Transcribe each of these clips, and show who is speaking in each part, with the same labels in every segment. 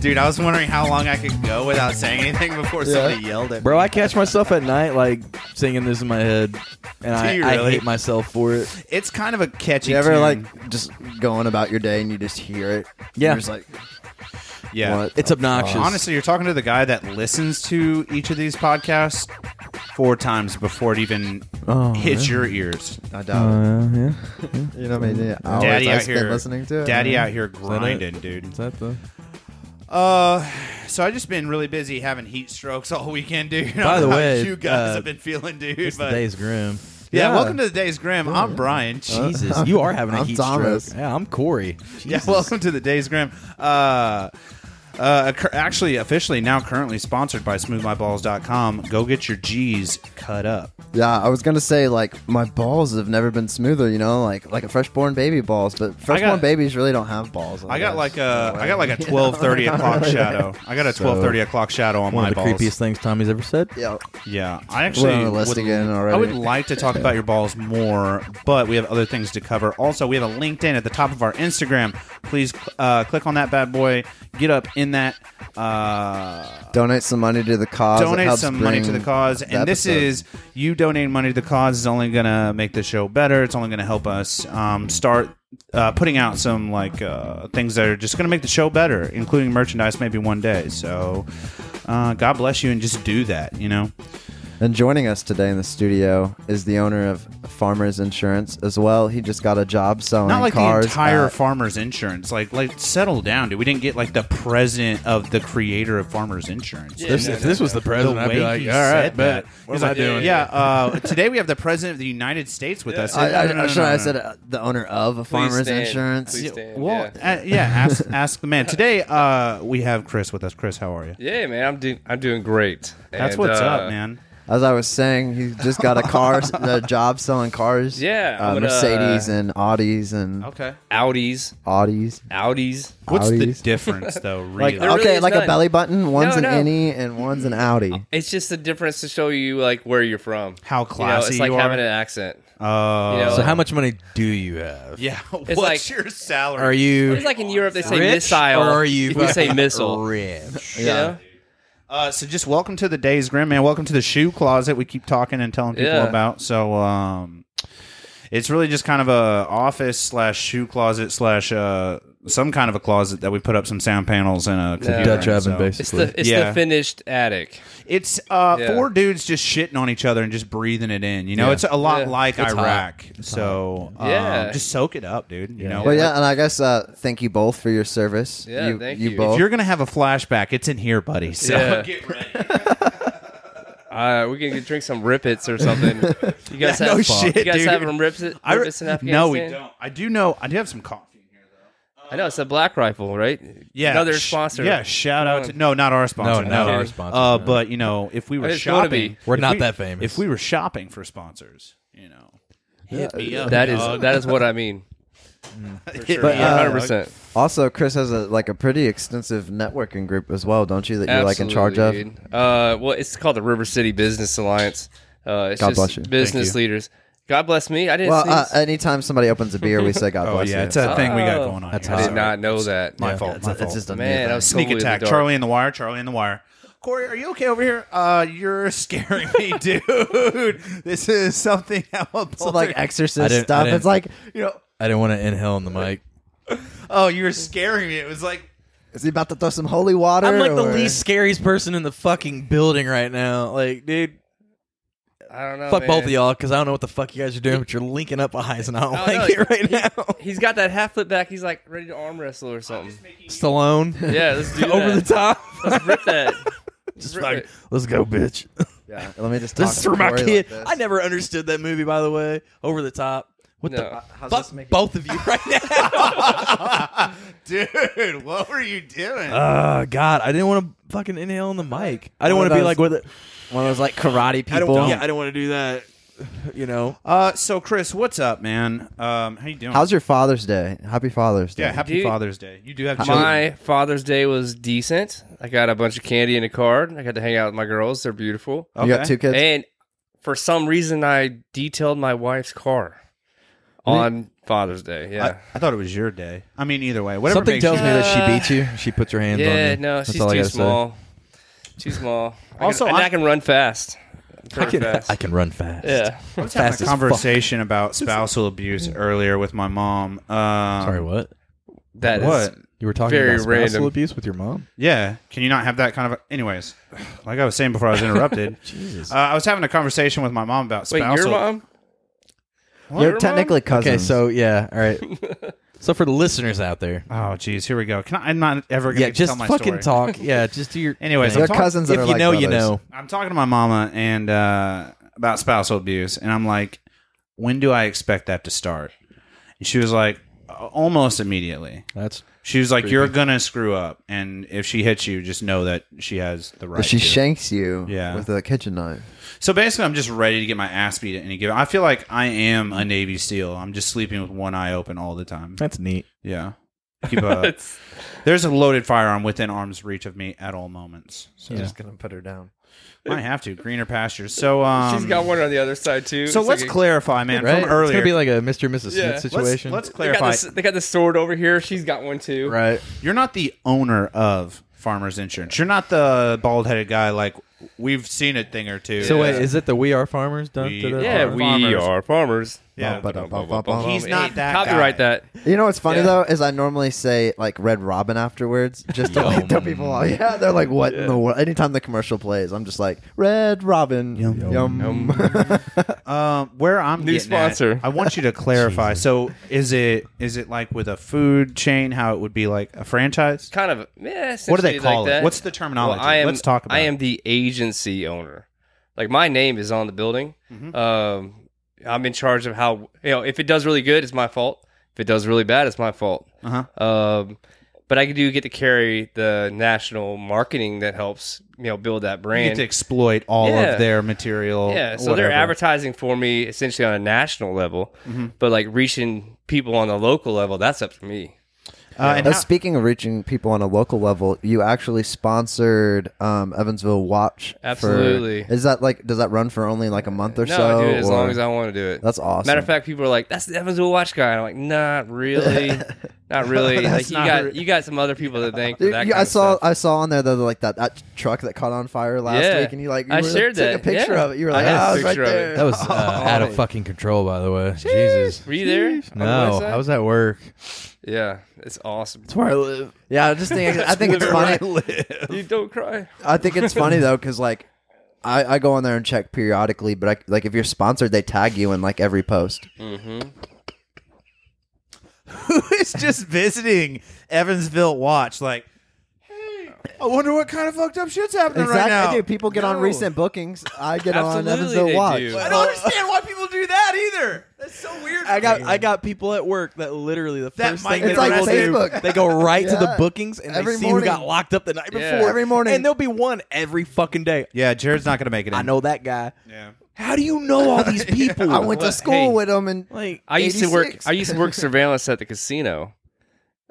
Speaker 1: dude. I was wondering how long I could go without saying anything before
Speaker 2: Yeah.
Speaker 1: somebody yelled at me.
Speaker 3: Bro, I catch myself at night like singing this in my head, and I,
Speaker 1: Do you
Speaker 3: I
Speaker 1: really?
Speaker 3: hate myself for it.
Speaker 1: It's kind of a catchy.
Speaker 2: You ever
Speaker 1: tune.
Speaker 2: like just going about your day and you just hear it?
Speaker 3: Yeah.
Speaker 2: You're just like
Speaker 1: yeah. Uh,
Speaker 2: what?
Speaker 3: It's obnoxious.
Speaker 1: Honestly, you're talking to the guy that listens to each of these podcasts four times before it even
Speaker 3: Oh,
Speaker 1: hits your ears.
Speaker 2: I
Speaker 3: Uh,
Speaker 2: doubt
Speaker 3: yeah.
Speaker 2: it. You know what I mean? The hours
Speaker 1: Daddy
Speaker 2: Oh, I
Speaker 1: out
Speaker 2: spent
Speaker 1: here
Speaker 2: listening to it.
Speaker 1: Daddy
Speaker 2: man.
Speaker 1: out here grinding, dude.
Speaker 3: Is that the?
Speaker 1: Uh, so I just been really busy having heat strokes all weekend, dude. I don't
Speaker 3: By the
Speaker 1: know how
Speaker 3: way,
Speaker 1: you guys
Speaker 3: uh,
Speaker 1: have been feeling, dude.
Speaker 3: It's the
Speaker 1: but-
Speaker 3: day's grim.
Speaker 1: yeah,
Speaker 2: Yeah. Oh,
Speaker 1: welcome to the day's grim. I'm Brian. Jesus.
Speaker 3: Jesus, you are having a
Speaker 2: I'm
Speaker 3: heat
Speaker 2: Thomas.
Speaker 3: stroke. Yeah, I'm Corey.
Speaker 1: Yeah,
Speaker 3: Jesus.
Speaker 1: welcome to the Days Grim. Uh, uh, cur- actually, officially now currently sponsored by smoothmyballs.com. Go get your G's cut up.
Speaker 2: Yeah, I was gonna say like my balls have never been smoother, you know, like like a freshborn baby balls, but freshborn
Speaker 1: got-
Speaker 2: babies really don't have balls.
Speaker 1: I got
Speaker 2: guess.
Speaker 1: like a
Speaker 2: No
Speaker 1: I got like a
Speaker 2: way.
Speaker 1: twelve thirty o'clock shadow. I got a twelve thirty o'clock shadow on
Speaker 3: One
Speaker 1: my
Speaker 3: of the
Speaker 1: balls.
Speaker 3: creepiest things Tommy's ever said.
Speaker 2: Yeah.
Speaker 1: Yeah, I
Speaker 2: We're
Speaker 1: actually
Speaker 2: on the list
Speaker 1: would,
Speaker 2: again already.
Speaker 1: I would like to talk about your balls more, but we have other things to cover. Also, we have a LinkedIn at the top of our Instagram. Please uh, click on that bad boy. Get up in that. Uh,
Speaker 2: donate some money to the cause. It
Speaker 1: donate
Speaker 2: helps
Speaker 1: some money
Speaker 2: bring
Speaker 1: to the cause.
Speaker 2: the
Speaker 1: And this
Speaker 2: episode.
Speaker 1: is you donating money to the cause is only gonna make the show better. It's only gonna help us um, start uh, putting out some like uh, things that are just gonna make the show better, including merchandise maybe one day. So uh, God bless you and just do that. You know.
Speaker 2: And joining us today in the studio is the owner of Farmers Insurance as well. He just got a job selling
Speaker 1: Not like
Speaker 2: cars.
Speaker 1: the entire
Speaker 2: at-
Speaker 1: Farmers Insurance. Like, like settle down, dude. We didn't get like the president of the creator of Farmers Insurance.
Speaker 3: This, if this was the president, I'd be like, all right, bet. What
Speaker 1: He's
Speaker 3: am I
Speaker 1: like,
Speaker 3: doing?
Speaker 1: Yeah. Uh, today we have the president of the United States with us.
Speaker 2: I, I,
Speaker 1: No, no, no,
Speaker 2: should I
Speaker 1: no, no.
Speaker 2: said uh, the owner of a
Speaker 4: Please
Speaker 2: Farmers
Speaker 4: stand.
Speaker 2: Insurance.
Speaker 4: Please stand,
Speaker 1: Well,
Speaker 4: yeah.
Speaker 1: yeah. Uh, yeah ask, ask the man. Today uh, we have Chris with us. Chris, how are you?
Speaker 4: Yeah, man, I'm doing I'm doing great.
Speaker 1: That's
Speaker 4: And,
Speaker 1: what's
Speaker 4: uh,
Speaker 1: up, man.
Speaker 2: As I was saying, he just got a car, a job selling cars.
Speaker 4: Yeah,
Speaker 2: uh,
Speaker 4: I'm gonna-
Speaker 2: Mercedes and Audis and
Speaker 1: Okay.
Speaker 4: Audis,
Speaker 2: Audis.
Speaker 4: Audis.
Speaker 1: What's
Speaker 2: Audis.
Speaker 1: the difference, though? Really?
Speaker 2: Like
Speaker 4: There really
Speaker 2: okay,
Speaker 4: is
Speaker 2: like a
Speaker 4: none.
Speaker 2: belly button. One's
Speaker 4: No,
Speaker 2: an
Speaker 4: no.
Speaker 2: innie and one's an Audi.
Speaker 4: It's just a difference to show you like where you're from.
Speaker 1: How classy
Speaker 4: You know, it's like
Speaker 1: you are.
Speaker 4: having an accent.
Speaker 1: Oh.
Speaker 4: You know,
Speaker 3: So how much money do you have?
Speaker 1: yeah. What's
Speaker 4: like-
Speaker 1: your salary?
Speaker 3: Are you
Speaker 4: It's like in Europe they say
Speaker 3: rich
Speaker 4: missile.
Speaker 3: or are you?
Speaker 4: We say
Speaker 3: fucking
Speaker 4: missile.
Speaker 3: Rich.
Speaker 4: You know?
Speaker 1: Uh, so just welcome to the days, Grim man. Welcome to the shoe closet. We keep talking and telling people
Speaker 4: Yeah.
Speaker 1: about. So um, it's really just kind of a office slash shoe closet slash uh, some kind of a closet that we put up some sound panels and a computer
Speaker 3: Dutch
Speaker 1: in,
Speaker 3: oven,
Speaker 1: so.
Speaker 4: It's
Speaker 3: basically.
Speaker 4: the it's
Speaker 1: Yeah.
Speaker 4: the finished attic.
Speaker 1: It's uh,
Speaker 4: Yeah.
Speaker 1: four dudes just shitting on each other and just breathing it in. You know,
Speaker 3: Yeah.
Speaker 1: it's a lot
Speaker 4: Yeah.
Speaker 1: like
Speaker 3: It's hot.
Speaker 1: Iraq. So um,
Speaker 4: Yeah.
Speaker 1: just soak it up, dude. You know,
Speaker 2: Well, yeah, and I guess uh, thank you both for your service.
Speaker 4: Yeah,
Speaker 2: you,
Speaker 4: thank
Speaker 2: you
Speaker 4: you.
Speaker 2: both.
Speaker 1: if you're gonna have a flashback, it's in here, buddy. So
Speaker 4: Yeah. Uh, we can drink some rippets or something. You guys
Speaker 1: Yeah,
Speaker 4: have
Speaker 1: no shit,
Speaker 4: You guys
Speaker 1: dude.
Speaker 4: have rippets,
Speaker 1: I re-
Speaker 4: rippets in Afghanistan?
Speaker 1: no, we don't. I do know. I do have some coffee. in here.
Speaker 4: I know it's a Black Rifle, right?
Speaker 1: Yeah,
Speaker 4: another
Speaker 1: sh-
Speaker 4: sponsor.
Speaker 1: Yeah, shout out
Speaker 4: Come
Speaker 1: to no, not our sponsor. No,
Speaker 3: No, not
Speaker 4: our
Speaker 3: sponsor,
Speaker 1: Uh,
Speaker 3: no.
Speaker 1: But you know, if we were
Speaker 4: It's gonna
Speaker 1: shopping,
Speaker 4: be.
Speaker 3: We're
Speaker 1: if
Speaker 3: not
Speaker 1: we-
Speaker 3: that famous.
Speaker 1: If we were shopping for sponsors, you know, hit me up.
Speaker 4: That is
Speaker 1: dog.
Speaker 4: that is what I mean.
Speaker 1: Hit
Speaker 2: But,
Speaker 1: me up,
Speaker 2: uh,
Speaker 4: Hundred
Speaker 1: dog.
Speaker 4: percent.
Speaker 2: also, Chris has a like a pretty extensive networking group as well, don't you? That you're like in charge of.
Speaker 4: Absolutely, dude. Uh, well, it's called the River City Business Alliance. Uh, it's
Speaker 2: God
Speaker 4: just
Speaker 2: bless you.
Speaker 4: Business
Speaker 3: Thank
Speaker 4: leaders. God bless me. I didn't.
Speaker 2: Well,
Speaker 4: see
Speaker 2: uh, anytime somebody opens a beer, we say God
Speaker 1: Oh
Speaker 2: bless
Speaker 1: yeah,
Speaker 2: you.
Speaker 1: it's a thing we got
Speaker 4: Oh.
Speaker 1: going on.
Speaker 3: That's
Speaker 1: here.
Speaker 4: I
Speaker 3: hot.
Speaker 4: did
Speaker 1: Sorry.
Speaker 4: not know that.
Speaker 1: My
Speaker 3: Yeah.
Speaker 1: fault.
Speaker 2: uh, It's,
Speaker 1: my
Speaker 2: a- it's
Speaker 1: fault.
Speaker 2: just a new
Speaker 4: Man,
Speaker 2: thing.
Speaker 4: I was
Speaker 1: Sneak
Speaker 4: totally in the
Speaker 1: attack.
Speaker 4: dark.
Speaker 1: Charlie in the wire. Charlie in the wire. Corey, are you okay over here? Uh, you're scaring me, dude. this is something out
Speaker 2: Some, like
Speaker 3: I
Speaker 2: exorcist
Speaker 3: didn't- I
Speaker 2: stuff. It's
Speaker 3: didn't-
Speaker 2: like you know,
Speaker 3: I didn't want to inhale in the mic.
Speaker 1: Oh, you were scaring me. It was like
Speaker 2: is he about to throw some holy water?
Speaker 3: I'm like the
Speaker 2: or-
Speaker 3: least scariest person in the fucking building right now. Like, dude,
Speaker 4: I don't know.
Speaker 3: fuck
Speaker 4: Oh, man.
Speaker 3: both of y'all because I don't know what the fuck you guys are doing, but you're linking up eyes and I don't
Speaker 4: Oh,
Speaker 3: like
Speaker 4: no,
Speaker 3: it right now.
Speaker 4: He's got that half flip back. He's like ready to arm wrestle or something.
Speaker 3: Stallone,
Speaker 4: Yeah, let's do
Speaker 3: over the
Speaker 4: that.
Speaker 3: top.
Speaker 4: Let's rip that.
Speaker 3: Just
Speaker 4: Rip
Speaker 3: like,
Speaker 4: it.
Speaker 3: let's go, bitch.
Speaker 2: Yeah, let me just. Talk
Speaker 3: This is for my
Speaker 2: Corey
Speaker 3: kid.
Speaker 2: Like
Speaker 3: I never understood that movie, by the way. Over the top. What
Speaker 4: No.
Speaker 3: the
Speaker 2: How's
Speaker 3: fuck?
Speaker 2: this make it-
Speaker 3: Both of you right now.
Speaker 1: ah, dude, what were you doing?
Speaker 3: uh, God, I didn't want to fucking inhale in the mic. I
Speaker 2: One
Speaker 3: didn't want
Speaker 2: of
Speaker 3: to be
Speaker 2: those-
Speaker 3: like with it.
Speaker 2: one of those like karate
Speaker 3: I
Speaker 2: people.
Speaker 3: don't. Yeah, I don't want to do that. You know.
Speaker 1: Uh, so Chris, what's up, man? Um, how you doing?
Speaker 2: How's your Father's Day? Happy Father's Day.
Speaker 1: yeah? Happy
Speaker 4: Dude.
Speaker 1: Father's Day. You do have children.
Speaker 4: My Father's Day was decent. I got a bunch of candy in a card. I got to hang out with my girls. They're beautiful.
Speaker 2: You got two kids.
Speaker 4: And for some reason, I detailed my wife's car. on Father's Day. Yeah.
Speaker 1: I, I thought it was your day. I mean, either way, whatever.
Speaker 5: Something
Speaker 1: makes
Speaker 5: tells
Speaker 1: you-
Speaker 5: me that she beat you. She puts her hands on you.
Speaker 4: yeah, no,
Speaker 5: That's
Speaker 4: she's
Speaker 5: all I
Speaker 4: too
Speaker 5: gotta say.
Speaker 4: small. Too small. I
Speaker 1: Also,
Speaker 4: can, and
Speaker 1: I-
Speaker 4: I, can run fast.
Speaker 5: I
Speaker 4: Very
Speaker 5: can,
Speaker 4: fast.
Speaker 5: I can run fast.
Speaker 4: yeah.
Speaker 1: I was having
Speaker 5: fast
Speaker 1: a
Speaker 5: as fuck.
Speaker 1: conversation about spousal abuse earlier with my mom. Um,
Speaker 5: Sorry, what?
Speaker 4: That is
Speaker 1: What?
Speaker 5: You were talking
Speaker 4: Very
Speaker 5: about spousal
Speaker 4: random.
Speaker 5: abuse with your mom?
Speaker 1: Yeah. Can you not have that kind of? Anyways, like I was saying before, I was interrupted.
Speaker 5: Jesus.
Speaker 1: Uh, I was having a conversation with my mom about
Speaker 4: Wait,
Speaker 1: spousal.
Speaker 4: your mom?
Speaker 1: What?
Speaker 2: You're technically cousins.
Speaker 5: okay, so yeah, all right. so for the listeners out there,
Speaker 1: Oh, geez. Here we go. Can I, I'm not ever going
Speaker 5: yeah,
Speaker 1: to
Speaker 5: just
Speaker 1: tell my
Speaker 5: fucking
Speaker 1: story.
Speaker 5: talk. Yeah, just do your.
Speaker 1: Anyways,
Speaker 5: thing.
Speaker 1: I'm
Speaker 2: they're
Speaker 1: talk-
Speaker 2: cousins
Speaker 5: if
Speaker 2: that
Speaker 5: you
Speaker 2: are like
Speaker 5: know, you
Speaker 2: brothers.
Speaker 5: know.
Speaker 1: I'm talking to my mama and uh, about spousal abuse, and I'm like, when do I expect that to start? And she was like, almost immediately.
Speaker 5: That's
Speaker 1: She was like, "You're gonna screw up, and if she hits you, just know that she has the right."
Speaker 2: But she
Speaker 1: to.
Speaker 2: shanks you
Speaker 1: Yeah.
Speaker 2: with a kitchen knife.
Speaker 1: So basically, I'm just ready to get my ass beat at any given. I feel like I am a Navy SEAL. I'm just sleeping with one eye open all the time.
Speaker 5: that's neat.
Speaker 1: Yeah. Keep a,
Speaker 4: It's-
Speaker 1: there's a loaded firearm within arm's reach of me at all moments. So
Speaker 5: Yeah.
Speaker 2: Just gonna put her down.
Speaker 1: I have to greener pastures. So um,
Speaker 4: she's got one on the other side too.
Speaker 1: So
Speaker 4: It's
Speaker 1: let's
Speaker 4: like a-
Speaker 1: clarify, man.
Speaker 5: Right?
Speaker 1: From
Speaker 5: It's
Speaker 1: earlier,
Speaker 5: gonna be like a Mr. and Mrs.
Speaker 4: Yeah.
Speaker 5: Smith
Speaker 1: Let's-
Speaker 5: situation.
Speaker 1: Let's,
Speaker 4: they got,
Speaker 1: clarify.
Speaker 4: this- they got the sword over here. She's got one too.
Speaker 5: right.
Speaker 1: You're not the owner of Farmers Insurance. You're not the bald-headed guy like we've seen a thing or two.
Speaker 5: So
Speaker 4: Yeah.
Speaker 5: wait, is it the We Are Farmers? Dun,
Speaker 1: We
Speaker 5: dun, dun,
Speaker 4: Yeah,
Speaker 5: dun.
Speaker 4: we
Speaker 1: Farmers.
Speaker 4: are farmers.
Speaker 1: yeah.
Speaker 2: Bum, bum, bum, bum,
Speaker 1: He's
Speaker 4: Hey,
Speaker 1: not that
Speaker 4: Copyright
Speaker 1: guy.
Speaker 4: that.
Speaker 2: You know what's funny
Speaker 4: Yeah.
Speaker 2: though is I normally say like Red Robin afterwards, just to like tell people. Oh yeah, they're like, what in the world? Anytime the commercial plays, I'm just like Red Robin. Yum yum.
Speaker 1: Um, where I'm
Speaker 4: New
Speaker 1: getting at,
Speaker 4: sponsor.
Speaker 1: I want you to clarify. so is it is it like with a food chain? How it would be like a franchise?
Speaker 4: Kind of.
Speaker 1: What
Speaker 4: Yeah,
Speaker 1: do
Speaker 4: essentially
Speaker 1: they call
Speaker 4: like
Speaker 1: it?
Speaker 4: that.
Speaker 1: What's the
Speaker 4: Well,
Speaker 1: terminology?
Speaker 4: I am,
Speaker 1: Let's talk about.
Speaker 4: I am the agency owner. Like my name is on the building.
Speaker 1: Mm-hmm.
Speaker 4: Um, I'm in charge of how you know if it does really good, it's my fault. If it does really bad, it's my fault.
Speaker 1: Uh-huh.
Speaker 4: Um, but I do get to carry the national marketing that helps you know build that
Speaker 1: You
Speaker 4: brand.
Speaker 1: get to exploit all
Speaker 4: Yeah.
Speaker 1: of their material.
Speaker 4: Yeah, so
Speaker 1: whatever. Mm-hmm.
Speaker 4: they're advertising for me essentially on a national level, but like reaching people on the local level, that's up to me.
Speaker 1: Uh, and
Speaker 2: Uh,
Speaker 1: how-
Speaker 2: speaking of reaching people on a local level, you actually sponsored um, Evansville Watch. for-
Speaker 4: Absolutely.
Speaker 2: is that like does that run for only like a month or
Speaker 4: No,
Speaker 2: so?
Speaker 4: I do it as
Speaker 2: or-
Speaker 4: long
Speaker 1: uh,
Speaker 4: as I want to do it.
Speaker 2: That's awesome.
Speaker 4: Matter of fact, people are like, "That's the Evansville Watch guy." And I'm like, "Not really, not really. like you
Speaker 1: not
Speaker 4: got
Speaker 1: re-
Speaker 4: you got some other people that think
Speaker 2: Dude,
Speaker 4: that."
Speaker 2: you-
Speaker 4: kind
Speaker 2: I
Speaker 4: of
Speaker 2: saw
Speaker 4: stuff.
Speaker 2: I saw on there that like that, that truck that caught on fire last
Speaker 4: Yeah.
Speaker 2: week, and you like you
Speaker 4: I
Speaker 2: were,
Speaker 4: shared
Speaker 2: took a
Speaker 4: that,
Speaker 2: picture
Speaker 4: yeah.
Speaker 2: of it. You were
Speaker 4: I
Speaker 2: like,
Speaker 4: had a
Speaker 2: ah, it's right
Speaker 4: picture of it.
Speaker 2: there.
Speaker 5: That was uh, out of fucking control, by the way. Jesus.
Speaker 4: Were you there? on the
Speaker 5: No,
Speaker 4: website?
Speaker 5: I was at work.
Speaker 4: Yeah, it's awesome.
Speaker 5: That's where I live.
Speaker 2: yeah. I just think I think it's funny.
Speaker 4: You don't cry.
Speaker 2: I think it's funny though, because like I, I go on there and check periodically, but I, like if you're sponsored, they tag you in like every post.
Speaker 1: who is just visiting Evansville Watch? Like, hey, I wonder what kind of fucked up shit's happening right now.
Speaker 2: dude. People get on
Speaker 1: No.
Speaker 2: recent bookings. I get on
Speaker 4: Absolutely
Speaker 2: Evansville
Speaker 4: they
Speaker 2: Watch.
Speaker 4: do.
Speaker 1: I don't understand why people do that either. That's so weird.
Speaker 5: I got I got people at work that literally the
Speaker 1: That
Speaker 5: first thing
Speaker 1: might get
Speaker 5: they
Speaker 1: It's like
Speaker 5: will do,
Speaker 2: Facebook.
Speaker 5: they go right to the
Speaker 2: Yeah.
Speaker 5: bookings and
Speaker 2: Every
Speaker 5: they see
Speaker 2: morning.
Speaker 5: who got locked up the night
Speaker 4: Yeah.
Speaker 5: before
Speaker 2: Every morning.
Speaker 5: and there'll be one every fucking day.
Speaker 1: yeah, Jared's not gonna make it. In.
Speaker 5: I know that guy.
Speaker 1: Yeah.
Speaker 5: How do you know all these people?
Speaker 2: I went to
Speaker 4: What?
Speaker 2: school
Speaker 4: Hey.
Speaker 2: with them, and
Speaker 5: like
Speaker 4: I used to work.
Speaker 2: 86.
Speaker 4: I used to work surveillance at the casino,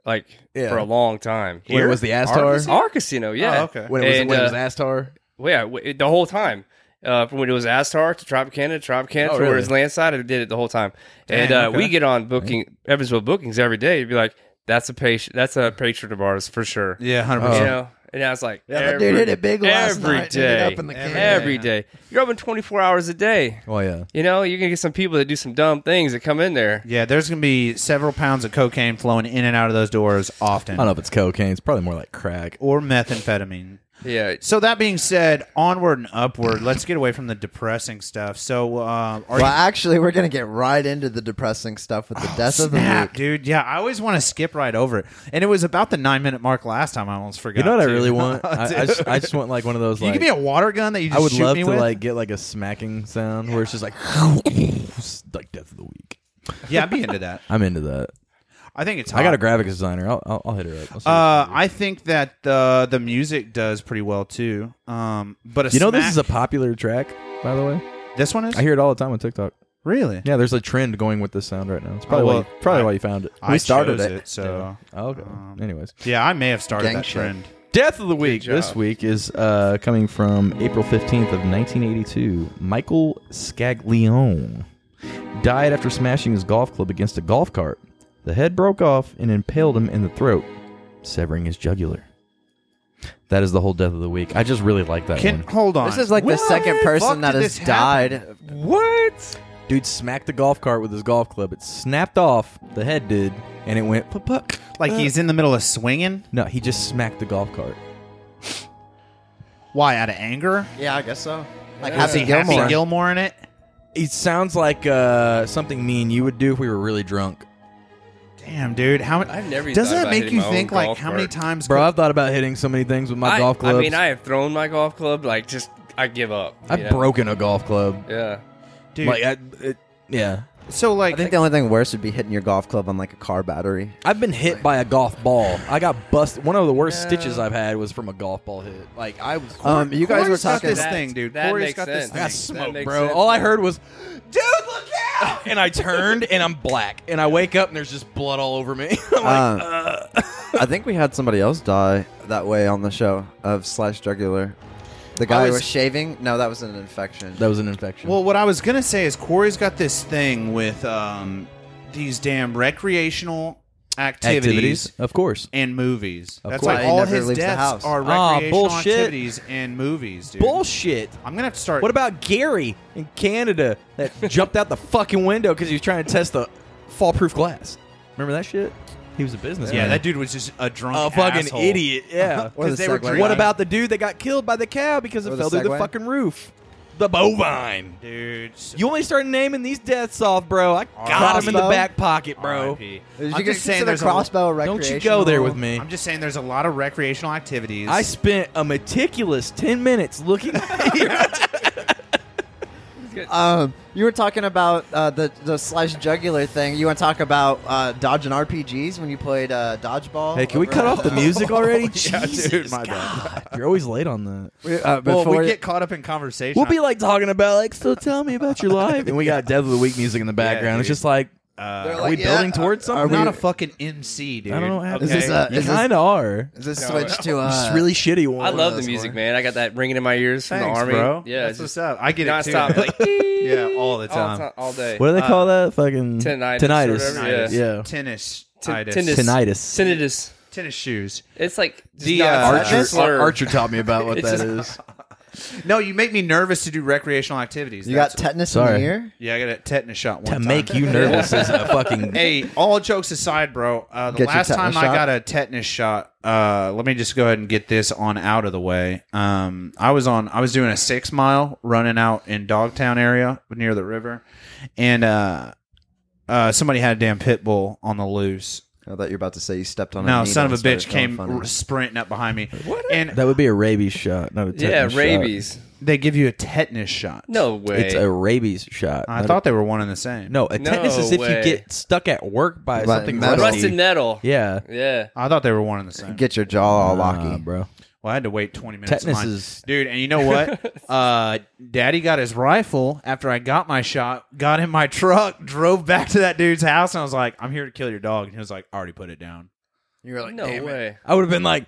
Speaker 4: like
Speaker 5: Yeah.
Speaker 4: for a long time.
Speaker 5: when it was the
Speaker 1: Our
Speaker 5: Astar.
Speaker 4: Our casino, yeah.
Speaker 1: Oh, okay.
Speaker 5: When it was
Speaker 4: And,
Speaker 5: when it was
Speaker 4: uh,
Speaker 5: Astar.
Speaker 4: Well, yeah, w- the whole time. Uh, from when it was Astar to Tropicana, Tropicana
Speaker 5: Oh,
Speaker 4: to where it was
Speaker 5: really?
Speaker 4: Landside, I did it the whole time. and
Speaker 1: Damn,
Speaker 4: uh,
Speaker 1: okay.
Speaker 4: we get on booking Evansville bookings every day. You'd be like, "That's a patient. That's a patron of ours for sure."
Speaker 1: Yeah, hundred
Speaker 4: You
Speaker 1: percent.
Speaker 4: know, and I was like,
Speaker 2: that
Speaker 4: every,
Speaker 2: dude hit it big last
Speaker 4: every
Speaker 2: night, ended
Speaker 4: day,
Speaker 2: up in the
Speaker 1: Every
Speaker 2: can.
Speaker 4: every day. You're open 24 hours a day.
Speaker 5: Oh yeah.
Speaker 4: You know, you're gonna get some people that do some dumb things that come in there.
Speaker 1: Yeah, there's gonna be several pounds of cocaine flowing in and out of those doors often,
Speaker 5: I don't know if it's cocaine. It's probably more like crack.
Speaker 1: or methamphetamine.
Speaker 4: Yeah,
Speaker 1: So that being said, onward and upward. Let's get away from the depressing stuff. So, um, are
Speaker 2: Well,
Speaker 1: you,
Speaker 2: actually, we're gonna get right into the depressing stuff with the death of the
Speaker 1: snap,
Speaker 2: week.
Speaker 1: dude? Yeah, I always want to skip right over it, and it was about the nine minute mark last time. I almost forgot.
Speaker 5: You know what I
Speaker 1: too.
Speaker 5: really want? I, I,
Speaker 1: Dude.
Speaker 5: just, I just want like one of those.
Speaker 1: Can
Speaker 5: Like,
Speaker 1: you give me a water gun that you
Speaker 5: I
Speaker 1: just
Speaker 5: would
Speaker 1: shoot
Speaker 5: love
Speaker 1: me
Speaker 5: to
Speaker 1: with?
Speaker 5: like get like a smacking sound where it's just like like death of the week.
Speaker 1: yeah, I'd be into that.
Speaker 5: I'm into that.
Speaker 1: I think it's. Hot.
Speaker 5: I got a graphic designer. I'll I'll, I'll hit her up. I'll see what
Speaker 1: Uh,
Speaker 5: she can
Speaker 1: I think that the the music does pretty well too. Um, but a
Speaker 5: do. you know this
Speaker 1: smack-
Speaker 5: is a popular track by the way.
Speaker 1: this one is
Speaker 5: I hear it all the time on TikTok.
Speaker 1: really.
Speaker 5: Yeah, there's a trend going with this sound right now. It's probably
Speaker 1: Oh, well,
Speaker 5: why you, probably
Speaker 1: I-
Speaker 5: why you found it.
Speaker 1: I Um,
Speaker 2: started
Speaker 1: chose
Speaker 2: it.
Speaker 1: so
Speaker 5: Oh, okay. Anyways,
Speaker 1: yeah, I may have started
Speaker 2: Gang
Speaker 1: that
Speaker 2: shit.
Speaker 1: trend.
Speaker 5: death of the week
Speaker 4: job.
Speaker 5: this week is uh, coming from April 15th of 1982. Michael Scaglione. died after smashing his golf club against a golf cart. The head broke off and impaled him in the throat, severing his jugular. That is the whole death of the week. I just really like that
Speaker 1: Can,
Speaker 5: one.
Speaker 1: hold on.
Speaker 2: This is like the
Speaker 1: What
Speaker 2: second person
Speaker 1: fuck
Speaker 2: that
Speaker 1: did
Speaker 2: has
Speaker 1: this happen?
Speaker 2: died.
Speaker 5: What? Dude smacked the golf cart with his golf club. It snapped off. The head did, and it went pup pup.
Speaker 1: Like
Speaker 5: Uh,
Speaker 1: he's in the middle of swinging.
Speaker 5: no. He just smacked the golf cart.
Speaker 1: Why? Out of anger?
Speaker 2: Yeah, I guess so. Like
Speaker 1: Is
Speaker 2: Happy
Speaker 1: he Happy
Speaker 2: Gilmore.
Speaker 1: Gilmore in it?
Speaker 5: It sounds like uh, something me and you would do if we were really drunk,
Speaker 1: Damn, dude. How
Speaker 4: I've never even
Speaker 1: does
Speaker 4: thought
Speaker 1: that
Speaker 4: about
Speaker 1: make
Speaker 4: hitting
Speaker 1: you
Speaker 4: my own
Speaker 1: think? Like
Speaker 4: golf
Speaker 1: how many
Speaker 4: cart.
Speaker 1: times?
Speaker 5: bro. I've thought about hitting so many things with my
Speaker 4: I,
Speaker 5: golf clubs.
Speaker 4: I mean, I have thrown my golf club. Like, just I give up.
Speaker 5: I've
Speaker 4: you know?
Speaker 5: broken a golf club.
Speaker 4: Yeah.
Speaker 1: dude.
Speaker 5: Like, I, it, yeah,
Speaker 1: so
Speaker 2: I
Speaker 1: like
Speaker 2: think the only thing worse would be hitting your golf club on like a car battery.
Speaker 5: I've been hit by a golf ball. I got busted. One of the worst stitches I've had was from a golf ball hit. Like I was,
Speaker 2: Um, you guys were
Speaker 1: Corey's got
Speaker 2: talking.
Speaker 1: this thing, dude.
Speaker 4: That
Speaker 1: Corey's
Speaker 4: makes
Speaker 1: got this
Speaker 5: I
Speaker 4: sense.
Speaker 5: got
Speaker 4: That
Speaker 5: smoked,
Speaker 4: makes
Speaker 5: bro.
Speaker 4: sense.
Speaker 5: All I heard was, "Dude, look out!" And I turned, and I'm black, and I wake up, and there's just blood all over me. I'm like,
Speaker 2: Um, I think we had somebody else die that way on the show of slash jugular. The guy who
Speaker 5: was-
Speaker 2: was shaving. No, that was an infection.
Speaker 5: that was an infection.
Speaker 1: Well, what I was gonna say is Corey's got this thing with um, these damn recreational activities,
Speaker 5: of course.
Speaker 1: and movies.
Speaker 5: Of
Speaker 1: That's
Speaker 5: course.
Speaker 1: like
Speaker 2: He
Speaker 1: all
Speaker 2: never
Speaker 1: his
Speaker 2: leaves the
Speaker 1: deaths
Speaker 2: house.
Speaker 1: are
Speaker 5: Ah,
Speaker 1: recreational
Speaker 5: bullshit.
Speaker 1: activities and movies, dude.
Speaker 5: Bullshit.
Speaker 1: I'm gonna have to start.
Speaker 5: What about Gary in Canada that jumped out the fucking window because he was trying to test the fall-proof glass? Remember that shit? He was a businessman.
Speaker 1: Yeah, that dude was just a drunk,
Speaker 5: a fucking
Speaker 1: asshole.
Speaker 5: idiot. Yeah.
Speaker 2: Or the
Speaker 1: 'Cause they were
Speaker 2: Segway
Speaker 1: drinking.
Speaker 5: What
Speaker 2: guy.
Speaker 5: about the dude that got killed by the cow because it
Speaker 2: Or the
Speaker 5: fell through the
Speaker 2: Segway?
Speaker 5: fucking roof? The bovine.
Speaker 1: dude?
Speaker 5: You only start naming these deaths off, bro. I got him in the
Speaker 2: Crossbow?
Speaker 5: back pocket, bro.
Speaker 1: RIP.
Speaker 2: Did
Speaker 1: I'm
Speaker 2: you
Speaker 1: just
Speaker 2: just
Speaker 1: saying
Speaker 2: consider
Speaker 1: there's
Speaker 2: crossbow a
Speaker 5: Don't you
Speaker 2: recreational-
Speaker 5: go there with me.
Speaker 1: A, I'm just saying there's a lot of recreational activities.
Speaker 5: I spent a meticulous 10 minutes looking.
Speaker 2: Um, you were talking about uh, the the slash jugular thing. You want to talk about uh, dodging RPGs when you played uh, dodgeball?
Speaker 5: hey, can we
Speaker 2: over
Speaker 5: cut
Speaker 2: at,
Speaker 5: off the
Speaker 2: uh,
Speaker 5: music already?
Speaker 1: Yeah, dude,
Speaker 5: Jesus,
Speaker 1: my
Speaker 5: God. You're always late on that.
Speaker 2: we-
Speaker 1: well,
Speaker 2: uh, before
Speaker 1: we
Speaker 2: you-
Speaker 1: get caught up in conversation. Uh,
Speaker 5: We'll be like talking about like, so tell me about your life, and we got Death of the Week music in the background. it's
Speaker 1: dude.
Speaker 5: just like,
Speaker 1: uh,
Speaker 2: They're
Speaker 5: are
Speaker 2: like,
Speaker 5: we
Speaker 2: yeah,
Speaker 5: building towards
Speaker 2: are
Speaker 5: something?
Speaker 1: not
Speaker 2: we-
Speaker 1: a fucking MC, dude.
Speaker 5: I don't know what happened.
Speaker 2: Is this, uh,
Speaker 5: You
Speaker 2: is this-
Speaker 5: kind of are.
Speaker 2: Is this
Speaker 4: No,
Speaker 2: switch
Speaker 4: no.
Speaker 2: to uh,
Speaker 5: It's really shitty one.
Speaker 4: I love
Speaker 2: those
Speaker 4: the music,
Speaker 2: were.
Speaker 4: man. I got that ringing in my ears from
Speaker 1: Thanks,
Speaker 4: the army.
Speaker 1: bro.
Speaker 4: Yeah,
Speaker 1: that's
Speaker 4: it's
Speaker 1: what's
Speaker 4: just
Speaker 1: up. I get it too.
Speaker 4: nonstop, like
Speaker 1: yeah, all the
Speaker 4: all,
Speaker 1: time.
Speaker 4: time, Oh, all day.
Speaker 5: What do they
Speaker 1: Uh,
Speaker 5: call that? Fucking
Speaker 4: Tinnitus or
Speaker 5: tinnitus.
Speaker 4: whatever,
Speaker 5: Yeah.
Speaker 1: Tennis.
Speaker 4: Tin-
Speaker 1: Titus.
Speaker 4: tinnitus.
Speaker 5: Tinnitus.
Speaker 4: Tinnitus.
Speaker 1: Tennis shoes.
Speaker 4: It's like
Speaker 1: The,
Speaker 4: the
Speaker 1: uh,
Speaker 4: archer. Slur.
Speaker 5: Archer taught me about what
Speaker 4: It's
Speaker 5: that
Speaker 4: just-
Speaker 5: is.
Speaker 1: No, you make me nervous to do recreational activities.
Speaker 2: You
Speaker 1: That's-
Speaker 2: got tetanus
Speaker 5: Sorry.
Speaker 2: in your ear?
Speaker 1: Yeah, I got a tetanus shot one
Speaker 5: to
Speaker 1: time.
Speaker 5: make you nervous is a fucking.
Speaker 1: Hey, all jokes aside, bro. Uh, the
Speaker 2: Get your
Speaker 1: last time
Speaker 2: tetanus
Speaker 1: I
Speaker 2: shot?
Speaker 1: got a tetanus shot, uh, let me just go ahead and get this on out of the way. Um, I was on, I was doing a six mile running out in Dogtown area near the river, and uh, uh, somebody had a damn pit bull on the loose.
Speaker 2: I thought you were about to say you stepped on.
Speaker 1: No,
Speaker 2: a needle
Speaker 1: son of a
Speaker 2: and started
Speaker 1: bitch
Speaker 2: feeling
Speaker 1: came
Speaker 2: funny.
Speaker 1: r- sprinting up behind me, and
Speaker 5: That would be a rabies shot, not a
Speaker 4: Yeah,
Speaker 5: tetanus shot.
Speaker 4: rabies.
Speaker 1: they give you a tetanus shot.
Speaker 4: No way.
Speaker 5: It's a rabies shot.
Speaker 1: I
Speaker 5: not a-
Speaker 1: thought they were one and the same.
Speaker 5: no, a
Speaker 4: No
Speaker 5: tetanus is if you
Speaker 4: way.
Speaker 5: get stuck at work by
Speaker 2: By
Speaker 5: something
Speaker 2: metal.
Speaker 5: rusty.
Speaker 4: rusted metal.
Speaker 5: Yeah.
Speaker 4: Yeah.
Speaker 1: I thought they were one and the same.
Speaker 2: Get your jaw all
Speaker 5: Nah,
Speaker 2: locky.
Speaker 5: bro.
Speaker 1: Well, I had to wait 20 minutes.
Speaker 5: Tetanus
Speaker 1: Mine-
Speaker 5: is-
Speaker 1: Dude, and you know what? uh, Daddy got his rifle after I got my shot, got in my truck, drove back to that dude's house, and I was like, I'm here to kill your dog. And he was like, I already put it down.
Speaker 2: you were like,
Speaker 4: No
Speaker 2: damn it.
Speaker 4: way.
Speaker 5: I would have been like,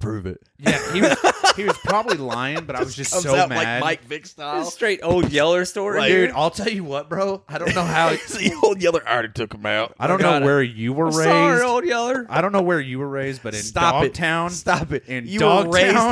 Speaker 5: prove it.
Speaker 1: Yeah, he was, he was probably lying, but I was just
Speaker 5: Comes
Speaker 1: so
Speaker 5: out
Speaker 1: mad.
Speaker 5: like Mike Vick style.
Speaker 4: This is straight old Yeller story,
Speaker 1: Dude, I'll tell you what, bro. I don't know how.
Speaker 5: It's the old Yeller I already took him out.
Speaker 1: I don't know where you were raised.
Speaker 4: Sorry, old Yeller.
Speaker 1: I don't know where you were raised, but in
Speaker 5: Stop it.
Speaker 1: Dogtown,
Speaker 5: Stop it.
Speaker 1: In
Speaker 5: you were
Speaker 1: Dogtown.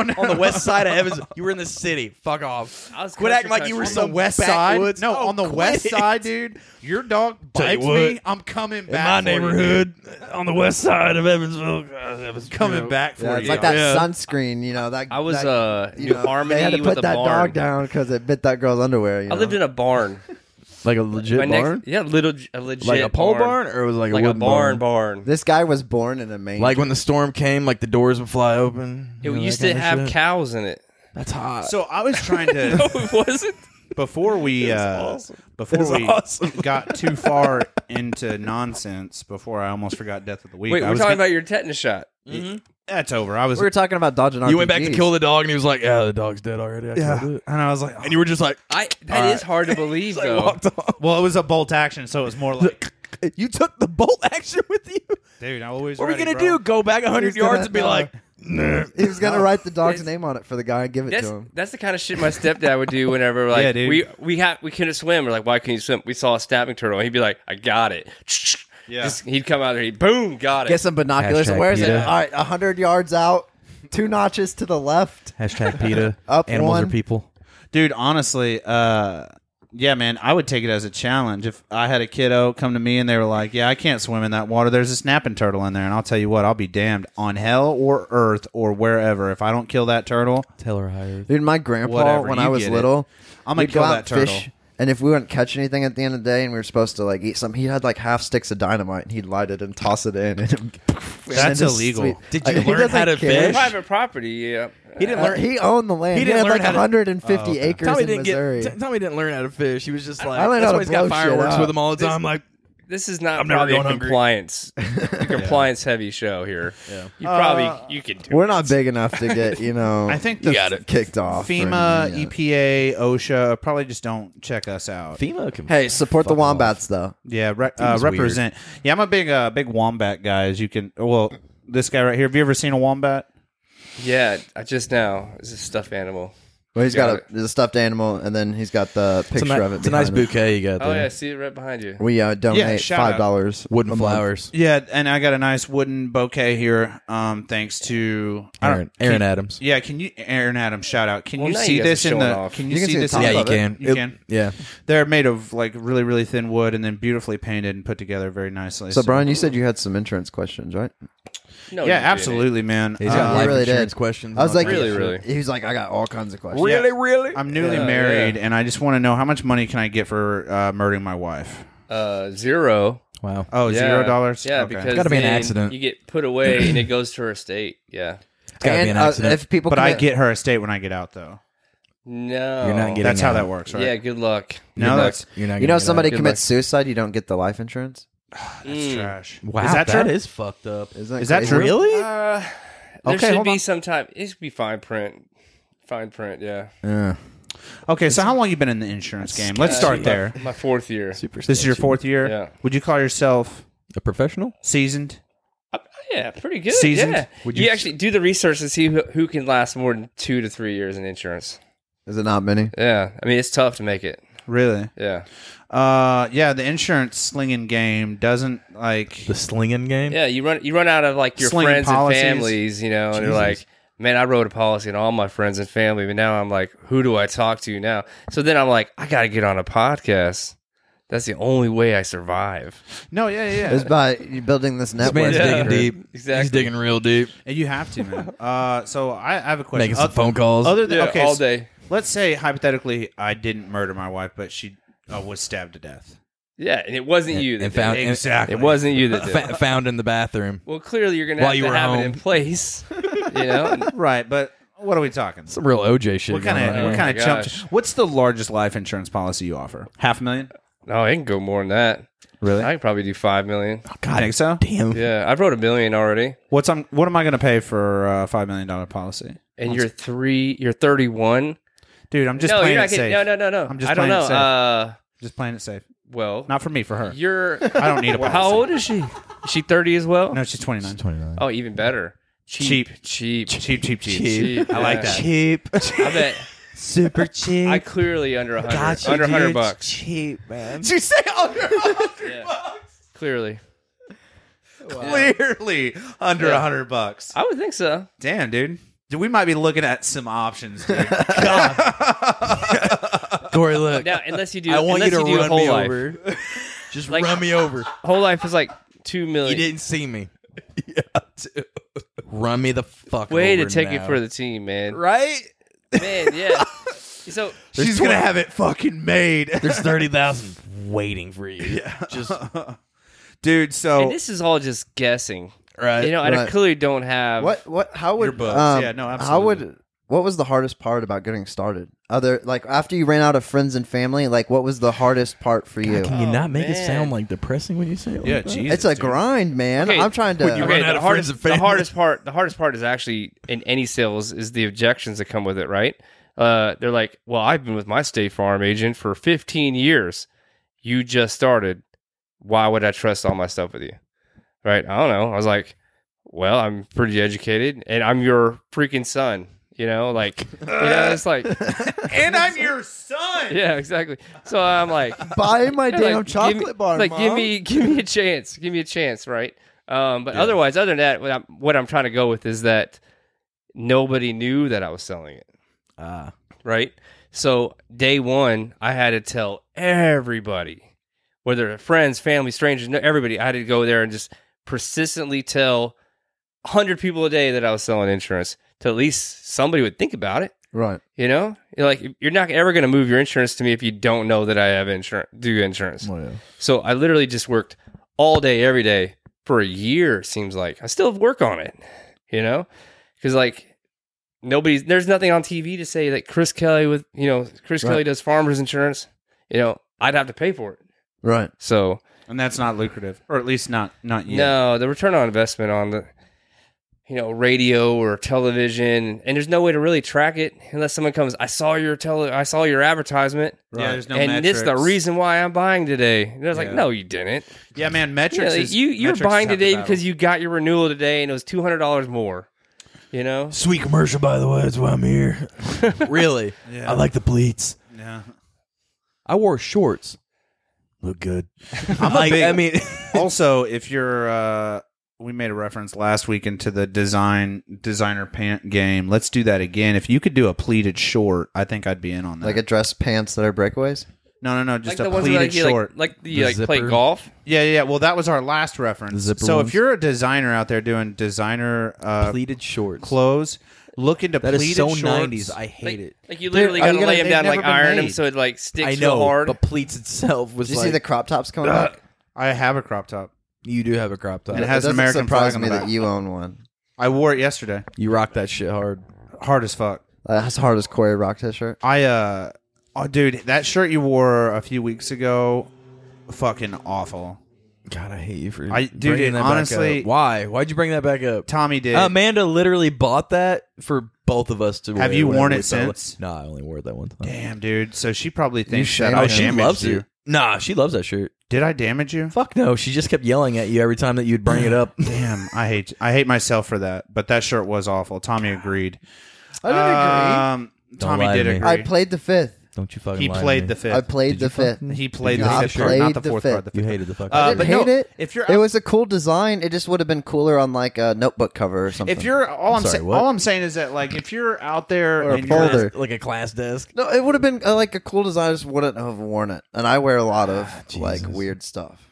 Speaker 5: raised on the west side of Evans. You were in the city. Fuck off.
Speaker 4: I was
Speaker 5: Quit acting like
Speaker 4: country
Speaker 5: you were
Speaker 4: country.
Speaker 5: some
Speaker 1: on the west
Speaker 5: backwoods-
Speaker 1: side. No,
Speaker 5: Oh,
Speaker 1: on the
Speaker 5: quit.
Speaker 1: west side, dude. Your dog
Speaker 5: Tell you
Speaker 1: bites me.
Speaker 5: what,
Speaker 1: I'm coming
Speaker 5: In
Speaker 1: back
Speaker 5: my
Speaker 1: for you, dude.
Speaker 5: neighborhood, on the west side of Evansville, God, that was
Speaker 1: coming
Speaker 5: you.
Speaker 1: back for
Speaker 2: Yeah,
Speaker 1: you.
Speaker 2: it's like that
Speaker 5: Yeah.
Speaker 2: sunscreen, you know. That
Speaker 4: I was
Speaker 2: that,
Speaker 4: uh,
Speaker 2: you
Speaker 4: New
Speaker 2: know,
Speaker 4: Harmony
Speaker 2: They had to
Speaker 4: with
Speaker 2: put
Speaker 4: a
Speaker 2: that
Speaker 4: barn.
Speaker 2: dog down because it bit that girl's underwear. You
Speaker 4: I
Speaker 2: know?
Speaker 4: lived in a barn.
Speaker 5: Like a legit
Speaker 4: My next-
Speaker 5: barn?
Speaker 4: yeah, little a legit
Speaker 5: Like a pole barn, or it was like,
Speaker 4: like
Speaker 5: a,
Speaker 4: a
Speaker 5: wooden
Speaker 4: barn barn.
Speaker 2: This guy was born in a manger.
Speaker 5: Like when the storm came, like the doors would fly open.
Speaker 4: It
Speaker 5: you know, that
Speaker 4: used
Speaker 5: kind
Speaker 4: to
Speaker 5: of
Speaker 4: have
Speaker 5: shit.
Speaker 4: cows in it.
Speaker 5: That's hot.
Speaker 1: So I was trying
Speaker 4: No,
Speaker 1: to
Speaker 4: it wasn't.
Speaker 1: before we uh,
Speaker 5: awesome. It was
Speaker 1: before we
Speaker 5: awesome.
Speaker 1: got too far into nonsense. Before I almost forgot death of the week.
Speaker 4: Wait,
Speaker 1: I
Speaker 4: we're
Speaker 1: was
Speaker 4: talking
Speaker 1: gonna- Mm.
Speaker 4: about your tetanus shot.
Speaker 5: Mm-hmm.
Speaker 1: that's over. I was
Speaker 2: we were talking about dodging RPGs.
Speaker 5: you went back to kill the dog, and he was like, "Yeah, the dog's dead already. I
Speaker 1: yeah,
Speaker 5: killed
Speaker 1: and
Speaker 5: it."
Speaker 1: I was like,
Speaker 5: And you were just like,
Speaker 4: I that is
Speaker 5: All right.
Speaker 4: hard to believe
Speaker 5: like,
Speaker 4: though.
Speaker 5: walked off.
Speaker 1: well, it was a bolt action, so it was more like,
Speaker 5: You took the bolt action with you.
Speaker 1: dude, I always.
Speaker 5: What are we
Speaker 1: ready,
Speaker 5: gonna do?
Speaker 1: bro.
Speaker 5: Go back hundred
Speaker 2: He's gonna-
Speaker 5: yards and be like,
Speaker 2: he was gonna write the dog's name on it for the guy and give it
Speaker 4: That's
Speaker 2: to him.
Speaker 4: that's the kind of shit my stepdad would do whenever like
Speaker 1: Yeah, dude.
Speaker 4: we we had we couldn't swim. We're like, why couldn't you swim? We saw a snapping turtle. He'd be like, I got it.
Speaker 1: Yeah.
Speaker 4: Just- he'd come out there. He boom, got it.
Speaker 2: Get some binoculars.
Speaker 3: Hashtag
Speaker 2: Where's it?
Speaker 3: PETA.
Speaker 2: All right, hundred yards out, two notches to the left.
Speaker 3: Hashtag PETA.
Speaker 2: Up
Speaker 3: Animals
Speaker 2: one.
Speaker 3: are people.
Speaker 1: dude honestly uh yeah man i would take it as a challenge if i had a kiddo come to me and they were like yeah i can't swim in that water there's a snapping turtle in there and i'll tell you what i'll be damned on hell or earth or wherever if i don't kill that turtle
Speaker 3: Tell her higher.
Speaker 2: Dude, my grandpa
Speaker 1: Whatever,
Speaker 2: when
Speaker 1: you
Speaker 2: I was
Speaker 1: get it.
Speaker 2: little,
Speaker 1: I'm gonna
Speaker 2: we'd go
Speaker 1: kill
Speaker 2: out
Speaker 1: that turtle.
Speaker 2: Fish, and if we wouldn't catch anything at the end of the day, and we were supposed to like eat something, he had like half sticks of dynamite, and he'd light it and toss it in. And and then just
Speaker 1: illegal.
Speaker 3: Did you
Speaker 2: Like, he
Speaker 3: learn
Speaker 2: doesn't
Speaker 3: how to
Speaker 2: care.
Speaker 3: fish?
Speaker 4: private property. Yeah.
Speaker 3: He didn't
Speaker 2: Uh,
Speaker 3: learn.
Speaker 2: he owned the land. He,
Speaker 3: He didn't
Speaker 2: had
Speaker 3: learn
Speaker 2: like
Speaker 3: how to-
Speaker 2: 150
Speaker 1: Oh, okay.
Speaker 2: acres
Speaker 3: Tommy
Speaker 2: in
Speaker 3: didn't
Speaker 2: Missouri.
Speaker 3: get. T- Tommy didn't learn how to fish. He was just like.
Speaker 2: I learned
Speaker 3: that's
Speaker 2: how
Speaker 3: why
Speaker 2: to
Speaker 3: he's got
Speaker 2: blow shit
Speaker 3: fireworks
Speaker 2: up.
Speaker 3: with him all the time. Like
Speaker 4: This is not
Speaker 3: I'm never
Speaker 4: probably a
Speaker 3: going hungry.
Speaker 4: compliance compliance heavy show here. You probably you could do
Speaker 2: We're
Speaker 4: it.
Speaker 2: not big enough to get you know.
Speaker 1: i think the
Speaker 4: got it.
Speaker 2: kicked off. or
Speaker 1: fema E
Speaker 2: anything yet.
Speaker 1: epa osha uh, probably just don't check us out
Speaker 3: FEMA. Can
Speaker 2: Hey, support the
Speaker 3: Fuck off.
Speaker 2: wombats though.
Speaker 1: yeah re- uh,
Speaker 3: Fema's weird.
Speaker 1: represent yeah i'm a big uh big wombat guy as you can well this guy right here have you ever seen a wombat
Speaker 4: Yeah, I just now. It's a stuffed animal.
Speaker 2: Well, he's
Speaker 4: Got
Speaker 2: got, a, the stuffed animal, and then he's got the picture
Speaker 3: It's a, ni-
Speaker 2: of it.
Speaker 3: it's a nice
Speaker 2: behind him.
Speaker 3: bouquet you got
Speaker 4: Oh
Speaker 3: there.
Speaker 4: yeah, I see it right behind you.
Speaker 2: We uh, donate
Speaker 1: shout out.
Speaker 2: five dollars.
Speaker 3: Wooden flowers.
Speaker 1: yeah and i got a nice wooden bouquet here um thanks to I don't-
Speaker 3: Aaron, Aaron Adams.
Speaker 1: Yeah, can you Aaron Adams shout out? Can
Speaker 4: Well,
Speaker 1: you
Speaker 4: now
Speaker 1: see
Speaker 4: you guys
Speaker 1: this
Speaker 4: are
Speaker 1: in
Speaker 4: showing
Speaker 1: the?
Speaker 4: off.
Speaker 1: Can you,
Speaker 2: You can
Speaker 1: see,
Speaker 2: see
Speaker 1: this?
Speaker 2: the
Speaker 1: in
Speaker 2: top
Speaker 1: the-
Speaker 2: of it.
Speaker 1: You can.
Speaker 3: Yeah.
Speaker 1: They're made of like really really thin wood and then beautifully painted and put together very nicely.
Speaker 2: So, Brian, you said you had some insurance questions, right?
Speaker 4: No,
Speaker 1: yeah,
Speaker 4: you didn't.
Speaker 1: absolutely, man.
Speaker 3: He's
Speaker 1: Uh,
Speaker 3: got
Speaker 2: he
Speaker 3: life
Speaker 2: really
Speaker 3: insurance
Speaker 2: did.
Speaker 3: questions.
Speaker 2: I was like,
Speaker 4: Really, really.
Speaker 2: He was like, I got all kinds of questions.
Speaker 1: Really,
Speaker 3: really?
Speaker 1: I'm newly
Speaker 4: Yeah,
Speaker 1: married
Speaker 4: yeah.
Speaker 1: and I just want to know how much money can I get for uh, murdering my wife?
Speaker 4: Uh, zero.
Speaker 3: Wow.
Speaker 1: Oh,
Speaker 4: Yeah.
Speaker 1: zero dollars.
Speaker 4: Yeah,
Speaker 1: Okay.
Speaker 4: because
Speaker 3: Gotta be an
Speaker 4: then
Speaker 3: accident.
Speaker 4: You get put away and it goes to her estate. Yeah.
Speaker 3: It's gotta be an
Speaker 2: uh,
Speaker 3: accident.
Speaker 2: if people,
Speaker 1: But I
Speaker 2: commit-
Speaker 1: get her estate when I get out, though.
Speaker 4: No,
Speaker 3: You're not getting-
Speaker 1: That's how
Speaker 3: out.
Speaker 1: that works, right?
Speaker 4: Yeah, good luck.
Speaker 1: No, that's
Speaker 3: You're not.
Speaker 2: you
Speaker 3: gonna
Speaker 2: know,
Speaker 3: get
Speaker 2: somebody
Speaker 3: out.
Speaker 2: commits suicide, you don't get the life insurance.
Speaker 1: that's
Speaker 4: Mm.
Speaker 1: trash.
Speaker 3: Wow,
Speaker 1: is that, true?
Speaker 3: is fucked up.
Speaker 2: Isn't that
Speaker 1: Is that
Speaker 2: crazy?
Speaker 1: true?
Speaker 3: Really?
Speaker 4: Uh, there
Speaker 1: Okay,
Speaker 4: should
Speaker 1: hold
Speaker 4: be
Speaker 1: on.
Speaker 4: some type. It should be fine print. Fine print. Yeah.
Speaker 2: Yeah.
Speaker 1: Okay, so how long you been in the insurance game? Let's
Speaker 4: Uh,
Speaker 1: start
Speaker 4: my-
Speaker 1: there.
Speaker 4: My fourth year.
Speaker 3: Super.
Speaker 1: This is your fourth year.
Speaker 4: Yeah.
Speaker 1: Would you call yourself
Speaker 3: A professional?
Speaker 1: seasoned?
Speaker 4: Uh, Yeah, pretty good.
Speaker 1: Seasoned?
Speaker 4: Yeah.
Speaker 3: Would
Speaker 4: you,
Speaker 3: you-
Speaker 4: actually do the research and see who, who can last more than two to three years in insurance.
Speaker 2: Is it not many?
Speaker 4: Yeah. I mean, it's tough to make it.
Speaker 1: Really?
Speaker 4: Yeah.
Speaker 1: Uh, yeah, the insurance slinging game doesn't like.
Speaker 3: The slinging game?
Speaker 4: Yeah. You run you run out of like your
Speaker 1: Slinging
Speaker 4: friends
Speaker 1: policies.
Speaker 4: and families, you know, and you're
Speaker 3: Jesus.
Speaker 4: like, man, I wrote a policy and all my friends and family, but now I'm like, who do I talk to now? So then I'm like, I got to get on a podcast. That's the only way I survive.
Speaker 1: No, yeah, yeah,
Speaker 2: It's
Speaker 1: yeah.
Speaker 2: by you building this
Speaker 3: This
Speaker 2: network.
Speaker 3: man's
Speaker 4: Yeah.
Speaker 3: digging deep.
Speaker 4: Exactly.
Speaker 3: He's digging real deep.
Speaker 1: you have to, man. Uh, so I, I have a question.
Speaker 3: Making some
Speaker 1: Oth-
Speaker 3: phone calls.
Speaker 1: Other than
Speaker 4: Yeah,
Speaker 1: okay,
Speaker 4: all
Speaker 1: s-
Speaker 4: day.
Speaker 1: let's say hypothetically, I didn't murder my wife, but she uh, was stabbed to death.
Speaker 4: Yeah, and it wasn't you that
Speaker 3: and
Speaker 4: did it.
Speaker 3: found and-
Speaker 1: Exactly.
Speaker 4: It wasn't you that did it.
Speaker 3: fa- found in the bathroom.
Speaker 4: Well, clearly you're gonna
Speaker 3: While
Speaker 4: have
Speaker 3: you
Speaker 4: to
Speaker 3: were
Speaker 4: have it
Speaker 3: home.
Speaker 4: in place. You know,
Speaker 1: Right, but what are we talking?
Speaker 3: Some real OJ shit.
Speaker 1: What
Speaker 3: going
Speaker 1: kind
Speaker 3: on
Speaker 1: of what
Speaker 3: here.
Speaker 1: kind
Speaker 4: Oh my
Speaker 1: of chump?
Speaker 4: gosh.
Speaker 1: What's the largest life insurance policy you offer? Half a million?
Speaker 4: no, it can go more than that.
Speaker 1: Really?
Speaker 4: I could probably do five million.
Speaker 1: I think so.
Speaker 3: Damn.
Speaker 4: Yeah, I wrote a million already.
Speaker 1: What's I'm, what am I going to pay for a five million dollar policy?
Speaker 4: And you're three. You're thirty-one.
Speaker 1: Dude, I'm just
Speaker 4: no,
Speaker 1: playing
Speaker 4: you're
Speaker 1: it
Speaker 4: not
Speaker 1: safe.
Speaker 4: getting. No, no, no, no.
Speaker 1: I'm just
Speaker 4: I don't
Speaker 1: playing
Speaker 4: know.
Speaker 1: it safe.
Speaker 4: Uh,
Speaker 1: Just playing it safe.
Speaker 4: well,
Speaker 1: Not for me, for her.
Speaker 4: you're.
Speaker 1: I don't need a
Speaker 4: Well,
Speaker 1: policy.
Speaker 4: how old is she? Is she thirty as well?
Speaker 1: No, she's twenty nine.
Speaker 3: 29.
Speaker 4: Oh, even better. Cheap, cheap,
Speaker 1: Cheap, cheap, cheap.
Speaker 4: cheap.
Speaker 1: I like
Speaker 4: Yeah.
Speaker 1: that.
Speaker 3: Cheap.
Speaker 4: I bet
Speaker 3: Super cheap.
Speaker 4: I clearly under a hundred.
Speaker 3: Gotcha,
Speaker 4: Under a hundred
Speaker 3: dude.
Speaker 4: bucks.
Speaker 3: Cheap, man.
Speaker 1: you say under
Speaker 4: Yeah. Clearly,
Speaker 1: clearly under a
Speaker 4: Yeah.
Speaker 1: hundred bucks?
Speaker 4: I would think so.
Speaker 1: Damn, dude. Dude, We might be looking at some options. Dude.
Speaker 3: Corey, look.
Speaker 4: Now, unless you do,
Speaker 3: I want you
Speaker 4: unless
Speaker 3: to
Speaker 4: you do
Speaker 3: run
Speaker 4: whole
Speaker 3: me
Speaker 4: life.
Speaker 3: over. Just
Speaker 4: Like-
Speaker 3: run me over.
Speaker 4: Whole life is like two
Speaker 3: You
Speaker 4: million.
Speaker 3: didn't see me. yeah, dude. Run me the fuck
Speaker 4: Way
Speaker 3: over
Speaker 4: to take
Speaker 3: now.
Speaker 4: it for the team, man.
Speaker 3: right.
Speaker 4: Man, yeah. So
Speaker 3: There's She's gonna 20.
Speaker 1: have it fucking made,
Speaker 3: There's thirty thousand waiting for you. Yeah. Just
Speaker 1: dude. So
Speaker 4: and this is all just guessing.
Speaker 3: right.
Speaker 4: You know, and I
Speaker 2: Right.
Speaker 4: clearly don't have
Speaker 2: What? What? How would?
Speaker 1: Your books.
Speaker 2: um,
Speaker 1: Yeah, no,
Speaker 2: How would? What was the hardest part about getting started? Other like after you ran out of friends and family, like what was the hardest part for you?
Speaker 3: Can you
Speaker 4: Oh,
Speaker 3: not make it
Speaker 4: man.
Speaker 3: sound like depressing when you say it?
Speaker 1: yeah,
Speaker 3: like that?
Speaker 1: Jesus,
Speaker 2: it's a
Speaker 1: dude.
Speaker 2: grind, man.
Speaker 4: Okay,
Speaker 2: I'm trying to.
Speaker 3: you
Speaker 4: Okay,
Speaker 3: run out
Speaker 4: the
Speaker 3: of friends and
Speaker 4: hardest, the
Speaker 3: family.
Speaker 4: hardest part, the hardest part is actually in any sales is the objections that come with it, right? Uh, they're like, "Well, I've been with my State Farm agent for 15 years. You just started. Why would I trust all my stuff with you?" Right? I don't know. I was like, well, I'm pretty educated and I'm your freaking son. You know, like, you know, it's like,
Speaker 1: and I'm your son.
Speaker 4: yeah, exactly. So I'm like,
Speaker 2: Buy my
Speaker 4: They're
Speaker 2: damn
Speaker 4: like,
Speaker 2: chocolate
Speaker 4: give me,
Speaker 2: bar,
Speaker 4: Like, give
Speaker 2: Mom.
Speaker 4: me, give me a chance. Give me a chance, right? Um, but otherwise, other than that, what I'm, what I'm trying to go with is that nobody knew that I was selling it,
Speaker 5: Ah,
Speaker 4: right? So day one, I had to tell everybody, whether they're friends, family, strangers, no- everybody, I had to go there and just persistently tell 100 people a day that I was selling insurance. To at least somebody would think about it.
Speaker 2: Right.
Speaker 4: You know, you're like you're not ever going to move your insurance to me if you don't know that I have insurance. Do insurance.
Speaker 2: Oh, yeah.
Speaker 4: So I literally just worked all day, every day for a year. It seems like I still work on it, you know, because like nobody's there's nothing on TV to say that Chris Kelly with you know Chris
Speaker 2: Right.
Speaker 4: Kelly does Farmers Insurance. You know, I'd have to pay for it.
Speaker 2: Right.
Speaker 4: So
Speaker 1: And that's not lucrative, or at least not not yet.
Speaker 4: no, the return on investment on the you know radio or television, and there's no way to really track it unless someone comes. I saw your tele, I saw your advertisement.
Speaker 1: Yeah, there's no
Speaker 4: and this is the
Speaker 1: metrics.
Speaker 4: reason why I'm buying today. And it's like,
Speaker 1: Yeah.
Speaker 4: no, you didn't.
Speaker 1: Yeah, man,
Speaker 4: Yeah,
Speaker 1: metrics.
Speaker 4: like,
Speaker 1: is,
Speaker 4: you you're
Speaker 1: metrics is
Speaker 4: buying
Speaker 1: half the
Speaker 4: today
Speaker 1: battle.
Speaker 4: because you got your renewal today and it was two hundred dollars more. You know,
Speaker 5: sweet commercial, by the way. That's why I'm here. really,
Speaker 1: Yeah.
Speaker 5: I like the pleats.
Speaker 1: Yeah.
Speaker 5: I wore shorts. Look good.
Speaker 1: I'm
Speaker 5: Like,
Speaker 1: a big,
Speaker 5: I mean,
Speaker 1: also, if you're, uh, we made a reference last week into the design designer pant game. Let's do that again. If you could do a pleated short, I think I'd be in on that.
Speaker 2: Like a dress pants that are breakaways.
Speaker 1: no, no, no, just
Speaker 4: like
Speaker 1: a
Speaker 4: the ones
Speaker 1: pleated
Speaker 4: where, like, you,
Speaker 1: short.
Speaker 4: like, like the, you, like play
Speaker 5: zipper.
Speaker 4: golf.
Speaker 1: yeah, yeah. yeah. Well, that was our last
Speaker 5: The
Speaker 1: reference.
Speaker 5: zipper
Speaker 1: So
Speaker 5: ones?
Speaker 1: if you're a designer out there doing designer uh,
Speaker 5: pleated shorts.
Speaker 1: clothes, look into
Speaker 5: That
Speaker 1: pleated
Speaker 5: is so
Speaker 1: shorts.
Speaker 5: '90s. I
Speaker 4: Like,
Speaker 5: hate it.
Speaker 4: like you literally
Speaker 2: are you
Speaker 4: gotta
Speaker 2: gonna-
Speaker 4: lay them
Speaker 2: they've
Speaker 4: down
Speaker 2: never
Speaker 4: like
Speaker 2: been
Speaker 4: iron them
Speaker 2: made.
Speaker 4: so it like sticks
Speaker 5: I know,
Speaker 4: real hard.
Speaker 5: but pleats itself was
Speaker 2: Did you
Speaker 5: like
Speaker 2: see the crop tops coming back?
Speaker 1: I have a crop top.
Speaker 5: you do have a crop top.
Speaker 1: And it has an
Speaker 2: doesn't
Speaker 1: American
Speaker 2: surprise
Speaker 1: flag on
Speaker 2: me
Speaker 1: the
Speaker 2: that
Speaker 1: back.
Speaker 2: you own one.
Speaker 1: I wore it yesterday.
Speaker 5: you rock that shit hard.
Speaker 1: Hard as fuck.
Speaker 2: That's hard as Corey rocked his shirt.
Speaker 1: I uh oh dude, that shirt you wore a few weeks ago fucking awful.
Speaker 5: God, I hate you for
Speaker 1: I- dude,
Speaker 5: bringing
Speaker 1: it
Speaker 5: that back
Speaker 1: honestly-
Speaker 5: up. Why? Why'd you bring that back up?
Speaker 1: Tommy did.
Speaker 5: Amanda literally bought that for both of us to. wear
Speaker 1: Have you
Speaker 5: when
Speaker 1: worn
Speaker 5: we
Speaker 1: it
Speaker 5: fell in-
Speaker 1: since?
Speaker 5: No, I only wore it that one time. Oh,
Speaker 1: Damn, dude. So she probably thinks
Speaker 2: shamed
Speaker 1: that I
Speaker 2: him. She
Speaker 1: damaged
Speaker 5: loves
Speaker 1: you.
Speaker 5: it. Nah, she loves that shirt.
Speaker 1: Did I damage you?
Speaker 5: Fuck no, she just kept yelling at you every time that you'd bring it up.
Speaker 1: Damn, I hate I hate myself for that. But that shirt was awful. Tommy agreed.
Speaker 2: I didn't
Speaker 1: Um,
Speaker 5: Don't
Speaker 1: Tommy
Speaker 5: lie to
Speaker 1: did
Speaker 5: me.
Speaker 1: agree.
Speaker 2: agree. I played the fifth.
Speaker 5: Don't you fucking.
Speaker 1: he
Speaker 5: lie to
Speaker 1: played
Speaker 5: me.
Speaker 1: the fifth.
Speaker 2: I played the
Speaker 5: you
Speaker 2: fifth.
Speaker 5: fucking-
Speaker 1: he played
Speaker 5: Did
Speaker 1: the
Speaker 5: you
Speaker 1: fifth
Speaker 5: hate
Speaker 1: card,
Speaker 2: it?
Speaker 1: not the
Speaker 2: Played
Speaker 1: fourth
Speaker 2: the
Speaker 1: card. The
Speaker 5: You
Speaker 1: fifth.
Speaker 5: hated the fucking.
Speaker 1: Uh,
Speaker 2: didn't
Speaker 1: but no,
Speaker 2: hate it.
Speaker 1: if you're
Speaker 2: It was a cool design. It just would have been cooler on like a notebook cover or something.
Speaker 1: if you're all I'm,
Speaker 5: sorry,
Speaker 1: saying,
Speaker 5: what?
Speaker 1: all I'm saying is that like if you're out there
Speaker 2: Or a
Speaker 1: and you're-
Speaker 2: folder.
Speaker 5: like a class desk.
Speaker 2: no, it would have been uh, like a cool design. I just wouldn't have worn it. And I wear a lot of
Speaker 1: Ah,
Speaker 2: like
Speaker 5: Jesus.
Speaker 2: weird stuff.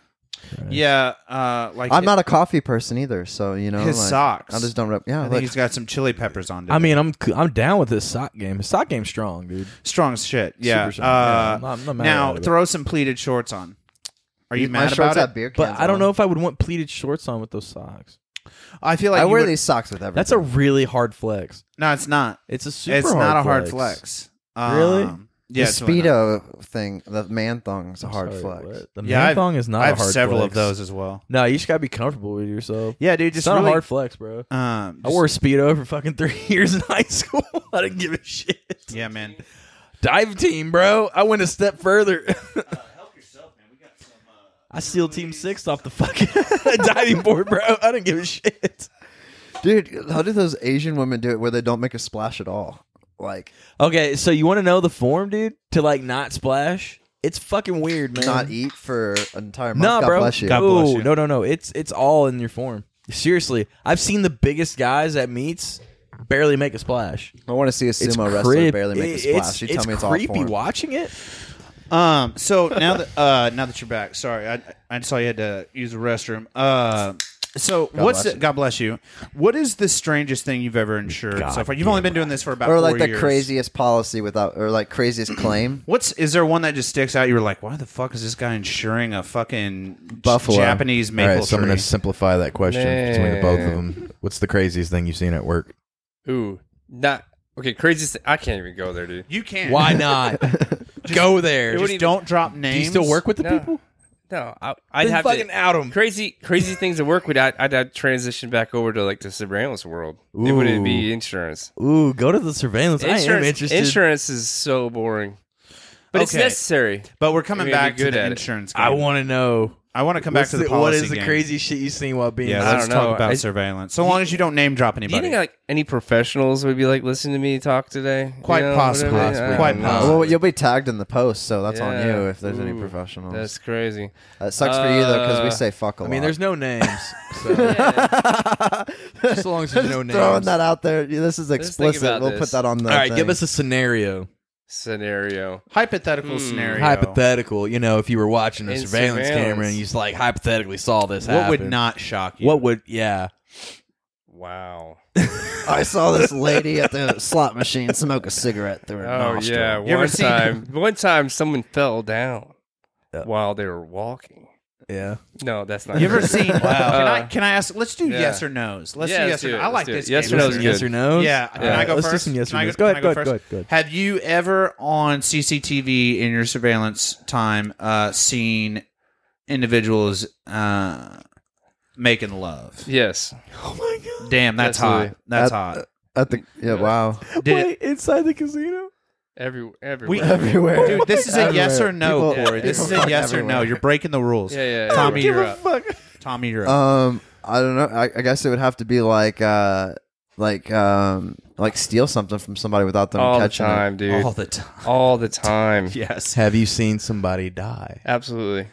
Speaker 1: yeah, uh, like
Speaker 2: I'm not a coffee person either, so you know
Speaker 1: His
Speaker 2: like,
Speaker 1: socks.
Speaker 2: I just don't. Rep- yeah,
Speaker 1: I think
Speaker 2: like,
Speaker 1: he's got some chili peppers on.
Speaker 5: I mean, I'm I'm down with this sock game. Sock game's strong, dude.
Speaker 1: Strong as shit. Yeah.
Speaker 5: Super strong. Yeah,
Speaker 1: Uh,
Speaker 5: I'm not- I'm not mad
Speaker 1: now
Speaker 5: about it.
Speaker 1: throw some pleated shorts on. Are you
Speaker 2: my
Speaker 1: mad
Speaker 2: shorts
Speaker 1: about
Speaker 2: have
Speaker 1: it?
Speaker 2: beer
Speaker 5: But
Speaker 2: cans
Speaker 5: I don't
Speaker 2: on.
Speaker 5: know if I would want pleated shorts on with those socks.
Speaker 1: I feel like
Speaker 2: I
Speaker 1: you
Speaker 2: wear
Speaker 1: would-
Speaker 2: these socks with everything.
Speaker 5: That's a really hard flex.
Speaker 1: No, it's not.
Speaker 5: It's a super.
Speaker 1: it's
Speaker 5: hard
Speaker 1: not a hard
Speaker 5: flex.
Speaker 1: flex.
Speaker 5: Really?
Speaker 1: Um, yeah.
Speaker 2: the
Speaker 1: it's really not.
Speaker 2: speedo thing, the man thong is a hard
Speaker 5: Sorry,
Speaker 2: flex.
Speaker 5: what? The
Speaker 1: Yeah,
Speaker 5: man
Speaker 1: I've-
Speaker 5: thong is not.
Speaker 1: I
Speaker 5: a
Speaker 1: have
Speaker 5: hard
Speaker 1: several
Speaker 5: flex.
Speaker 1: of those as well.
Speaker 5: No, you just gotta be comfortable with yourself.
Speaker 1: Yeah, dude.
Speaker 5: it's
Speaker 1: Just
Speaker 5: not
Speaker 1: really.
Speaker 5: a hard flex, bro.
Speaker 1: um,
Speaker 5: I
Speaker 1: just-
Speaker 5: wore a speedo for fucking three years in high school. I didn't give a shit.
Speaker 1: Yeah, man.
Speaker 5: Dive team, bro. I went a step further.
Speaker 1: Uh,
Speaker 5: I sealed team six off the fucking diving board, bro. I didn't give a shit.
Speaker 2: Dude, how do those Asian women do it where they don't make a splash at all? Like
Speaker 5: Okay, so you want to know the form, dude, to like not splash? It's fucking weird, man.
Speaker 2: not eat for an entire month.
Speaker 5: Nah,
Speaker 2: God
Speaker 5: bro.
Speaker 2: bless you.
Speaker 1: God-
Speaker 5: Ooh,
Speaker 1: bless you.
Speaker 5: No, no, no. It's it's all in your form. Seriously, I've seen the biggest guys at meets barely make a splash.
Speaker 2: I want to see a sumo wrestler
Speaker 5: creep-
Speaker 2: barely make a
Speaker 5: it-
Speaker 2: splash.
Speaker 5: It's,
Speaker 2: you tell
Speaker 5: it's
Speaker 2: me it's all
Speaker 5: creepy
Speaker 2: form.
Speaker 5: watching it.
Speaker 1: Um. So now that uh now that you're back, sorry, I I saw you had to use the restroom. Uh. So what's
Speaker 2: bless
Speaker 1: the, God bless you. What is the strangest thing you've ever insured so far? You've only been doing this for about
Speaker 2: Or
Speaker 1: four
Speaker 2: like the
Speaker 1: years.
Speaker 2: craziest policy without, or like craziest claim.
Speaker 1: What's is there one that just sticks out? You were like, why the fuck is this guy insuring a fucking
Speaker 6: Buffalo.
Speaker 1: Japanese maple
Speaker 6: All right, so I'm going
Speaker 1: tree?
Speaker 6: to simplify that question between the both of
Speaker 4: Man.
Speaker 6: them. What's the craziest thing you've seen at work?
Speaker 4: Ooh, not okay. Craziest. Thing, I can't even go there, dude.
Speaker 1: you can't.
Speaker 5: Why not? Go there.
Speaker 1: Just don't drop names.
Speaker 5: Do you still work with the
Speaker 4: No.
Speaker 5: people?
Speaker 4: No, I, I'd
Speaker 5: Then
Speaker 4: have
Speaker 5: fucking
Speaker 4: to
Speaker 5: out 'em.
Speaker 4: Crazy, crazy things to work with. I'd, I'd, I'd transition back over to like the surveillance world. It wouldn't be insurance.
Speaker 5: Ooh, go to the surveillance. I am
Speaker 4: Insurance,
Speaker 5: interested.
Speaker 4: insurance is so boring, but it's
Speaker 1: Okay.
Speaker 4: necessary.
Speaker 1: But we're coming
Speaker 4: Maybe
Speaker 1: back
Speaker 4: good
Speaker 1: to the
Speaker 4: at it.
Speaker 1: insurance. Game.
Speaker 5: I want to know.
Speaker 1: I want to come back
Speaker 5: What's
Speaker 1: to the,
Speaker 5: the-
Speaker 1: policy
Speaker 5: what is the
Speaker 1: game.
Speaker 5: crazy shit you've seen while being?
Speaker 1: Yeah,
Speaker 4: I
Speaker 1: let's
Speaker 4: don't know.
Speaker 1: talk about
Speaker 4: I-
Speaker 1: surveillance. So long as you don't name drop
Speaker 4: Do you
Speaker 1: anybody.
Speaker 4: think like any professionals would be like, listen to me talk today? You
Speaker 1: Quite
Speaker 4: know,
Speaker 1: possibly.
Speaker 4: whatever? I don't
Speaker 1: Quite
Speaker 4: know.
Speaker 1: possibly.
Speaker 2: well, you'll be tagged in the post, so that's on
Speaker 4: Uh, Yeah.
Speaker 2: you if there's any
Speaker 4: Ooh,
Speaker 2: professionals.
Speaker 4: That's crazy.
Speaker 2: That sucks for you though, because we
Speaker 4: Uh,
Speaker 2: say fuck a lot.
Speaker 5: I mean, there's no names. So
Speaker 4: Yeah.
Speaker 5: just as long as there's no
Speaker 2: Just
Speaker 5: names.
Speaker 2: throwing that out there. This is
Speaker 4: Let's think
Speaker 2: explicit.
Speaker 4: about
Speaker 2: We'll
Speaker 4: this.
Speaker 2: put that on the.
Speaker 5: All right,
Speaker 2: thing.
Speaker 5: give us a scenario,
Speaker 4: Scenario.
Speaker 1: Hypothetical
Speaker 4: Hmm.
Speaker 1: scenario.
Speaker 5: hypothetical. You know, if you were watching a
Speaker 4: In
Speaker 5: surveillance, camera
Speaker 4: surveillance.
Speaker 5: and you just like hypothetically saw this
Speaker 1: What would
Speaker 5: happen,
Speaker 1: not shock you?
Speaker 5: What would? Yeah,
Speaker 4: Wow.
Speaker 2: I saw this lady at the slot machine smoke a cigarette through her
Speaker 4: Oh
Speaker 2: nostril.
Speaker 4: yeah.
Speaker 1: You ever
Speaker 4: one
Speaker 1: seen-
Speaker 4: time, one time, someone fell down
Speaker 5: Yeah.
Speaker 4: while they were walking.
Speaker 5: yeah.
Speaker 4: No, that's not.
Speaker 1: You ever
Speaker 4: true.
Speaker 1: seen? Wow. Can I?
Speaker 4: Uh,
Speaker 1: Can I ask? Let's do
Speaker 4: yeah.
Speaker 1: yes or nos. Let's
Speaker 4: Yeah,
Speaker 1: do
Speaker 4: let's
Speaker 1: yes or
Speaker 4: do
Speaker 1: no.
Speaker 4: it,
Speaker 1: I
Speaker 4: let's
Speaker 1: like
Speaker 4: do it.
Speaker 1: this.
Speaker 4: Yes
Speaker 1: game.
Speaker 4: or no's is
Speaker 5: yes
Speaker 4: good.
Speaker 5: or no?
Speaker 1: Yeah. Can I go
Speaker 5: Let's
Speaker 1: first?
Speaker 5: do some yes
Speaker 1: Can
Speaker 5: or
Speaker 1: I
Speaker 5: no's.
Speaker 1: go-
Speaker 5: Go
Speaker 1: can I
Speaker 5: ahead,
Speaker 1: go
Speaker 5: go ahead,
Speaker 1: first?
Speaker 5: go ahead, go ahead.
Speaker 1: Have you ever on CCTV in your surveillance time uh, seen individuals uh, making love?
Speaker 4: Yes.
Speaker 5: Oh my god!
Speaker 1: Damn, that's
Speaker 4: Absolutely.
Speaker 1: hot. That's
Speaker 2: That-
Speaker 1: hot.
Speaker 2: At the yeah, wow.
Speaker 1: Did it-
Speaker 5: Wait, inside the casino?
Speaker 4: Every everywhere.
Speaker 1: We-
Speaker 2: Everywhere.
Speaker 1: dude, this is a yes or no,
Speaker 2: People-
Speaker 1: Corey. This is
Speaker 2: people
Speaker 1: a
Speaker 2: fuck
Speaker 1: yes or no.
Speaker 2: everywhere.
Speaker 1: You're breaking the rules.
Speaker 4: yeah, yeah.
Speaker 1: Tommy,
Speaker 4: everywhere.
Speaker 1: you're up. Tommy, you're up.
Speaker 2: Um, I don't know. I, I guess it would have to be like, uh, like, um, like steal something from somebody without them
Speaker 4: all the
Speaker 2: catching it.
Speaker 4: time, dude.
Speaker 1: All the time.
Speaker 4: All the time.
Speaker 1: Yes.
Speaker 5: Have you seen somebody die?
Speaker 4: Absolutely.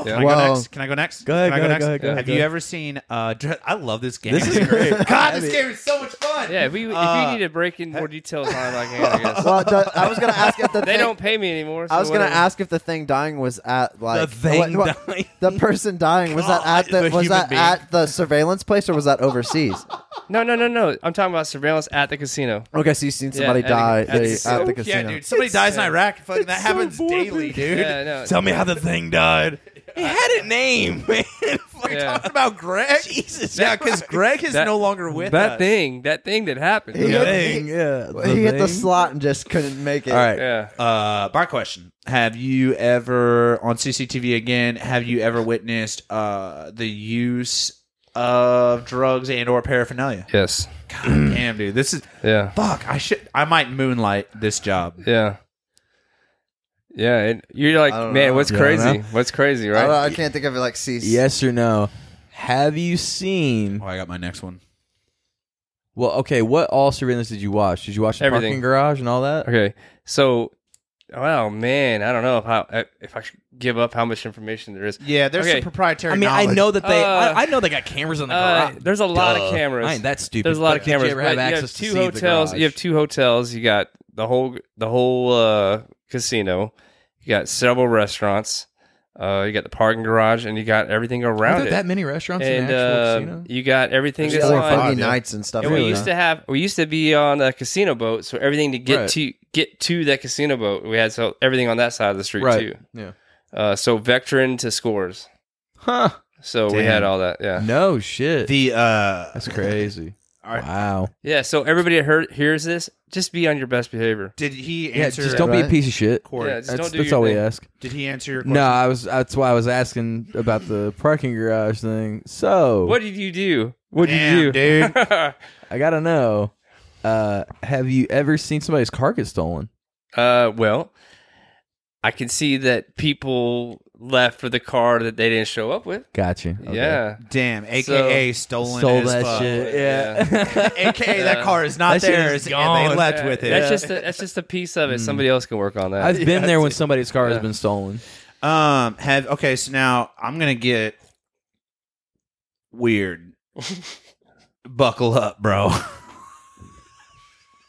Speaker 1: Can I
Speaker 2: Well-
Speaker 1: go next? Can I go next?
Speaker 5: Go ahead,
Speaker 1: Can I
Speaker 5: go ahead,
Speaker 1: next?
Speaker 5: go ahead, go ahead,
Speaker 1: Have
Speaker 5: go
Speaker 1: you
Speaker 5: ahead.
Speaker 1: ever seen? Uh, dre- I love this game.
Speaker 5: This is great.
Speaker 1: God, this game is so much fun.
Speaker 4: Yeah. If we if
Speaker 1: Uh,
Speaker 4: you need to break in more details on it, I can. I guess.
Speaker 2: Well, the- I was gonna ask if the
Speaker 4: they
Speaker 2: thing,
Speaker 4: don't pay me anymore. So
Speaker 2: I was gonna
Speaker 4: whatever.
Speaker 2: ask if the thing dying was at like
Speaker 5: The thing
Speaker 2: what- what-
Speaker 5: dying.
Speaker 2: the person dying was that at the,
Speaker 5: the
Speaker 2: was
Speaker 5: human
Speaker 2: that
Speaker 5: being.
Speaker 2: at the surveillance place or was that overseas?
Speaker 4: No, no, no, no. I'm talking about surveillance at the casino.
Speaker 2: okay, so you've seen
Speaker 4: Yeah,
Speaker 2: somebody
Speaker 4: at the-
Speaker 2: die
Speaker 4: at the
Speaker 2: they- at,
Speaker 4: casino.
Speaker 2: the
Speaker 1: Yeah,
Speaker 2: casino.
Speaker 1: dude. Somebody dies in Iraq. Fucking that
Speaker 5: so
Speaker 1: happens
Speaker 5: morbid.
Speaker 1: daily, dude.
Speaker 4: Yeah, no.
Speaker 5: Tell me how the thing died. He had a name, man. Fuck,
Speaker 4: Yeah.
Speaker 1: Talking about Greg.
Speaker 5: Jesus,
Speaker 1: Yeah, because Greg is
Speaker 4: That-
Speaker 1: no longer with
Speaker 4: that
Speaker 1: us.
Speaker 4: thing, that thing that happened.
Speaker 2: He
Speaker 4: Yeah.
Speaker 2: had-
Speaker 5: thing, yeah.
Speaker 2: Well, he hit the
Speaker 5: thing.
Speaker 2: slot and just couldn't make it.
Speaker 5: All right,
Speaker 4: yeah.
Speaker 1: Uh, my question: Have you ever on CCTV again? Have you ever witnessed uh the use of drugs and or paraphernalia?
Speaker 4: Yes.
Speaker 1: God damn, dude, this is
Speaker 4: Yeah.
Speaker 1: fuck. I should. I might moonlight this job.
Speaker 4: Yeah. Yeah, and you're like,
Speaker 2: I don't
Speaker 4: man,
Speaker 2: know.
Speaker 4: what's
Speaker 5: Yeah, I
Speaker 4: crazy?
Speaker 5: know.
Speaker 4: What's crazy,
Speaker 2: I, don't- I
Speaker 4: right?
Speaker 2: can't think of it like C.
Speaker 5: Yes or no? Have you seen?
Speaker 1: Oh, I got my next one.
Speaker 5: Well, okay. What all surveillance did you watch? Did you watch the
Speaker 4: Everything.
Speaker 5: parking garage and all that?
Speaker 4: Okay, so, wow, man, I don't know if I if I should give up how much information there is.
Speaker 1: Yeah, there's
Speaker 4: Okay.
Speaker 1: some proprietary.
Speaker 5: I mean, I
Speaker 1: knowledge.
Speaker 5: know that they.
Speaker 4: Uh,
Speaker 5: I, I know they got cameras on the
Speaker 4: Uh,
Speaker 5: garage.
Speaker 4: there's a lot
Speaker 5: Duh.
Speaker 4: of cameras.
Speaker 5: I ain't that stupid.
Speaker 4: There's a lot
Speaker 5: but
Speaker 4: of cameras.
Speaker 5: Did you ever have
Speaker 4: but
Speaker 5: access to
Speaker 4: you have two
Speaker 5: see
Speaker 4: hotels.
Speaker 5: The
Speaker 4: You have two hotels. You got the whole the whole uh, casino. You got several restaurants. Uh, you got the parking garage, and you got everything around it.
Speaker 5: that many restaurants
Speaker 4: and
Speaker 5: in actual
Speaker 4: uh,
Speaker 5: casino?
Speaker 4: you got everything
Speaker 2: Just
Speaker 4: that's
Speaker 1: There's
Speaker 2: like
Speaker 1: a lot,
Speaker 4: on.
Speaker 2: foggy
Speaker 1: dude.
Speaker 2: nights and stuff.
Speaker 4: And
Speaker 2: like
Speaker 4: we used
Speaker 2: that.
Speaker 4: to have we used to be on a casino boat, so everything to get
Speaker 5: Right.
Speaker 4: to get to that casino boat, we had so everything on that side of the street
Speaker 5: right.
Speaker 4: too.
Speaker 5: Yeah.
Speaker 4: Uh, so veteran to scores,
Speaker 5: Huh.
Speaker 4: so we
Speaker 1: Damn.
Speaker 4: had all that. Yeah,
Speaker 5: No shit.
Speaker 1: the uh.
Speaker 5: That's crazy.
Speaker 1: all right.
Speaker 5: Wow.
Speaker 4: yeah. So everybody that heard, hears this, just be on your best behavior.
Speaker 1: Did he
Speaker 5: Yeah.
Speaker 1: answer?
Speaker 5: Just don't be
Speaker 2: Right.
Speaker 5: a piece of shit.
Speaker 1: Corey,
Speaker 4: Yeah, just
Speaker 5: That's,
Speaker 4: don't do
Speaker 5: that's
Speaker 4: your
Speaker 5: all we
Speaker 4: thing.
Speaker 5: ask.
Speaker 1: did he answer your question?
Speaker 5: No, I was. That's why I was asking about the parking garage thing. So
Speaker 4: What did you do? What did
Speaker 1: Damn,
Speaker 4: you do?
Speaker 1: dude.
Speaker 5: I gotta know. Uh, have you ever seen somebody's car get stolen?
Speaker 4: Uh, well, I can see that people left for the car that they didn't show up with.
Speaker 5: Gotcha. Okay.
Speaker 4: Yeah.
Speaker 1: Damn, aka stolen.
Speaker 5: Stole
Speaker 1: as
Speaker 5: that
Speaker 1: fuck.
Speaker 5: shit.
Speaker 4: Yeah.
Speaker 5: Yeah.
Speaker 1: AKA that
Speaker 4: Yeah.
Speaker 1: car is not
Speaker 5: That shit
Speaker 1: theirs,
Speaker 5: is
Speaker 1: and they
Speaker 5: gone.
Speaker 1: left
Speaker 4: Yeah,
Speaker 1: with it. Hmm.
Speaker 4: That's just a, that's just a piece of it. Somebody else can work on that.
Speaker 5: I've been there when somebody's car
Speaker 4: Yeah.
Speaker 5: has been stolen.
Speaker 1: Um, have okay, so now I'm gonna get weird. Buckle up, bro.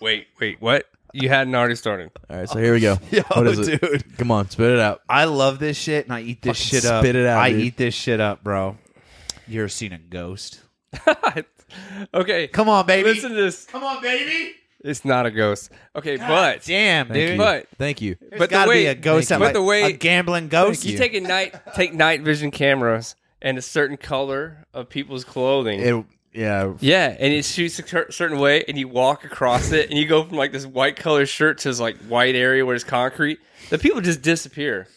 Speaker 4: wait, wait, what? You hadn't already started.
Speaker 5: All right, so here we go.
Speaker 1: Yo,
Speaker 5: what is it?
Speaker 1: dude.
Speaker 5: Come on, spit it out.
Speaker 1: I love this shit and I eat this
Speaker 5: Fucking
Speaker 1: shit up.
Speaker 5: spit it out,
Speaker 1: I
Speaker 5: dude.
Speaker 1: eat this shit up, bro. You ever seen a ghost?
Speaker 4: okay,
Speaker 1: Come on, baby.
Speaker 4: listen to this.
Speaker 1: Come on, baby.
Speaker 4: It's not a ghost. Okay,
Speaker 1: God
Speaker 4: but
Speaker 1: damn,
Speaker 5: Thank
Speaker 1: dude.
Speaker 5: you.
Speaker 4: But-
Speaker 5: Thank you.
Speaker 1: There's
Speaker 4: but the
Speaker 1: gotta be
Speaker 4: way-
Speaker 1: a ghost. out
Speaker 4: Thank you.
Speaker 1: like,
Speaker 4: But the way-
Speaker 1: a gambling ghost.
Speaker 4: Oh, you take a night take night vision cameras and a certain color of people's clothing.
Speaker 5: It, yeah.
Speaker 4: yeah, and it shoots a cer- certain way, and you walk across it, and you go from like this white colored shirt to this like white area where it's concrete. The people just disappear,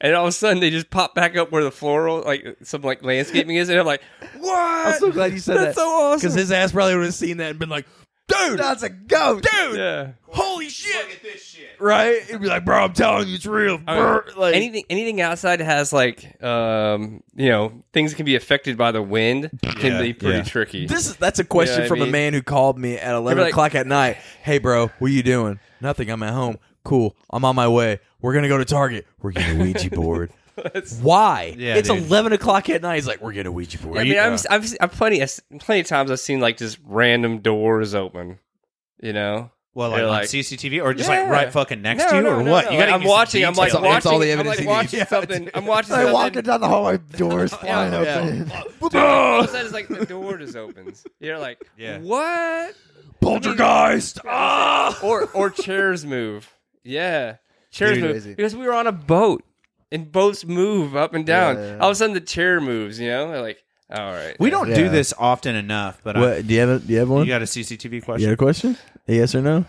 Speaker 4: and all of a sudden they just pop back up where the floral, like some like landscaping is, and I'm like, what?
Speaker 5: I'm so glad you said
Speaker 4: That's
Speaker 5: that.
Speaker 4: so awesome.
Speaker 5: his ass probably would have seen that and been like, dude,
Speaker 2: That's a goat.
Speaker 5: dude,
Speaker 4: Yeah.
Speaker 5: holy shit. Look at this shit. Right? It'd be like, bro, I'm telling you, it's real.
Speaker 4: I mean,
Speaker 5: brr," like,
Speaker 4: anything anything outside has like um you know things that can be affected by the wind can be pretty
Speaker 1: yeah.
Speaker 4: tricky.
Speaker 5: This is that's a question
Speaker 4: Yeah, I
Speaker 5: from
Speaker 4: mean-
Speaker 5: a man who called me at eleven
Speaker 4: like-
Speaker 5: o'clock at night. Hey, bro, what you doing? Nothing. I'm at home. Cool. I'm on my way. We're gonna go to Target. We're getting a Ouija board. Why?
Speaker 1: Yeah,
Speaker 5: it's
Speaker 1: dude.
Speaker 5: eleven o'clock at night. He's like, we're getting a Ouija board.
Speaker 4: I mean,
Speaker 1: uh,
Speaker 4: I've, I've, I've plenty I've, plenty of times I've seen like just random doors open, you know.
Speaker 1: Well,
Speaker 4: They're
Speaker 1: like, on
Speaker 4: like-
Speaker 1: CCTV or just
Speaker 4: Yeah.
Speaker 1: like right fucking next
Speaker 4: No,
Speaker 1: to you
Speaker 4: no,
Speaker 1: or
Speaker 4: no,
Speaker 1: what?
Speaker 4: no.
Speaker 1: You gotta
Speaker 4: I'm
Speaker 1: give some
Speaker 4: watching. I'm like
Speaker 1: details.
Speaker 4: watching.
Speaker 5: It's all the
Speaker 4: I'm
Speaker 5: evidence
Speaker 4: like
Speaker 5: you
Speaker 4: watching
Speaker 5: need.
Speaker 4: something. I'm watching
Speaker 2: Like
Speaker 4: something.
Speaker 2: walking down the hallway, doors flying
Speaker 4: yeah.
Speaker 2: open.
Speaker 4: All of a sudden, it's like the door just opens. You're like,
Speaker 1: Yeah.
Speaker 4: what?
Speaker 5: poltergeist. Ah!
Speaker 4: Or or chairs move. Yeah, chairs
Speaker 2: Dude,
Speaker 4: move
Speaker 2: crazy.
Speaker 4: because we were on a boat and boats move up and down.
Speaker 2: Yeah, yeah.
Speaker 4: All of a sudden, the chair moves. You know, They're like all right.
Speaker 1: We don't do
Speaker 2: Yeah.
Speaker 1: this often enough, but I,
Speaker 5: What? Do you have? A, do you have one?
Speaker 1: you got a CCTV
Speaker 5: You
Speaker 1: question?
Speaker 5: got a question? A yes or no?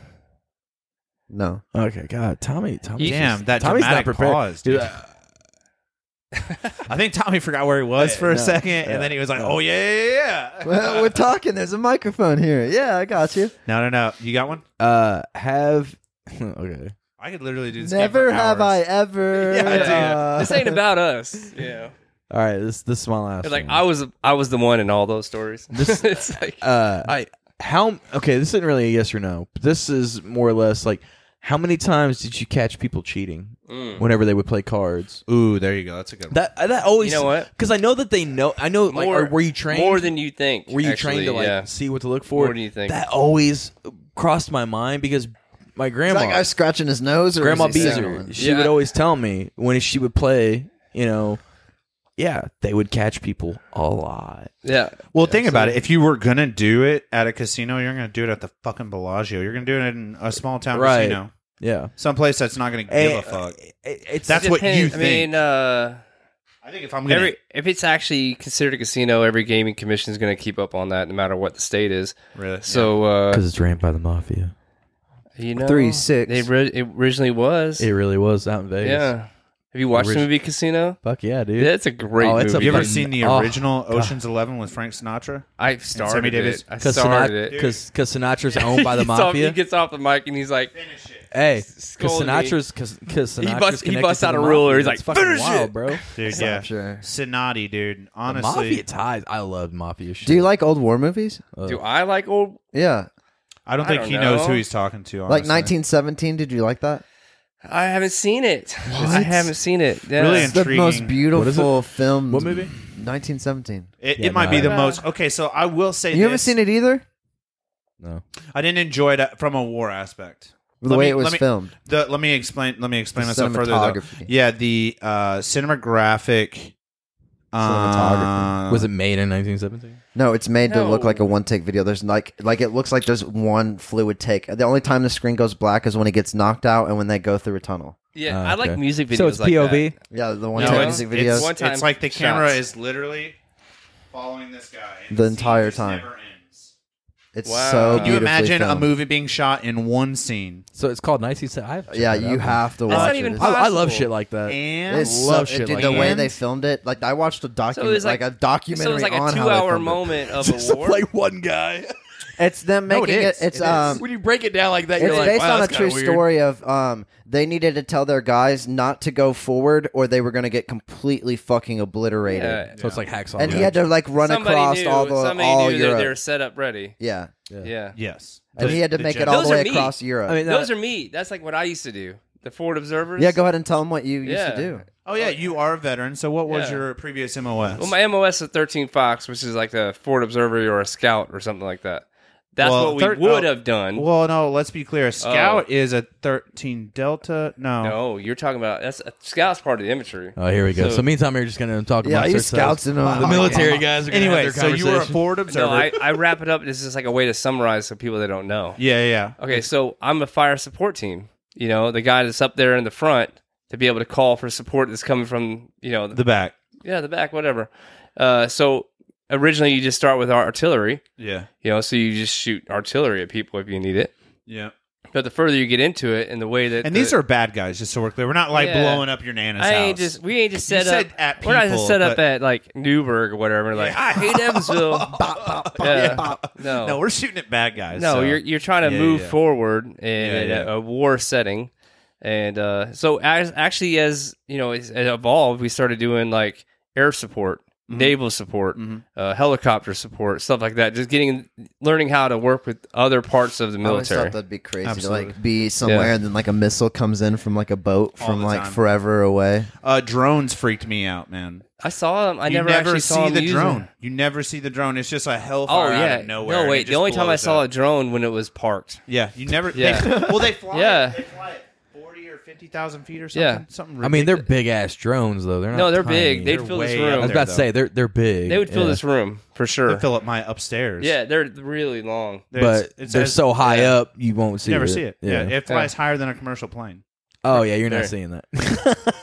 Speaker 2: No.
Speaker 5: Okay. God, Tommy. Tommy.
Speaker 1: Damn, that
Speaker 5: Tommy's
Speaker 1: dramatic
Speaker 5: not prepared.
Speaker 1: pause,
Speaker 5: Dude,
Speaker 1: dude.
Speaker 5: uh,
Speaker 1: I think Tommy forgot where he was for a
Speaker 5: no.
Speaker 1: second, and then he was like, "Oh yeah, yeah, yeah."
Speaker 2: Well, we're talking. There's a microphone here. Yeah, I got you.
Speaker 1: No, no, no. You got one?
Speaker 5: uh, have. okay.
Speaker 1: I could literally do this. game
Speaker 2: Never
Speaker 1: for
Speaker 2: have I
Speaker 1: hours.
Speaker 2: ever.
Speaker 1: Yeah, dude.
Speaker 2: uh,
Speaker 4: This ain't about us. Yeah.
Speaker 5: All right. This this is my last.
Speaker 4: It's like
Speaker 5: one.
Speaker 4: I was I was the one in all those stories.
Speaker 5: This-
Speaker 4: it's like
Speaker 5: uh I how okay, this isn't really a yes or no. But this is more or less like how many times did you catch people cheating
Speaker 4: Mm.
Speaker 5: whenever they would play cards?
Speaker 1: Ooh, there you go. That's a good one.
Speaker 5: That uh, that always
Speaker 4: You know what?
Speaker 5: Because I know that they know. I know. Like,
Speaker 4: More-
Speaker 5: are- were you trained?
Speaker 4: more than you think.
Speaker 5: were you
Speaker 4: actually,
Speaker 5: trained to like
Speaker 4: yeah.
Speaker 5: see what to look for?
Speaker 4: more than you think.
Speaker 5: That always crossed my mind because my grandma,
Speaker 2: that guy scratching his nose or
Speaker 5: Grandma
Speaker 2: is he
Speaker 5: Beezer,
Speaker 2: signaling?
Speaker 5: she
Speaker 4: Yeah.
Speaker 5: would always tell me when she would play. You know, yeah, they would catch people a lot.
Speaker 4: yeah.
Speaker 1: Well, think about it. If you were gonna do it at a casino, you're gonna do it at the fucking Bellagio. You're gonna do it in a small town
Speaker 5: Right.
Speaker 1: casino,
Speaker 5: Yeah,
Speaker 1: someplace that's not gonna give
Speaker 5: Eh,
Speaker 1: a fuck.
Speaker 5: it- it's
Speaker 1: That's what you
Speaker 4: Depends. I
Speaker 1: think.
Speaker 4: mean, uh,
Speaker 1: I think if I'm gonna,
Speaker 4: every if it's actually considered a casino, every gaming commission is going to keep up on that, no matter what the state is.
Speaker 1: really,
Speaker 4: So uh,
Speaker 5: because it's ran by the mafia.
Speaker 4: you know,
Speaker 2: Three, six.
Speaker 4: They ri- it originally was.
Speaker 5: It really was out in Vegas.
Speaker 4: yeah. Have you watched the
Speaker 5: Orig-
Speaker 4: movie Casino?
Speaker 5: Fuck yeah, dude.
Speaker 4: That's a great
Speaker 5: Oh, it's a
Speaker 4: movie.
Speaker 1: you ever
Speaker 5: fucking-
Speaker 1: seen the
Speaker 5: oh,
Speaker 1: original Ocean's Eleven with Frank Sinatra?
Speaker 4: I started
Speaker 1: Sammy Davis.
Speaker 4: it. I
Speaker 5: Cause
Speaker 4: started
Speaker 5: Sinatra,
Speaker 4: it.
Speaker 5: Cause, cause Sinatra's owned by the
Speaker 4: He gets off-
Speaker 5: mafia.
Speaker 4: he gets off the mic and he's like,
Speaker 5: hey, cause
Speaker 4: scolded me.
Speaker 5: Sinatra's, cause, cause Sinatra's
Speaker 4: He busts- he
Speaker 5: connected
Speaker 4: busts
Speaker 5: to
Speaker 4: out
Speaker 5: the
Speaker 4: a ruler.
Speaker 5: mafia.
Speaker 4: He's like,
Speaker 5: That's fucking
Speaker 4: "Finish
Speaker 5: wild,
Speaker 4: it!"
Speaker 5: bro.
Speaker 1: Dude,
Speaker 2: Yeah,
Speaker 1: yeah,
Speaker 2: I'm sure.
Speaker 1: Sinati, dude.
Speaker 5: mafia
Speaker 1: Honestly,
Speaker 5: ties. I love mafia shit.
Speaker 2: Do you like old war movies?
Speaker 5: Uh.
Speaker 4: "Do I like old
Speaker 2: Yeah,
Speaker 1: I don't
Speaker 4: I
Speaker 1: think
Speaker 4: don't
Speaker 1: he
Speaker 4: know.
Speaker 1: knows who he's talking to.
Speaker 2: like
Speaker 1: Honestly.
Speaker 2: 1917. Did you like that?
Speaker 4: I haven't seen it. I haven't seen it. Yeah.
Speaker 1: Really?
Speaker 2: It's the
Speaker 1: Intriguing.
Speaker 2: most beautiful film.
Speaker 5: What movie?
Speaker 2: 1917.
Speaker 1: It,
Speaker 5: Yeah,
Speaker 1: it might
Speaker 5: no,
Speaker 1: be
Speaker 5: I-
Speaker 1: the most. Okay, so I will say
Speaker 2: You
Speaker 1: this.
Speaker 2: haven't seen it either.
Speaker 5: No.
Speaker 1: I didn't enjoy it uh, from a war aspect.
Speaker 2: The
Speaker 1: Let
Speaker 2: way
Speaker 1: me-
Speaker 2: it was
Speaker 1: let me-
Speaker 2: filmed.
Speaker 1: The, let me explain. Let me explain
Speaker 2: The
Speaker 1: myself further. Though.
Speaker 2: cinematography.
Speaker 1: Yeah, the uh, cinematographic.
Speaker 5: Cinematography.
Speaker 1: Uh,
Speaker 5: was it made in 1917?
Speaker 2: No, it's made to look
Speaker 4: No.
Speaker 2: like a one take video. There's like like it looks like there's one fluid take. The only time the screen goes black is when it gets knocked out and when they go through a tunnel.
Speaker 4: Yeah,
Speaker 5: Oh,
Speaker 4: I like
Speaker 5: okay.
Speaker 4: music videos.
Speaker 5: So it's
Speaker 4: like
Speaker 5: POV.
Speaker 4: that.
Speaker 2: Yeah, the one
Speaker 1: No,
Speaker 2: take
Speaker 4: it's-
Speaker 2: music
Speaker 1: it's,
Speaker 2: videos.
Speaker 4: one-
Speaker 1: it's,
Speaker 4: One-time
Speaker 1: like the camera
Speaker 4: shots.
Speaker 1: is literally following this guy and
Speaker 2: The
Speaker 1: scene
Speaker 2: entire
Speaker 1: just
Speaker 2: time.
Speaker 1: never ends.
Speaker 2: It's so
Speaker 4: Wow. Can
Speaker 1: Can you
Speaker 2: beautifully
Speaker 1: imagine a
Speaker 2: filmed.
Speaker 1: movie being shot in one scene?
Speaker 5: So it's called 1917. I have to check
Speaker 2: Yeah,
Speaker 5: that
Speaker 2: you
Speaker 5: out.
Speaker 2: have to watch
Speaker 4: That's not
Speaker 2: it.
Speaker 4: even
Speaker 2: It's-
Speaker 5: I, I love
Speaker 4: Possible.
Speaker 5: shit like that.
Speaker 1: And
Speaker 2: Uh, It's so,
Speaker 5: love shit
Speaker 2: dude,
Speaker 5: like
Speaker 2: the
Speaker 5: that.
Speaker 2: way they filmed it. Like I watched a document,
Speaker 4: was
Speaker 2: like,
Speaker 4: like-
Speaker 2: a documentary
Speaker 4: So it's like
Speaker 2: on
Speaker 4: a
Speaker 2: how
Speaker 4: two
Speaker 2: they
Speaker 4: hour
Speaker 2: filmed it.
Speaker 4: moment of
Speaker 5: Just
Speaker 4: a war.
Speaker 5: like one guy.
Speaker 2: It's them
Speaker 5: No, it
Speaker 2: making it.
Speaker 5: is.
Speaker 2: It's
Speaker 5: It is.
Speaker 2: um,
Speaker 5: when you break it down like that,
Speaker 2: it's
Speaker 5: you're like,
Speaker 2: based
Speaker 5: wow,
Speaker 2: on a
Speaker 5: that's
Speaker 2: true
Speaker 5: kinda weird.
Speaker 2: story of um, they needed to tell their guys not to go forward or they were going to get completely fucking obliterated.
Speaker 4: Yeah.
Speaker 5: So it's like hacksaw.
Speaker 2: And he
Speaker 5: Ridge.
Speaker 2: had to like run
Speaker 4: somebody
Speaker 2: across
Speaker 4: knew,
Speaker 2: all the
Speaker 4: somebody
Speaker 2: all
Speaker 4: knew that
Speaker 2: Europe.
Speaker 4: they were set up ready.
Speaker 2: Yeah,
Speaker 4: Yeah.
Speaker 1: yes,
Speaker 2: and
Speaker 1: The-
Speaker 2: he had to
Speaker 1: the
Speaker 2: make it
Speaker 1: jet-
Speaker 2: all
Speaker 4: Those
Speaker 2: the way
Speaker 4: are me.
Speaker 2: across Europe.
Speaker 5: I mean,
Speaker 4: Those
Speaker 5: those
Speaker 4: are me. That's like what I used to do. The Ford Observers.
Speaker 2: yeah, go ahead and tell them what you used
Speaker 4: Yeah.
Speaker 2: to do.
Speaker 1: Oh yeah, you are a veteran. So what was
Speaker 4: Yeah.
Speaker 1: your previous MOS?
Speaker 4: Well, my MOS is 13 Fox, which is like a Ford Observer or a Scout or something like that. That's
Speaker 1: Well,
Speaker 4: what we
Speaker 1: thir-
Speaker 4: would
Speaker 1: oh,
Speaker 4: have done.
Speaker 1: Well, no, let's be clear. A scout is a 13 Delta. Oh. No.
Speaker 4: no, you're talking about that's a Scout's part of the imagery.
Speaker 5: Oh, here we go.
Speaker 4: So-
Speaker 5: So, meantime, you're just gonna talk
Speaker 2: Yeah,
Speaker 5: about
Speaker 2: you scouts uh, and all
Speaker 5: the military guys. Are gonna have
Speaker 1: Anyway,
Speaker 5: their
Speaker 1: so you were a
Speaker 5: conversation.
Speaker 1: forward
Speaker 4: No,
Speaker 1: observer.
Speaker 4: I, I wrap it up. This is like a way to summarize so people that don't know.
Speaker 1: yeah, yeah.
Speaker 4: Okay, so I'm a fire support team. You know, the guy that's up there in the front to be able to call for support that's coming from, you know,
Speaker 1: The back.
Speaker 4: yeah, the back, whatever. Uh, so originally you just start with artillery,
Speaker 1: Yeah.
Speaker 4: you know, so you just shoot artillery at people if you need it.
Speaker 1: Yeah.
Speaker 4: But the further you get into it, and the way that
Speaker 1: And
Speaker 4: the-
Speaker 1: these are bad guys, just so we're clear. We're not like
Speaker 4: Yeah.
Speaker 1: blowing up your nana's
Speaker 4: I
Speaker 1: house.
Speaker 4: ain't just we ain't just
Speaker 1: You
Speaker 4: set
Speaker 1: said
Speaker 4: up
Speaker 1: at
Speaker 4: we're not just
Speaker 1: people,
Speaker 4: set up
Speaker 1: but-
Speaker 4: at like Newburgh or whatever. Like I hate Evansville. Yeah. No,
Speaker 1: no, we're shooting at bad guys.
Speaker 4: no,
Speaker 1: so-
Speaker 4: you're you're trying to
Speaker 1: Yeah,
Speaker 4: move
Speaker 1: yeah.
Speaker 4: forward in, in
Speaker 1: yeah.
Speaker 4: A, a war setting, and uh, so as actually as you know, it's- it evolved. We started doing like air support,
Speaker 1: Mm-hmm.
Speaker 4: naval support, uh, helicopter support, stuff like that. Just getting learning how to work with other parts of the
Speaker 2: I always
Speaker 4: military.
Speaker 2: thought that'd be crazy
Speaker 1: Absolutely.
Speaker 2: to like be somewhere
Speaker 4: Yeah.
Speaker 2: and then like a missile comes in from like a boat
Speaker 1: All
Speaker 2: from
Speaker 1: the
Speaker 2: like
Speaker 1: time.
Speaker 2: forever away.
Speaker 1: uh, drones freaked me out, man.
Speaker 4: I saw him. I
Speaker 1: you
Speaker 4: never, actually
Speaker 1: see
Speaker 4: saw him
Speaker 1: the
Speaker 4: use it.
Speaker 1: drone. You never see the drone. It's just a
Speaker 4: Oh
Speaker 1: hellfire
Speaker 4: yeah,
Speaker 1: out of nowhere.
Speaker 4: No
Speaker 1: and it
Speaker 4: wait, the
Speaker 1: just
Speaker 4: only time I
Speaker 1: blows
Speaker 4: saw
Speaker 1: up.
Speaker 4: a drone when it was parked.
Speaker 1: Yeah, you never.
Speaker 4: Yeah.
Speaker 1: They, well, they fly.
Speaker 4: Yeah.
Speaker 1: It, they fly it forty or fifty thousand feet or something.
Speaker 4: Yeah.
Speaker 1: something.
Speaker 5: I mean, they're
Speaker 1: ridiculous.
Speaker 5: big ass drones though. They're not
Speaker 4: No, they're
Speaker 5: tiny.
Speaker 4: big. They'd
Speaker 1: They're
Speaker 4: fill this
Speaker 1: way out
Speaker 5: I was
Speaker 4: room.
Speaker 1: there.
Speaker 5: about to say they're they're big.
Speaker 4: They would fill
Speaker 5: yeah.
Speaker 4: this room for sure.
Speaker 1: They fill up my upstairs.
Speaker 4: yeah, they're really long.
Speaker 1: There's-
Speaker 5: but
Speaker 1: it's
Speaker 5: they're
Speaker 1: as-
Speaker 5: so high
Speaker 4: yeah.
Speaker 5: up you won't see.
Speaker 1: You never
Speaker 5: it.
Speaker 1: see it. Yeah, it flies higher than a commercial plane.
Speaker 5: Oh yeah, you're
Speaker 4: There.
Speaker 5: not seeing that.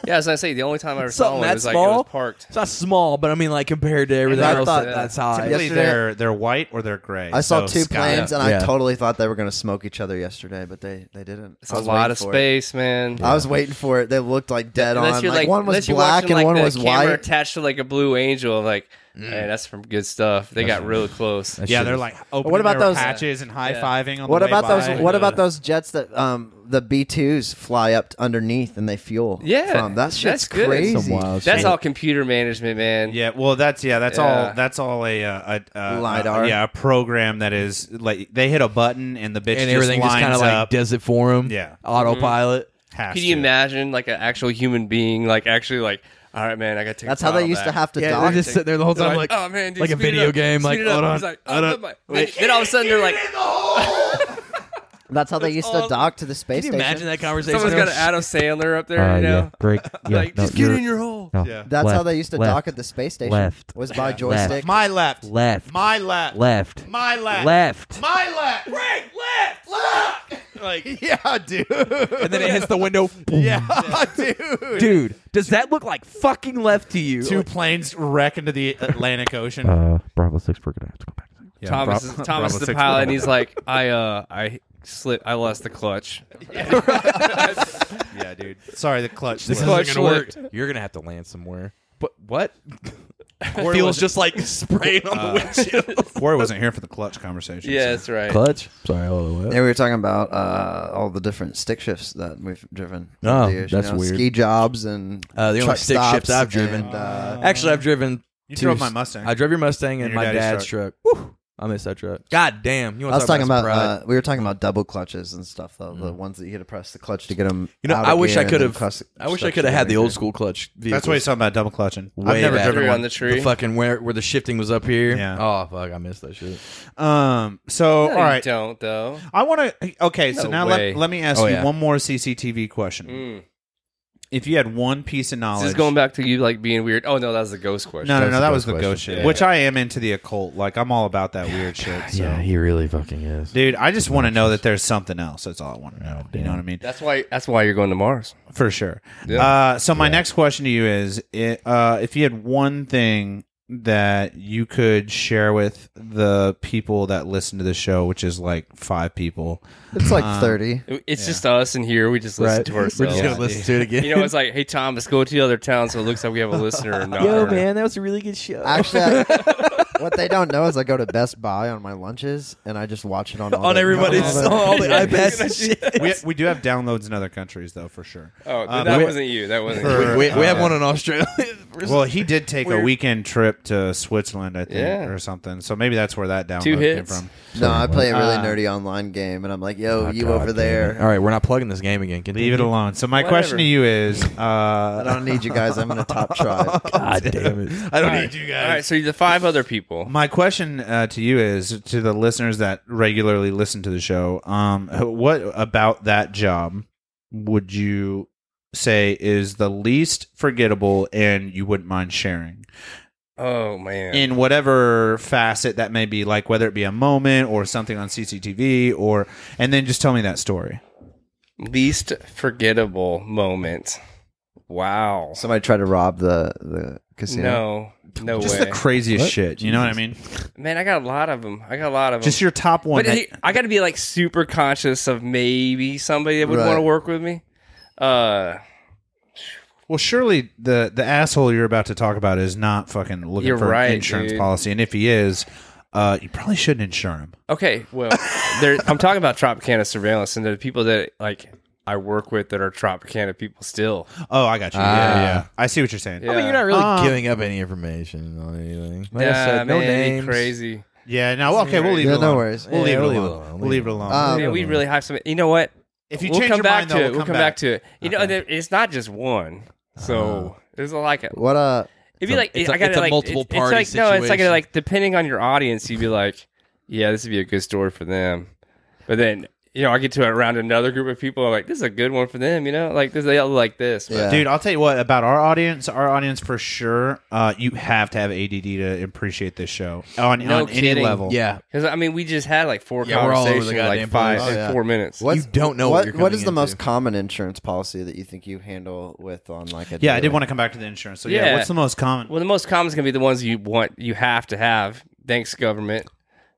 Speaker 4: Yeah, as I say, the only time I ever saw
Speaker 5: Something
Speaker 4: one
Speaker 5: that
Speaker 4: was like it
Speaker 5: small?
Speaker 4: was parked.
Speaker 5: It's not small, but I mean like compared to everything
Speaker 2: I
Speaker 5: else,
Speaker 2: thought-
Speaker 5: that- that's
Speaker 2: Uh,
Speaker 5: high.
Speaker 1: Typically,
Speaker 2: yesterday-
Speaker 1: they're they're white or they're gray.
Speaker 2: I saw
Speaker 1: So
Speaker 2: two
Speaker 1: sky
Speaker 2: planes
Speaker 1: up.
Speaker 2: and
Speaker 5: Yeah.
Speaker 2: I totally thought they were gonna smoke each other yesterday, but they they didn't.
Speaker 4: It's
Speaker 2: I
Speaker 4: a
Speaker 2: was
Speaker 4: lot
Speaker 2: waiting
Speaker 4: of
Speaker 2: for it.
Speaker 4: space, man.
Speaker 2: I was waiting for it. They looked like dead on. Like, one was
Speaker 4: unless you're
Speaker 2: black
Speaker 4: watching,
Speaker 2: and
Speaker 4: like,
Speaker 2: one
Speaker 4: the
Speaker 2: was
Speaker 4: camera
Speaker 2: white. Mm.
Speaker 4: attached to like a blue angel. Like, man, that's from good stuff. They got really close.
Speaker 5: That
Speaker 1: Yeah,
Speaker 5: shit
Speaker 1: they're
Speaker 5: is-
Speaker 1: like opening
Speaker 2: What about
Speaker 1: their
Speaker 2: those-
Speaker 1: hatches and high fiving on
Speaker 2: What
Speaker 1: the way
Speaker 2: about those?
Speaker 1: by.
Speaker 2: What about those jets that um the B twos fly up underneath and they fuel?
Speaker 4: Yeah,
Speaker 2: from that
Speaker 4: that's
Speaker 2: shit's
Speaker 4: good.
Speaker 2: crazy.
Speaker 5: Some wild
Speaker 4: That's
Speaker 5: shit.
Speaker 4: all computer management, man.
Speaker 1: Yeah, well, that's yeah, that's
Speaker 4: Yeah.
Speaker 1: all. That's all a, uh, a, a
Speaker 2: LiDAR.
Speaker 1: a- yeah, a program that is like they hit a button and the bitch
Speaker 5: and
Speaker 1: just
Speaker 5: everything just
Speaker 1: lines
Speaker 5: kind of like
Speaker 1: up.
Speaker 5: does it for them.
Speaker 1: Yeah.
Speaker 5: autopilot.
Speaker 1: has
Speaker 4: Could you
Speaker 1: to.
Speaker 4: imagine like an actual human being, like actually, like, all right, man, I got to take.
Speaker 2: That's
Speaker 4: the
Speaker 2: how they
Speaker 4: throttle
Speaker 2: used to
Speaker 4: back."
Speaker 2: have to
Speaker 5: Yeah,
Speaker 2: dock.
Speaker 5: they're just sitting there the whole
Speaker 4: They're
Speaker 5: time, like,
Speaker 4: oh man, dude,
Speaker 5: like a
Speaker 4: speed it
Speaker 5: video
Speaker 4: up,
Speaker 5: game,
Speaker 4: speed
Speaker 5: like,
Speaker 4: it up."
Speaker 5: hold on,
Speaker 4: He's like,
Speaker 5: hold
Speaker 4: "Oh,
Speaker 5: on.
Speaker 4: my-" Then then all of a sudden they're like,
Speaker 2: That's how they used to
Speaker 4: all-
Speaker 2: dock to the space
Speaker 5: Can you
Speaker 2: station.
Speaker 5: imagine that conversation?
Speaker 4: someone's got an Adam Sandler up there,
Speaker 3: Uh,
Speaker 4: you know?
Speaker 3: break. Yeah,
Speaker 4: Like,
Speaker 3: no,
Speaker 4: just get
Speaker 3: you're-
Speaker 4: in your hole.
Speaker 3: no.
Speaker 1: Yeah.
Speaker 2: That's how
Speaker 3: Left,
Speaker 2: they used to
Speaker 3: left,
Speaker 2: dock at the space station.
Speaker 3: left.
Speaker 2: was by joystick.
Speaker 1: My left,
Speaker 3: Left.
Speaker 1: my left,
Speaker 3: left.
Speaker 1: my left,
Speaker 3: Left.
Speaker 1: my left, right, left, left. Like yeah, dude.
Speaker 5: and then it hits the window.
Speaker 1: Yeah, dude.
Speaker 5: dude, does that look like fucking left to you?
Speaker 1: Two planes wreck into the Atlantic Ocean.
Speaker 3: Uh, Bravo six. We're gonna have to go back.
Speaker 1: Yeah.
Speaker 4: Thomas,
Speaker 1: Bra-
Speaker 4: is- Thomas
Speaker 1: Bravo
Speaker 4: is the
Speaker 1: six.
Speaker 4: pilot, and he's like, I, uh, I slip, I lost the clutch.
Speaker 1: yeah, dude. Sorry, the clutch.
Speaker 5: this
Speaker 1: slipped.
Speaker 4: clutch
Speaker 5: isn't gonna work.
Speaker 4: slipped.
Speaker 5: You're gonna have to land somewhere. But what?
Speaker 1: Corey
Speaker 5: Feels
Speaker 1: wasn't- uh,
Speaker 5: just like sprayed on the windshield.
Speaker 1: Corey wasn't here for the clutch conversation.
Speaker 4: Yeah,
Speaker 1: so-
Speaker 4: that's right.
Speaker 3: Clutch. Sorry. All the
Speaker 2: Yeah, we were talking about uh, all the different stick shifts that we've driven.
Speaker 5: Oh,
Speaker 2: over the years, you
Speaker 5: that's
Speaker 2: know,
Speaker 5: weird.
Speaker 2: Ski jobs and
Speaker 5: Uh, the only
Speaker 2: truck
Speaker 5: stick shifts
Speaker 2: stops
Speaker 5: I've driven.
Speaker 2: and, uh,
Speaker 5: Actually, I've driven.
Speaker 1: you
Speaker 5: two
Speaker 1: drove my
Speaker 5: s-
Speaker 1: Mustang.
Speaker 5: I drove your Mustang and
Speaker 1: Your
Speaker 5: my
Speaker 1: daddy's
Speaker 5: dad's truck. Whew, I miss that truck. God damn! You
Speaker 2: I
Speaker 5: wanna
Speaker 2: was
Speaker 5: talk
Speaker 2: talking about
Speaker 5: some pride.
Speaker 2: uh, we were talking about double clutches and stuff though the ones that you had to press the clutch to get them.
Speaker 5: Mm. you know,
Speaker 2: out
Speaker 5: I
Speaker 2: of
Speaker 5: wish
Speaker 2: gear
Speaker 5: I
Speaker 2: and
Speaker 5: could
Speaker 2: then
Speaker 5: have.
Speaker 2: cross-
Speaker 5: I wish I
Speaker 2: clutch
Speaker 5: could have
Speaker 2: together.
Speaker 5: had the old school clutch. Vehicles.
Speaker 1: that's what he's talking about double clutching.
Speaker 5: Way
Speaker 1: I've never
Speaker 5: back.
Speaker 1: driven
Speaker 4: Three
Speaker 1: one.
Speaker 4: on the tree.
Speaker 5: The fucking where where the shifting was up here.
Speaker 1: Yeah.
Speaker 5: Oh fuck, I missed that shit.
Speaker 1: Um. So
Speaker 4: No,
Speaker 1: all right,
Speaker 4: you don't though.
Speaker 1: I want to. Okay. So
Speaker 4: No
Speaker 1: now
Speaker 4: way.
Speaker 1: let, let me ask
Speaker 5: Oh,
Speaker 1: you
Speaker 5: yeah.
Speaker 1: one more CCTV question.
Speaker 4: Mm.
Speaker 1: If you had one piece of knowledge,
Speaker 4: This is going back to you like being weird. Oh no, that was the ghost question.
Speaker 1: no, no,
Speaker 3: That's
Speaker 1: no,
Speaker 3: the
Speaker 1: that
Speaker 3: ghost
Speaker 1: was the
Speaker 3: question.
Speaker 1: ghost shit.
Speaker 4: Yeah.
Speaker 1: Which I am into the occult. Like I'm all about that weird shit. So.
Speaker 3: Yeah, he really fucking is.
Speaker 1: Dude, I just want to know that there's something else. That's all I want to know. you know what I mean?
Speaker 4: That's why. That's why you're going to Mars.
Speaker 1: For sure.
Speaker 4: Yeah.
Speaker 1: Uh, so my next question to you is: i uh, if you had one thing that you could share with the people that listen to the show, which is like five people,
Speaker 2: It's like
Speaker 1: Um,
Speaker 2: thirty.
Speaker 4: It- It's just us in here. We just listen to
Speaker 5: We're
Speaker 4: ourselves.
Speaker 5: just gonna listen to it again.
Speaker 4: You know, it's like, hey Thomas, go to the other town. So it looks like we have a listener. Or not.
Speaker 5: that was a really good show.
Speaker 2: Actually, I, what they don't know is I go to Best Buy on my lunches and I just watch it on all
Speaker 5: on
Speaker 2: the-
Speaker 5: everybody's
Speaker 2: all the-
Speaker 5: on all the iPads and shit.
Speaker 1: we we do have downloads in other countries though, for sure.
Speaker 4: Oh,
Speaker 1: Uh,
Speaker 4: that
Speaker 5: we-
Speaker 4: wasn't you. That wasn't.
Speaker 1: For-
Speaker 4: you.
Speaker 5: We, we have
Speaker 1: Uh,
Speaker 5: one in Australia.
Speaker 1: Well, he did take a
Speaker 5: Weird.
Speaker 1: weekend trip to Switzerland, I think,
Speaker 4: Yeah.
Speaker 1: or something. So maybe that's where that download
Speaker 4: Two
Speaker 1: came
Speaker 4: hits.
Speaker 1: from.
Speaker 2: No, I play a really
Speaker 5: Ah.
Speaker 1: Uh,
Speaker 2: nerdy online game and I'm like, yo,
Speaker 3: Oh,
Speaker 2: you
Speaker 3: God
Speaker 2: over
Speaker 3: damn
Speaker 2: there.
Speaker 5: All right, we're not plugging this game again. Continue.
Speaker 1: Leave it alone. So my
Speaker 4: Whatever.
Speaker 1: question to you is, uh,
Speaker 2: I don't need you guys. I'm in a top tribe.
Speaker 3: God damn it.
Speaker 5: I don't
Speaker 4: All
Speaker 5: need
Speaker 4: right.
Speaker 5: you
Speaker 4: All right,
Speaker 5: guys.
Speaker 4: so you're the five other people.
Speaker 1: my question uh, to you is to the listeners that regularly listen to the show. Um, what about that job would you say is the least forgettable, and you wouldn't mind sharing?
Speaker 4: Oh man.
Speaker 1: in whatever facet that may be, like whether it be a moment or something on CCTV, or and then just tell me that story.
Speaker 4: Least forgettable moment. Wow.
Speaker 2: Somebody tried to rob the the casino?
Speaker 4: No, no
Speaker 1: Just
Speaker 4: way.
Speaker 1: the craziest
Speaker 3: What?
Speaker 1: shit. You know what I mean?
Speaker 4: Man, I got a lot of them. I got a lot of them.
Speaker 1: Just your top one.
Speaker 4: but
Speaker 1: that-
Speaker 4: he- I got to be like super conscious of maybe somebody that would
Speaker 2: Right.
Speaker 4: want to work with me. Uh,
Speaker 1: well, surely the the asshole you're about to talk about is not fucking looking
Speaker 4: You're
Speaker 1: for an
Speaker 4: right,
Speaker 1: insurance
Speaker 4: dude.
Speaker 1: policy, and if he is, uh, you probably shouldn't insure him.
Speaker 4: okay, well, there, I'm talking about Tropicana surveillance and the people that like I work with that are Tropicana people still.
Speaker 1: Oh, I got you. yeah, yeah. I see what you're saying.
Speaker 4: Ah. Yeah,
Speaker 5: I mean, you're not really
Speaker 1: Um,
Speaker 5: giving up any information on anything. Like
Speaker 4: yeah,
Speaker 5: I said, no
Speaker 4: man, it'd be
Speaker 5: names.
Speaker 4: crazy.
Speaker 1: Yeah, no, okay, we'll leave
Speaker 2: Yeah,
Speaker 1: it
Speaker 2: no
Speaker 1: alone.
Speaker 2: worries.
Speaker 1: We'll
Speaker 5: Yeah,
Speaker 1: leave it
Speaker 5: we'll leave it
Speaker 1: alone.
Speaker 5: alone.
Speaker 1: We'll leave it alone.
Speaker 2: Um,
Speaker 4: Man, we really have some. You know what?
Speaker 1: if you
Speaker 4: we'll
Speaker 1: change
Speaker 4: come
Speaker 1: your
Speaker 4: back
Speaker 1: mind,
Speaker 4: to
Speaker 1: though,
Speaker 4: it.
Speaker 1: we'll
Speaker 4: We'll
Speaker 1: come
Speaker 4: come
Speaker 1: back.
Speaker 4: back to it. You know, there, it's not just one.
Speaker 5: Uh-huh.
Speaker 4: So it's like a,
Speaker 2: What uh
Speaker 4: it'd be
Speaker 5: a-
Speaker 4: like
Speaker 5: it's a-
Speaker 4: I gotta
Speaker 5: it's a
Speaker 4: like
Speaker 5: multiple
Speaker 4: it's
Speaker 5: party
Speaker 4: like no, it's like
Speaker 5: situation.
Speaker 4: like depending on your audience, you'd be like, yeah, this would be a good story for them. But then you know, I get to around another group of people. I'm like, this is a good one for them. You know, like this, they all like this. But
Speaker 2: Yeah.
Speaker 1: Dude, I'll tell you what about our audience. Our audience for sure. Uh, you have to have ADD to appreciate this show on,
Speaker 4: No
Speaker 1: on any
Speaker 4: kidding.
Speaker 1: level.
Speaker 5: Yeah,
Speaker 4: Because I mean, we just had like four
Speaker 5: Yeah, we're all over the
Speaker 4: conversations, in, like
Speaker 5: goddamn
Speaker 4: five,
Speaker 5: place.
Speaker 4: in
Speaker 2: Oh, yeah.
Speaker 4: four minutes.
Speaker 2: What's,
Speaker 5: You don't know what you're
Speaker 2: what
Speaker 5: coming
Speaker 2: is the most
Speaker 5: into.
Speaker 2: common insurance policy that you think you handle with on like a
Speaker 1: yeah. I
Speaker 2: daily?
Speaker 1: did want to come back to the insurance. So yeah,
Speaker 4: Yeah.
Speaker 1: what's the most common?
Speaker 4: Well, the most common is gonna be the ones you want, you have to have. Thanks, government.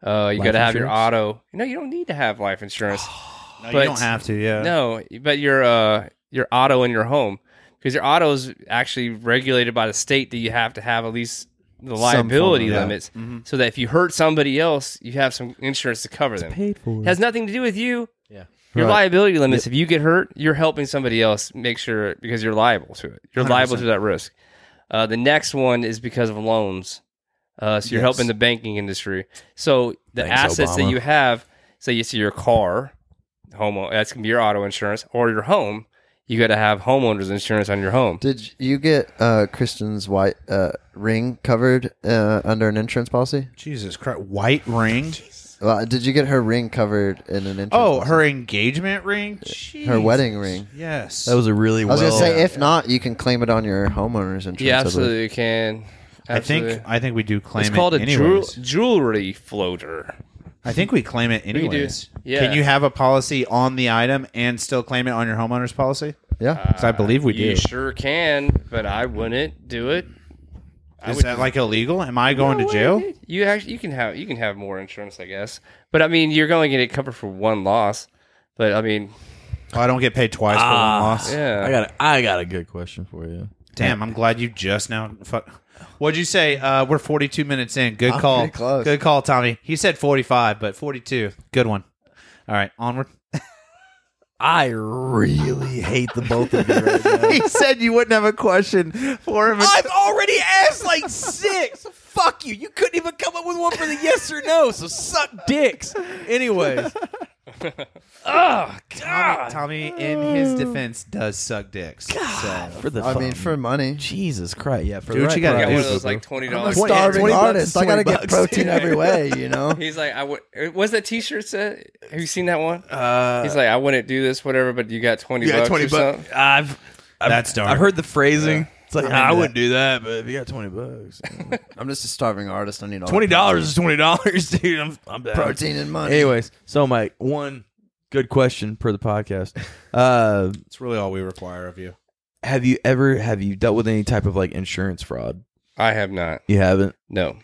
Speaker 4: Uh, you
Speaker 5: Life
Speaker 4: got to have your
Speaker 5: insurance?
Speaker 4: auto. No, you don't need to have life insurance.
Speaker 1: no, you
Speaker 4: but-
Speaker 1: don't have to. Yeah.
Speaker 4: No, but your uh your auto in your home because your auto is actually regulated by the state that you have to have at least
Speaker 2: form
Speaker 4: the
Speaker 2: of-
Speaker 4: liability
Speaker 2: yeah.
Speaker 4: limits, so that if you hurt somebody else, you have some insurance to cover them.
Speaker 3: paid for.
Speaker 4: It has nothing to do with you.
Speaker 5: Yeah.
Speaker 4: Your liability limits. If you get hurt, you're helping somebody else make sure because you're liable to it. You're liable to that risk. Uh, the next one is because of loans. Uh, so you're helping the banking industry. So the
Speaker 5: Thanks,
Speaker 4: assets that
Speaker 5: Obama.
Speaker 4: you have, say you see your car, home that's gonna be your auto insurance or your home. You got to have homeowners insurance on your home.
Speaker 2: Did you get uh, Kristen's white uh, ring covered uh, under an insurance policy?
Speaker 1: Jesus Christ, white ring.
Speaker 2: Well, did you get her ring covered in an insurance?
Speaker 1: Oh,
Speaker 2: policy?
Speaker 1: her engagement ring.
Speaker 2: her
Speaker 1: Jesus.
Speaker 2: wedding ring.
Speaker 1: Yes.
Speaker 5: that was a really.
Speaker 2: I was
Speaker 5: well,
Speaker 2: gonna say, if not, you can claim it on your homeowner's insurance.
Speaker 4: You
Speaker 2: I believe.
Speaker 4: absolutely can.
Speaker 1: I think.
Speaker 4: Absolutely.
Speaker 1: I think we do claim
Speaker 4: it's called
Speaker 1: it
Speaker 4: a jewel-
Speaker 1: anyways.
Speaker 4: jewelry floater.
Speaker 1: I think we claim it
Speaker 4: do.
Speaker 1: anyways.
Speaker 4: Yeah.
Speaker 1: Can you have a policy on the item and still claim it on your homeowner's policy?
Speaker 2: Yeah,
Speaker 1: 'Cause I believe we
Speaker 4: Uh, You
Speaker 1: do.
Speaker 4: sure can, but I wouldn't do it. I
Speaker 1: Is
Speaker 4: would-
Speaker 1: that like illegal? Am I going
Speaker 4: No
Speaker 1: to
Speaker 4: way,
Speaker 1: jail?
Speaker 4: dude. You actually you can have you can have more insurance, I guess. But I mean, you're going to get it covered for one loss. But I mean,
Speaker 1: Oh, I don't get paid twice for one loss.
Speaker 4: yeah,
Speaker 5: I got. A, I got a good question for you.
Speaker 1: Damn, I'm glad you just now. Fuck. What'd you say? Uh, we're 42 minutes in. Good
Speaker 2: I'm
Speaker 1: call.
Speaker 2: pretty close.
Speaker 1: Good call, Tommy. He said 45, but 42. Good one. All right, onward.
Speaker 5: I really hate the both of you. Right now.
Speaker 1: he said you wouldn't have a question for him.
Speaker 5: I've already asked like six. Fuck you. You couldn't even come up with one for the yes or no. So suck dicks. Anyways,
Speaker 1: Tommy, Tommy, in his defense, does suck dicks. So.
Speaker 5: for the
Speaker 2: I mean, for money.
Speaker 5: Jesus Christ, yeah. For
Speaker 1: Do what you gotta
Speaker 4: I got
Speaker 1: do.
Speaker 4: one of those like twenty
Speaker 2: I'm a
Speaker 4: dollars.
Speaker 5: Twenty- yeah,
Speaker 2: starving
Speaker 5: 20 bucks,
Speaker 2: artist. I gotta
Speaker 5: 20
Speaker 2: get
Speaker 5: bucks.
Speaker 2: protein every way, you know.
Speaker 4: He's like, I would. Was that T-shirt set? Have you seen that one? Uh, He's like, I wouldn't do this, whatever. But you got twenty bucks. or something.
Speaker 5: I've, I've
Speaker 1: That's dark.
Speaker 5: I've heard the phrasing. It's like I,
Speaker 2: into
Speaker 5: wouldn't do that, but if you got twenty bucks,
Speaker 2: I'm just a starving artist. I need all
Speaker 5: twenty dollars is twenty dollars, dude. I'm, I'm down.
Speaker 2: protein and money.
Speaker 5: Anyways, so Mike, one good question per the podcast. Uh,
Speaker 1: That's really all we require of you.
Speaker 5: have you ever have you dealt with any type of like insurance fraud?
Speaker 4: I have not.
Speaker 5: You haven't
Speaker 4: No,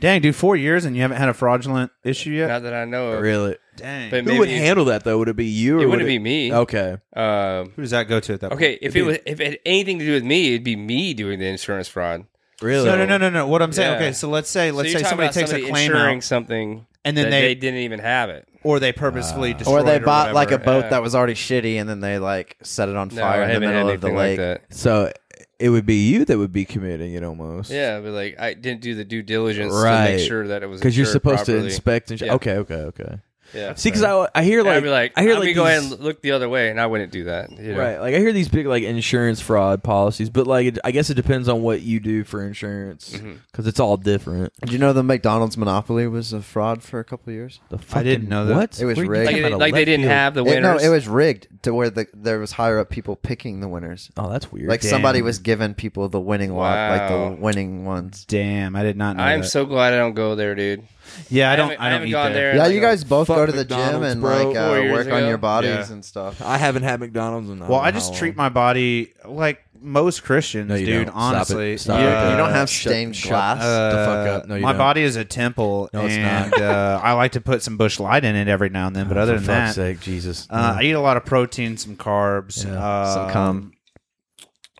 Speaker 1: Dang, dude, four years and you haven't had a fraudulent issue yet?
Speaker 4: not that I know of.
Speaker 5: really.
Speaker 1: Dang.
Speaker 4: But
Speaker 5: Who would
Speaker 4: maybe-
Speaker 5: handle that though? Would it be you? Or
Speaker 4: It
Speaker 5: would
Speaker 4: wouldn't be me.
Speaker 5: Okay.
Speaker 4: Um,
Speaker 1: Who does that go to at that point?
Speaker 4: okay, if it was, if it had anything to do with me, it'd be me doing the insurance fraud.
Speaker 5: Really?
Speaker 1: No, no, no, no, no. What I'm saying,
Speaker 4: Yeah.
Speaker 1: okay, so let's say
Speaker 4: So
Speaker 1: let's
Speaker 4: you're
Speaker 1: say
Speaker 4: talking
Speaker 1: somebody
Speaker 4: about
Speaker 1: takes a claim
Speaker 4: insuring
Speaker 1: out,
Speaker 4: something,
Speaker 1: and then
Speaker 4: that
Speaker 1: they,
Speaker 4: they Uh, didn't even have it.
Speaker 1: or they purposefully destroy
Speaker 2: or they bought like a boat
Speaker 4: Yeah.
Speaker 2: that was already shitty, and then they like set it on
Speaker 4: No,
Speaker 2: fire
Speaker 4: I
Speaker 2: in the
Speaker 4: haven't had
Speaker 2: middle of the
Speaker 4: anything like
Speaker 2: lake.
Speaker 4: that.
Speaker 5: So it would be you that would be committing it almost.
Speaker 4: Yeah, but like I didn't do the due diligence to
Speaker 5: Right.
Speaker 4: make sure that it was
Speaker 5: Because you're
Speaker 4: insured
Speaker 5: supposed to
Speaker 4: properly.
Speaker 5: inspect and sh-
Speaker 4: Yeah.
Speaker 5: okay, okay, okay.
Speaker 4: Yeah,
Speaker 5: See, because I, I hear
Speaker 4: And
Speaker 5: like
Speaker 4: I'd be like,
Speaker 5: I hear
Speaker 4: I'm
Speaker 5: like
Speaker 4: gonna go ahead
Speaker 5: these-
Speaker 4: and look the other way, and I wouldn't do that. You know?
Speaker 5: right, like I hear these big like insurance fraud policies, but like it, I guess it depends on what you do for insurance
Speaker 2: Mm-hmm.
Speaker 5: because it's all different.
Speaker 2: Did you know the McDonald's monopoly was a fraud for a couple of years?
Speaker 5: The
Speaker 1: I didn't
Speaker 5: fucking-
Speaker 1: know that.
Speaker 5: What
Speaker 2: It was
Speaker 5: Were you
Speaker 2: rigged.
Speaker 4: Like,
Speaker 5: talking
Speaker 4: they,
Speaker 5: about
Speaker 4: like they
Speaker 5: left
Speaker 4: didn't
Speaker 5: field?
Speaker 4: have
Speaker 2: It-
Speaker 4: the
Speaker 2: no,
Speaker 4: winners.
Speaker 2: it was rigged to where the, there was higher up people picking the winners.
Speaker 5: Oh, that's weird.
Speaker 2: Like
Speaker 5: Like,
Speaker 2: somebody was giving people the winning lot, like
Speaker 4: Wow.
Speaker 2: the winning ones.
Speaker 1: Damn, I did not know.
Speaker 4: I'm
Speaker 1: that.
Speaker 4: so glad I don't go there, dude.
Speaker 1: Yeah, I don't.
Speaker 4: haven't-
Speaker 1: I don't
Speaker 4: haven't
Speaker 1: eat
Speaker 4: gone
Speaker 1: there.
Speaker 4: there.
Speaker 2: yeah,
Speaker 4: like
Speaker 2: you
Speaker 4: a-
Speaker 2: guys both
Speaker 5: fuck
Speaker 2: go to the gym
Speaker 5: McDonald's,
Speaker 2: and
Speaker 5: bro,
Speaker 2: like
Speaker 4: four
Speaker 2: uh,
Speaker 4: years
Speaker 2: work on
Speaker 4: ago.
Speaker 2: your bodies
Speaker 1: Yeah.
Speaker 2: and stuff.
Speaker 5: I haven't had McDonald's in.
Speaker 1: Well, I just treat my body like most Christians,
Speaker 5: No, you
Speaker 1: dude.
Speaker 5: don't. Stop it.
Speaker 1: Honestly,
Speaker 5: Stop
Speaker 2: you,
Speaker 5: it.
Speaker 2: you don't
Speaker 5: Uh,
Speaker 2: have
Speaker 5: shut-
Speaker 2: stained
Speaker 5: shut
Speaker 2: glass.
Speaker 5: the fuck up. No, you
Speaker 1: Uh, my
Speaker 5: don't.
Speaker 1: body is a temple,
Speaker 5: No, it's
Speaker 1: and
Speaker 5: not. Oh,
Speaker 1: uh, I like to put some bush light in it every now and then. But other
Speaker 3: For
Speaker 1: than
Speaker 3: fuck's
Speaker 1: that,
Speaker 3: sake, Jesus.
Speaker 1: uh, I eat a lot of protein, some carbs,
Speaker 3: Yeah,
Speaker 1: uh,
Speaker 2: some cum.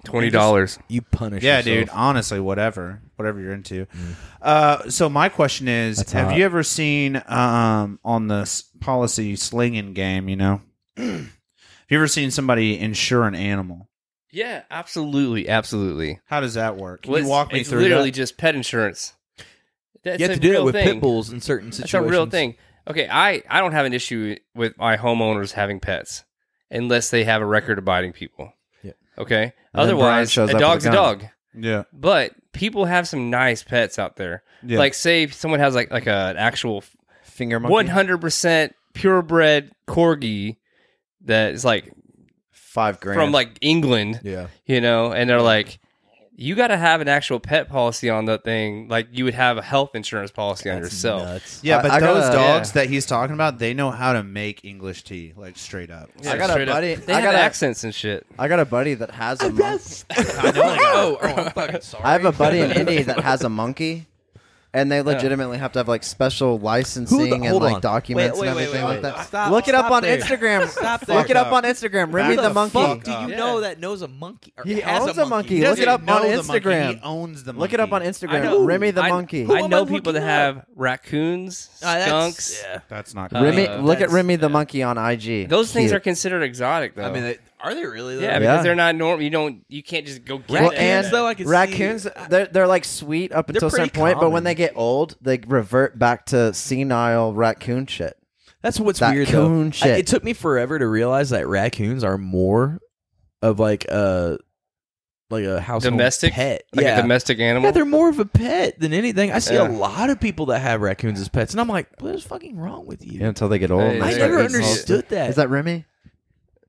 Speaker 4: Twenty dollars.
Speaker 5: You punish.
Speaker 1: Yeah,
Speaker 5: yourself.
Speaker 1: dude. Honestly, whatever, whatever you're into.
Speaker 5: Mm.
Speaker 1: Uh, so my question is:
Speaker 3: That's
Speaker 1: Have
Speaker 3: hot.
Speaker 1: you ever seen um, on the s- policy slinging game? You know, have you ever seen somebody insure an animal?
Speaker 4: Yeah, absolutely, absolutely.
Speaker 1: How does that work? Can
Speaker 4: Well,
Speaker 1: you
Speaker 4: it's-
Speaker 1: walk me
Speaker 4: it's
Speaker 1: through
Speaker 4: literally
Speaker 1: that?
Speaker 4: just pet insurance. That's
Speaker 5: You have to
Speaker 4: a
Speaker 5: do
Speaker 4: real
Speaker 5: it with
Speaker 4: thing.
Speaker 5: pit bulls in certain situations.
Speaker 4: That's a real thing. Okay, I I don't have an issue with my homeowners having pets unless they have a record of biting people.
Speaker 5: Yeah.
Speaker 4: Okay.
Speaker 2: And then Brian
Speaker 4: Otherwise,
Speaker 2: shows
Speaker 4: a
Speaker 2: up with a
Speaker 4: dog's a
Speaker 2: gun.
Speaker 4: dog.
Speaker 1: Yeah,
Speaker 4: But people have some nice pets out there.
Speaker 1: yeah.
Speaker 4: Like say if someone has like like a, an actual
Speaker 2: Finger monkey.
Speaker 4: one hundred percent purebred corgi that is like
Speaker 2: Five grand.
Speaker 4: from like England,
Speaker 5: Yeah.
Speaker 4: you know, and they're like, you got to have an actual pet policy on that thing, like you would have a health insurance policy on yourself.
Speaker 1: yeah,
Speaker 2: I-
Speaker 1: but
Speaker 2: I got
Speaker 1: those
Speaker 2: a-
Speaker 1: dogs
Speaker 4: yeah.
Speaker 1: that he's talking about, they know how to make English tea, like straight up.
Speaker 4: Yeah,
Speaker 2: I got a
Speaker 4: straight up.
Speaker 2: buddy-
Speaker 4: They
Speaker 2: I
Speaker 4: have
Speaker 2: got a-
Speaker 4: accents and shit.
Speaker 2: I got a buddy that has a monkey.
Speaker 5: oh, oh, I'm fucking sorry.
Speaker 2: I have a buddy in Indy that has a monkey. And they legitimately have to have like special licensing and
Speaker 5: hold
Speaker 2: like
Speaker 5: on.
Speaker 2: documents
Speaker 5: Wait, wait,
Speaker 2: and
Speaker 5: wait,
Speaker 2: everything
Speaker 5: wait,
Speaker 2: like
Speaker 5: wait.
Speaker 2: that.
Speaker 5: Stop-
Speaker 2: Look it
Speaker 5: stop
Speaker 2: up on
Speaker 5: there.
Speaker 2: Instagram.
Speaker 5: Stop there.
Speaker 2: Look it up on Instagram. Remy the, monkey.
Speaker 5: Fuck do you
Speaker 4: Yeah.
Speaker 5: know that knows a monkey? or
Speaker 2: He
Speaker 5: has
Speaker 2: owns
Speaker 5: a
Speaker 2: a
Speaker 5: monkey.
Speaker 2: monkey. He Look doesn't it up on know the monkey. Instagram.
Speaker 1: He
Speaker 2: He
Speaker 1: owns the.
Speaker 2: Look it up on
Speaker 4: I know.
Speaker 2: Instagram. Remy the
Speaker 4: I-
Speaker 2: monkey. Ah,
Speaker 4: I
Speaker 5: am
Speaker 4: know
Speaker 5: I
Speaker 4: people that
Speaker 5: looking
Speaker 4: have raccoons,
Speaker 5: Uh, that's-
Speaker 4: skunks.
Speaker 5: yeah.
Speaker 1: That's not.
Speaker 4: Uh,
Speaker 2: Remy, look at
Speaker 5: that's-
Speaker 2: Remy the monkey on IG.
Speaker 4: Those things are
Speaker 2: Cute.
Speaker 4: considered exotic, though.
Speaker 5: I mean, they, are they really? Though?
Speaker 4: yeah,
Speaker 5: I mean,
Speaker 4: because
Speaker 2: Yeah.
Speaker 4: they're not normal. You don't. You can't just go get
Speaker 2: Well, and
Speaker 4: them.
Speaker 5: Raccoons, though, I can see-
Speaker 2: raccoons, they're, they're like sweet up until a
Speaker 5: pretty
Speaker 2: certain point, but
Speaker 5: common.
Speaker 2: when they get old, they revert back to senile raccoon shit.
Speaker 5: that's what's
Speaker 2: That
Speaker 5: weird.
Speaker 2: coon
Speaker 5: though.
Speaker 2: shit.
Speaker 5: I- it took me forever to realize that raccoons are more of like a like a household
Speaker 4: domestic,
Speaker 5: pet.
Speaker 4: like
Speaker 5: yeah.
Speaker 4: a domestic animal.
Speaker 5: yeah, they're more of a pet than anything. I see
Speaker 4: Yeah.
Speaker 5: a lot of people that have raccoons as pets, and I'm like, what is fucking wrong with you?
Speaker 2: until they get old.
Speaker 4: Hey, and
Speaker 5: I
Speaker 4: they
Speaker 5: never
Speaker 4: start eating all-
Speaker 5: understood that.
Speaker 2: Is that Remy?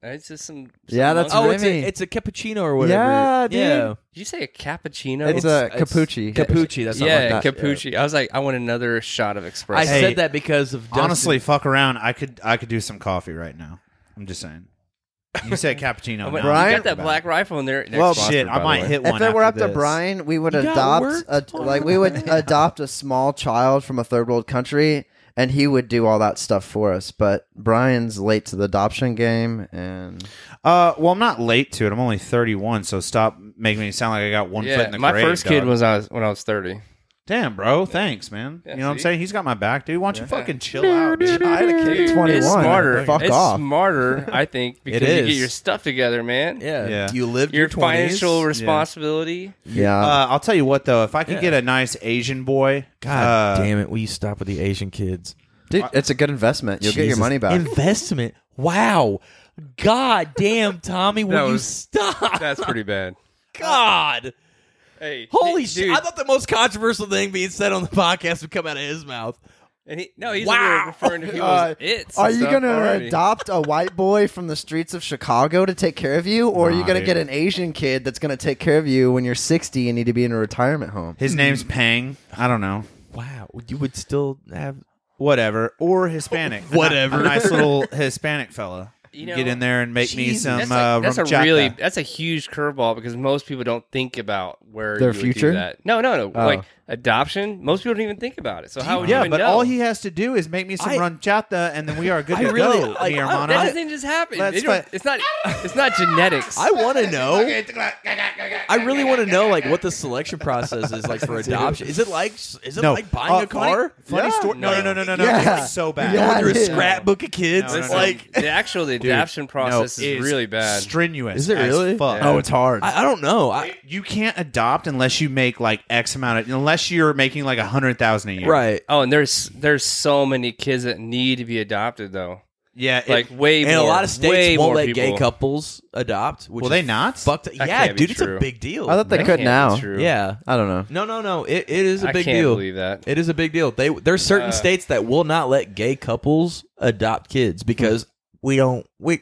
Speaker 4: it's just some. some
Speaker 2: Yeah, that's
Speaker 4: monkey.
Speaker 5: oh, it's a,
Speaker 2: Remy?
Speaker 5: it's a cappuccino or whatever.
Speaker 2: Yeah, dude.
Speaker 5: Yeah.
Speaker 4: Did you say a cappuccino?
Speaker 2: It's a capucci.
Speaker 5: Capucci. That's something
Speaker 4: yeah,
Speaker 5: like that.
Speaker 4: capucci. I was like, I want another shot of
Speaker 5: I
Speaker 4: espresso.
Speaker 1: Hey,
Speaker 5: said that because of Dustin.
Speaker 1: Honestly, fuck around. I could. I could do some coffee right now. I'm just saying. You said cappuccino.
Speaker 4: I
Speaker 1: now I'm
Speaker 4: went, you
Speaker 2: Brian-
Speaker 4: got that
Speaker 1: thinking about
Speaker 4: black rifle in there. Next
Speaker 2: Well,
Speaker 4: sponsor,
Speaker 1: Oh, Shit,
Speaker 4: by
Speaker 1: I
Speaker 4: the
Speaker 1: might
Speaker 4: way.
Speaker 1: hit one.
Speaker 2: If it were up
Speaker 1: after
Speaker 2: to
Speaker 1: this.
Speaker 2: Brian, we would
Speaker 5: You got
Speaker 2: adopt
Speaker 5: worked
Speaker 2: a,
Speaker 5: on
Speaker 2: like we would
Speaker 5: that.
Speaker 2: adopt a small child from a third world country, and he would do all that stuff for us. But Brian's late to the adoption game, and
Speaker 1: Uh, well, I'm not late to it. I'm only 31, so stop making me sound like I got one
Speaker 4: Yeah,
Speaker 1: foot in the
Speaker 4: my
Speaker 1: grave,
Speaker 4: first kid
Speaker 1: dog.
Speaker 4: was I was, when I was thirty.
Speaker 1: Damn, bro. Thanks, man.
Speaker 4: Yeah,
Speaker 1: you know what I'm
Speaker 4: see?
Speaker 1: saying? He's got my back, dude. Why don't you fucking chill out? dude?
Speaker 2: I had a kid at 21.
Speaker 4: It's smarter.
Speaker 2: Fuck
Speaker 4: it's
Speaker 2: off.
Speaker 4: smarter, I think, because you get
Speaker 5: is.
Speaker 4: your stuff together, man.
Speaker 5: Yeah.
Speaker 1: Yeah.
Speaker 5: Do you live
Speaker 4: Your
Speaker 5: your, 20s?
Speaker 4: financial responsibility.
Speaker 2: yeah,
Speaker 1: Uh, I'll tell you what, though, if I could
Speaker 5: Yeah.
Speaker 1: get a nice Asian boy,
Speaker 5: God
Speaker 1: uh,
Speaker 5: damn it! Will you stop with the Asian kids?
Speaker 2: dude, it's a good investment. You'll get your
Speaker 5: Jesus.
Speaker 2: money back.
Speaker 5: Investment. Wow. God damn, Tommy,
Speaker 4: That
Speaker 5: will you
Speaker 4: was-
Speaker 5: stop?
Speaker 4: That's pretty bad.
Speaker 5: God.
Speaker 4: Hey,
Speaker 5: Holy
Speaker 4: dude,
Speaker 5: shit. I thought the most controversial thing being said on the podcast would come out of his mouth.
Speaker 4: And he, no, he's
Speaker 5: Wow.
Speaker 4: referring to people
Speaker 2: Uh,
Speaker 4: as it's.
Speaker 2: Are
Speaker 4: and
Speaker 2: you
Speaker 4: stuff
Speaker 2: going to
Speaker 4: already.
Speaker 2: adopt a white boy from the streets of Chicago to take care of you, or are you
Speaker 1: Nah,
Speaker 2: going to
Speaker 1: dude.
Speaker 2: get an Asian kid that's going to take care of you when you're 60 and need to be in a retirement home?
Speaker 1: his name's Pang. I don't know.
Speaker 5: Wow. You would still have.
Speaker 1: Whatever. Or Hispanic. A ni-
Speaker 5: Whatever.
Speaker 1: A nice little Hispanic fella.
Speaker 4: You know,
Speaker 1: get in there and make
Speaker 5: Jesus.
Speaker 1: me
Speaker 4: That's,
Speaker 1: some uh,
Speaker 4: a, that's a
Speaker 1: rumchata.
Speaker 4: really that's a huge curveball because most people don't think about where
Speaker 2: Their
Speaker 4: you would do
Speaker 2: future?
Speaker 4: that. No, no, no.
Speaker 2: Oh.
Speaker 4: Like adoption, most people don't even think about it. So how would you
Speaker 1: Yeah,
Speaker 4: even
Speaker 1: but
Speaker 4: know?
Speaker 1: all he has to do is make me some
Speaker 5: I-
Speaker 1: ranchata, and then we are good
Speaker 5: I
Speaker 1: to
Speaker 5: really-
Speaker 1: go,
Speaker 5: like,
Speaker 1: mi
Speaker 5: I-
Speaker 1: hermano.
Speaker 4: that doesn't just happen.
Speaker 1: Let's
Speaker 4: They don't-
Speaker 1: fi-
Speaker 4: it's not. It's not genetics.
Speaker 5: I want to know. I really want to know, like, what the selection process is like for adoption. Is it like, is it like buying
Speaker 1: Uh,
Speaker 5: a car?
Speaker 1: Funny, funny
Speaker 2: Yeah.
Speaker 1: story. No, no, no, no, no, no.
Speaker 2: Yeah.
Speaker 1: It's so bad.
Speaker 2: Yeah.
Speaker 5: Going through a
Speaker 2: Yeah.
Speaker 5: scrapbook of kids.
Speaker 1: No, no,
Speaker 5: It's
Speaker 1: no.
Speaker 5: like.
Speaker 4: the actual the adoption process
Speaker 1: No,
Speaker 4: is
Speaker 1: it's
Speaker 4: really bad.
Speaker 1: Strenuous.
Speaker 5: Is it
Speaker 1: as
Speaker 5: really?
Speaker 1: Fuck.
Speaker 2: Oh, it's hard.
Speaker 5: I, I don't know. I,
Speaker 1: you can't adopt unless you make like X amount of unless you're making like a hundred thousand a year.
Speaker 5: right.
Speaker 4: oh, and there's there's so many kids that need to be adopted though.
Speaker 1: Yeah. it-
Speaker 4: Like way
Speaker 5: And
Speaker 4: more.
Speaker 5: a lot of
Speaker 4: way
Speaker 5: states won't
Speaker 4: more
Speaker 5: let
Speaker 4: people.
Speaker 5: gay couples adopt. Which
Speaker 1: Will
Speaker 5: is
Speaker 1: they not?
Speaker 5: Fucked. yeah,
Speaker 4: can't be
Speaker 5: dude, it's
Speaker 4: true.
Speaker 5: a big deal.
Speaker 2: I thought they
Speaker 4: That
Speaker 2: could
Speaker 4: can't be
Speaker 2: now.
Speaker 4: true.
Speaker 5: Yeah.
Speaker 2: I don't know.
Speaker 5: No, no, no. It it is a
Speaker 4: I
Speaker 5: big
Speaker 4: can't
Speaker 5: deal.
Speaker 4: believe that.
Speaker 5: It is a big deal. They there's certain
Speaker 4: Uh,
Speaker 5: states that will not let gay couples adopt
Speaker 4: Hmm.
Speaker 5: kids because we don't we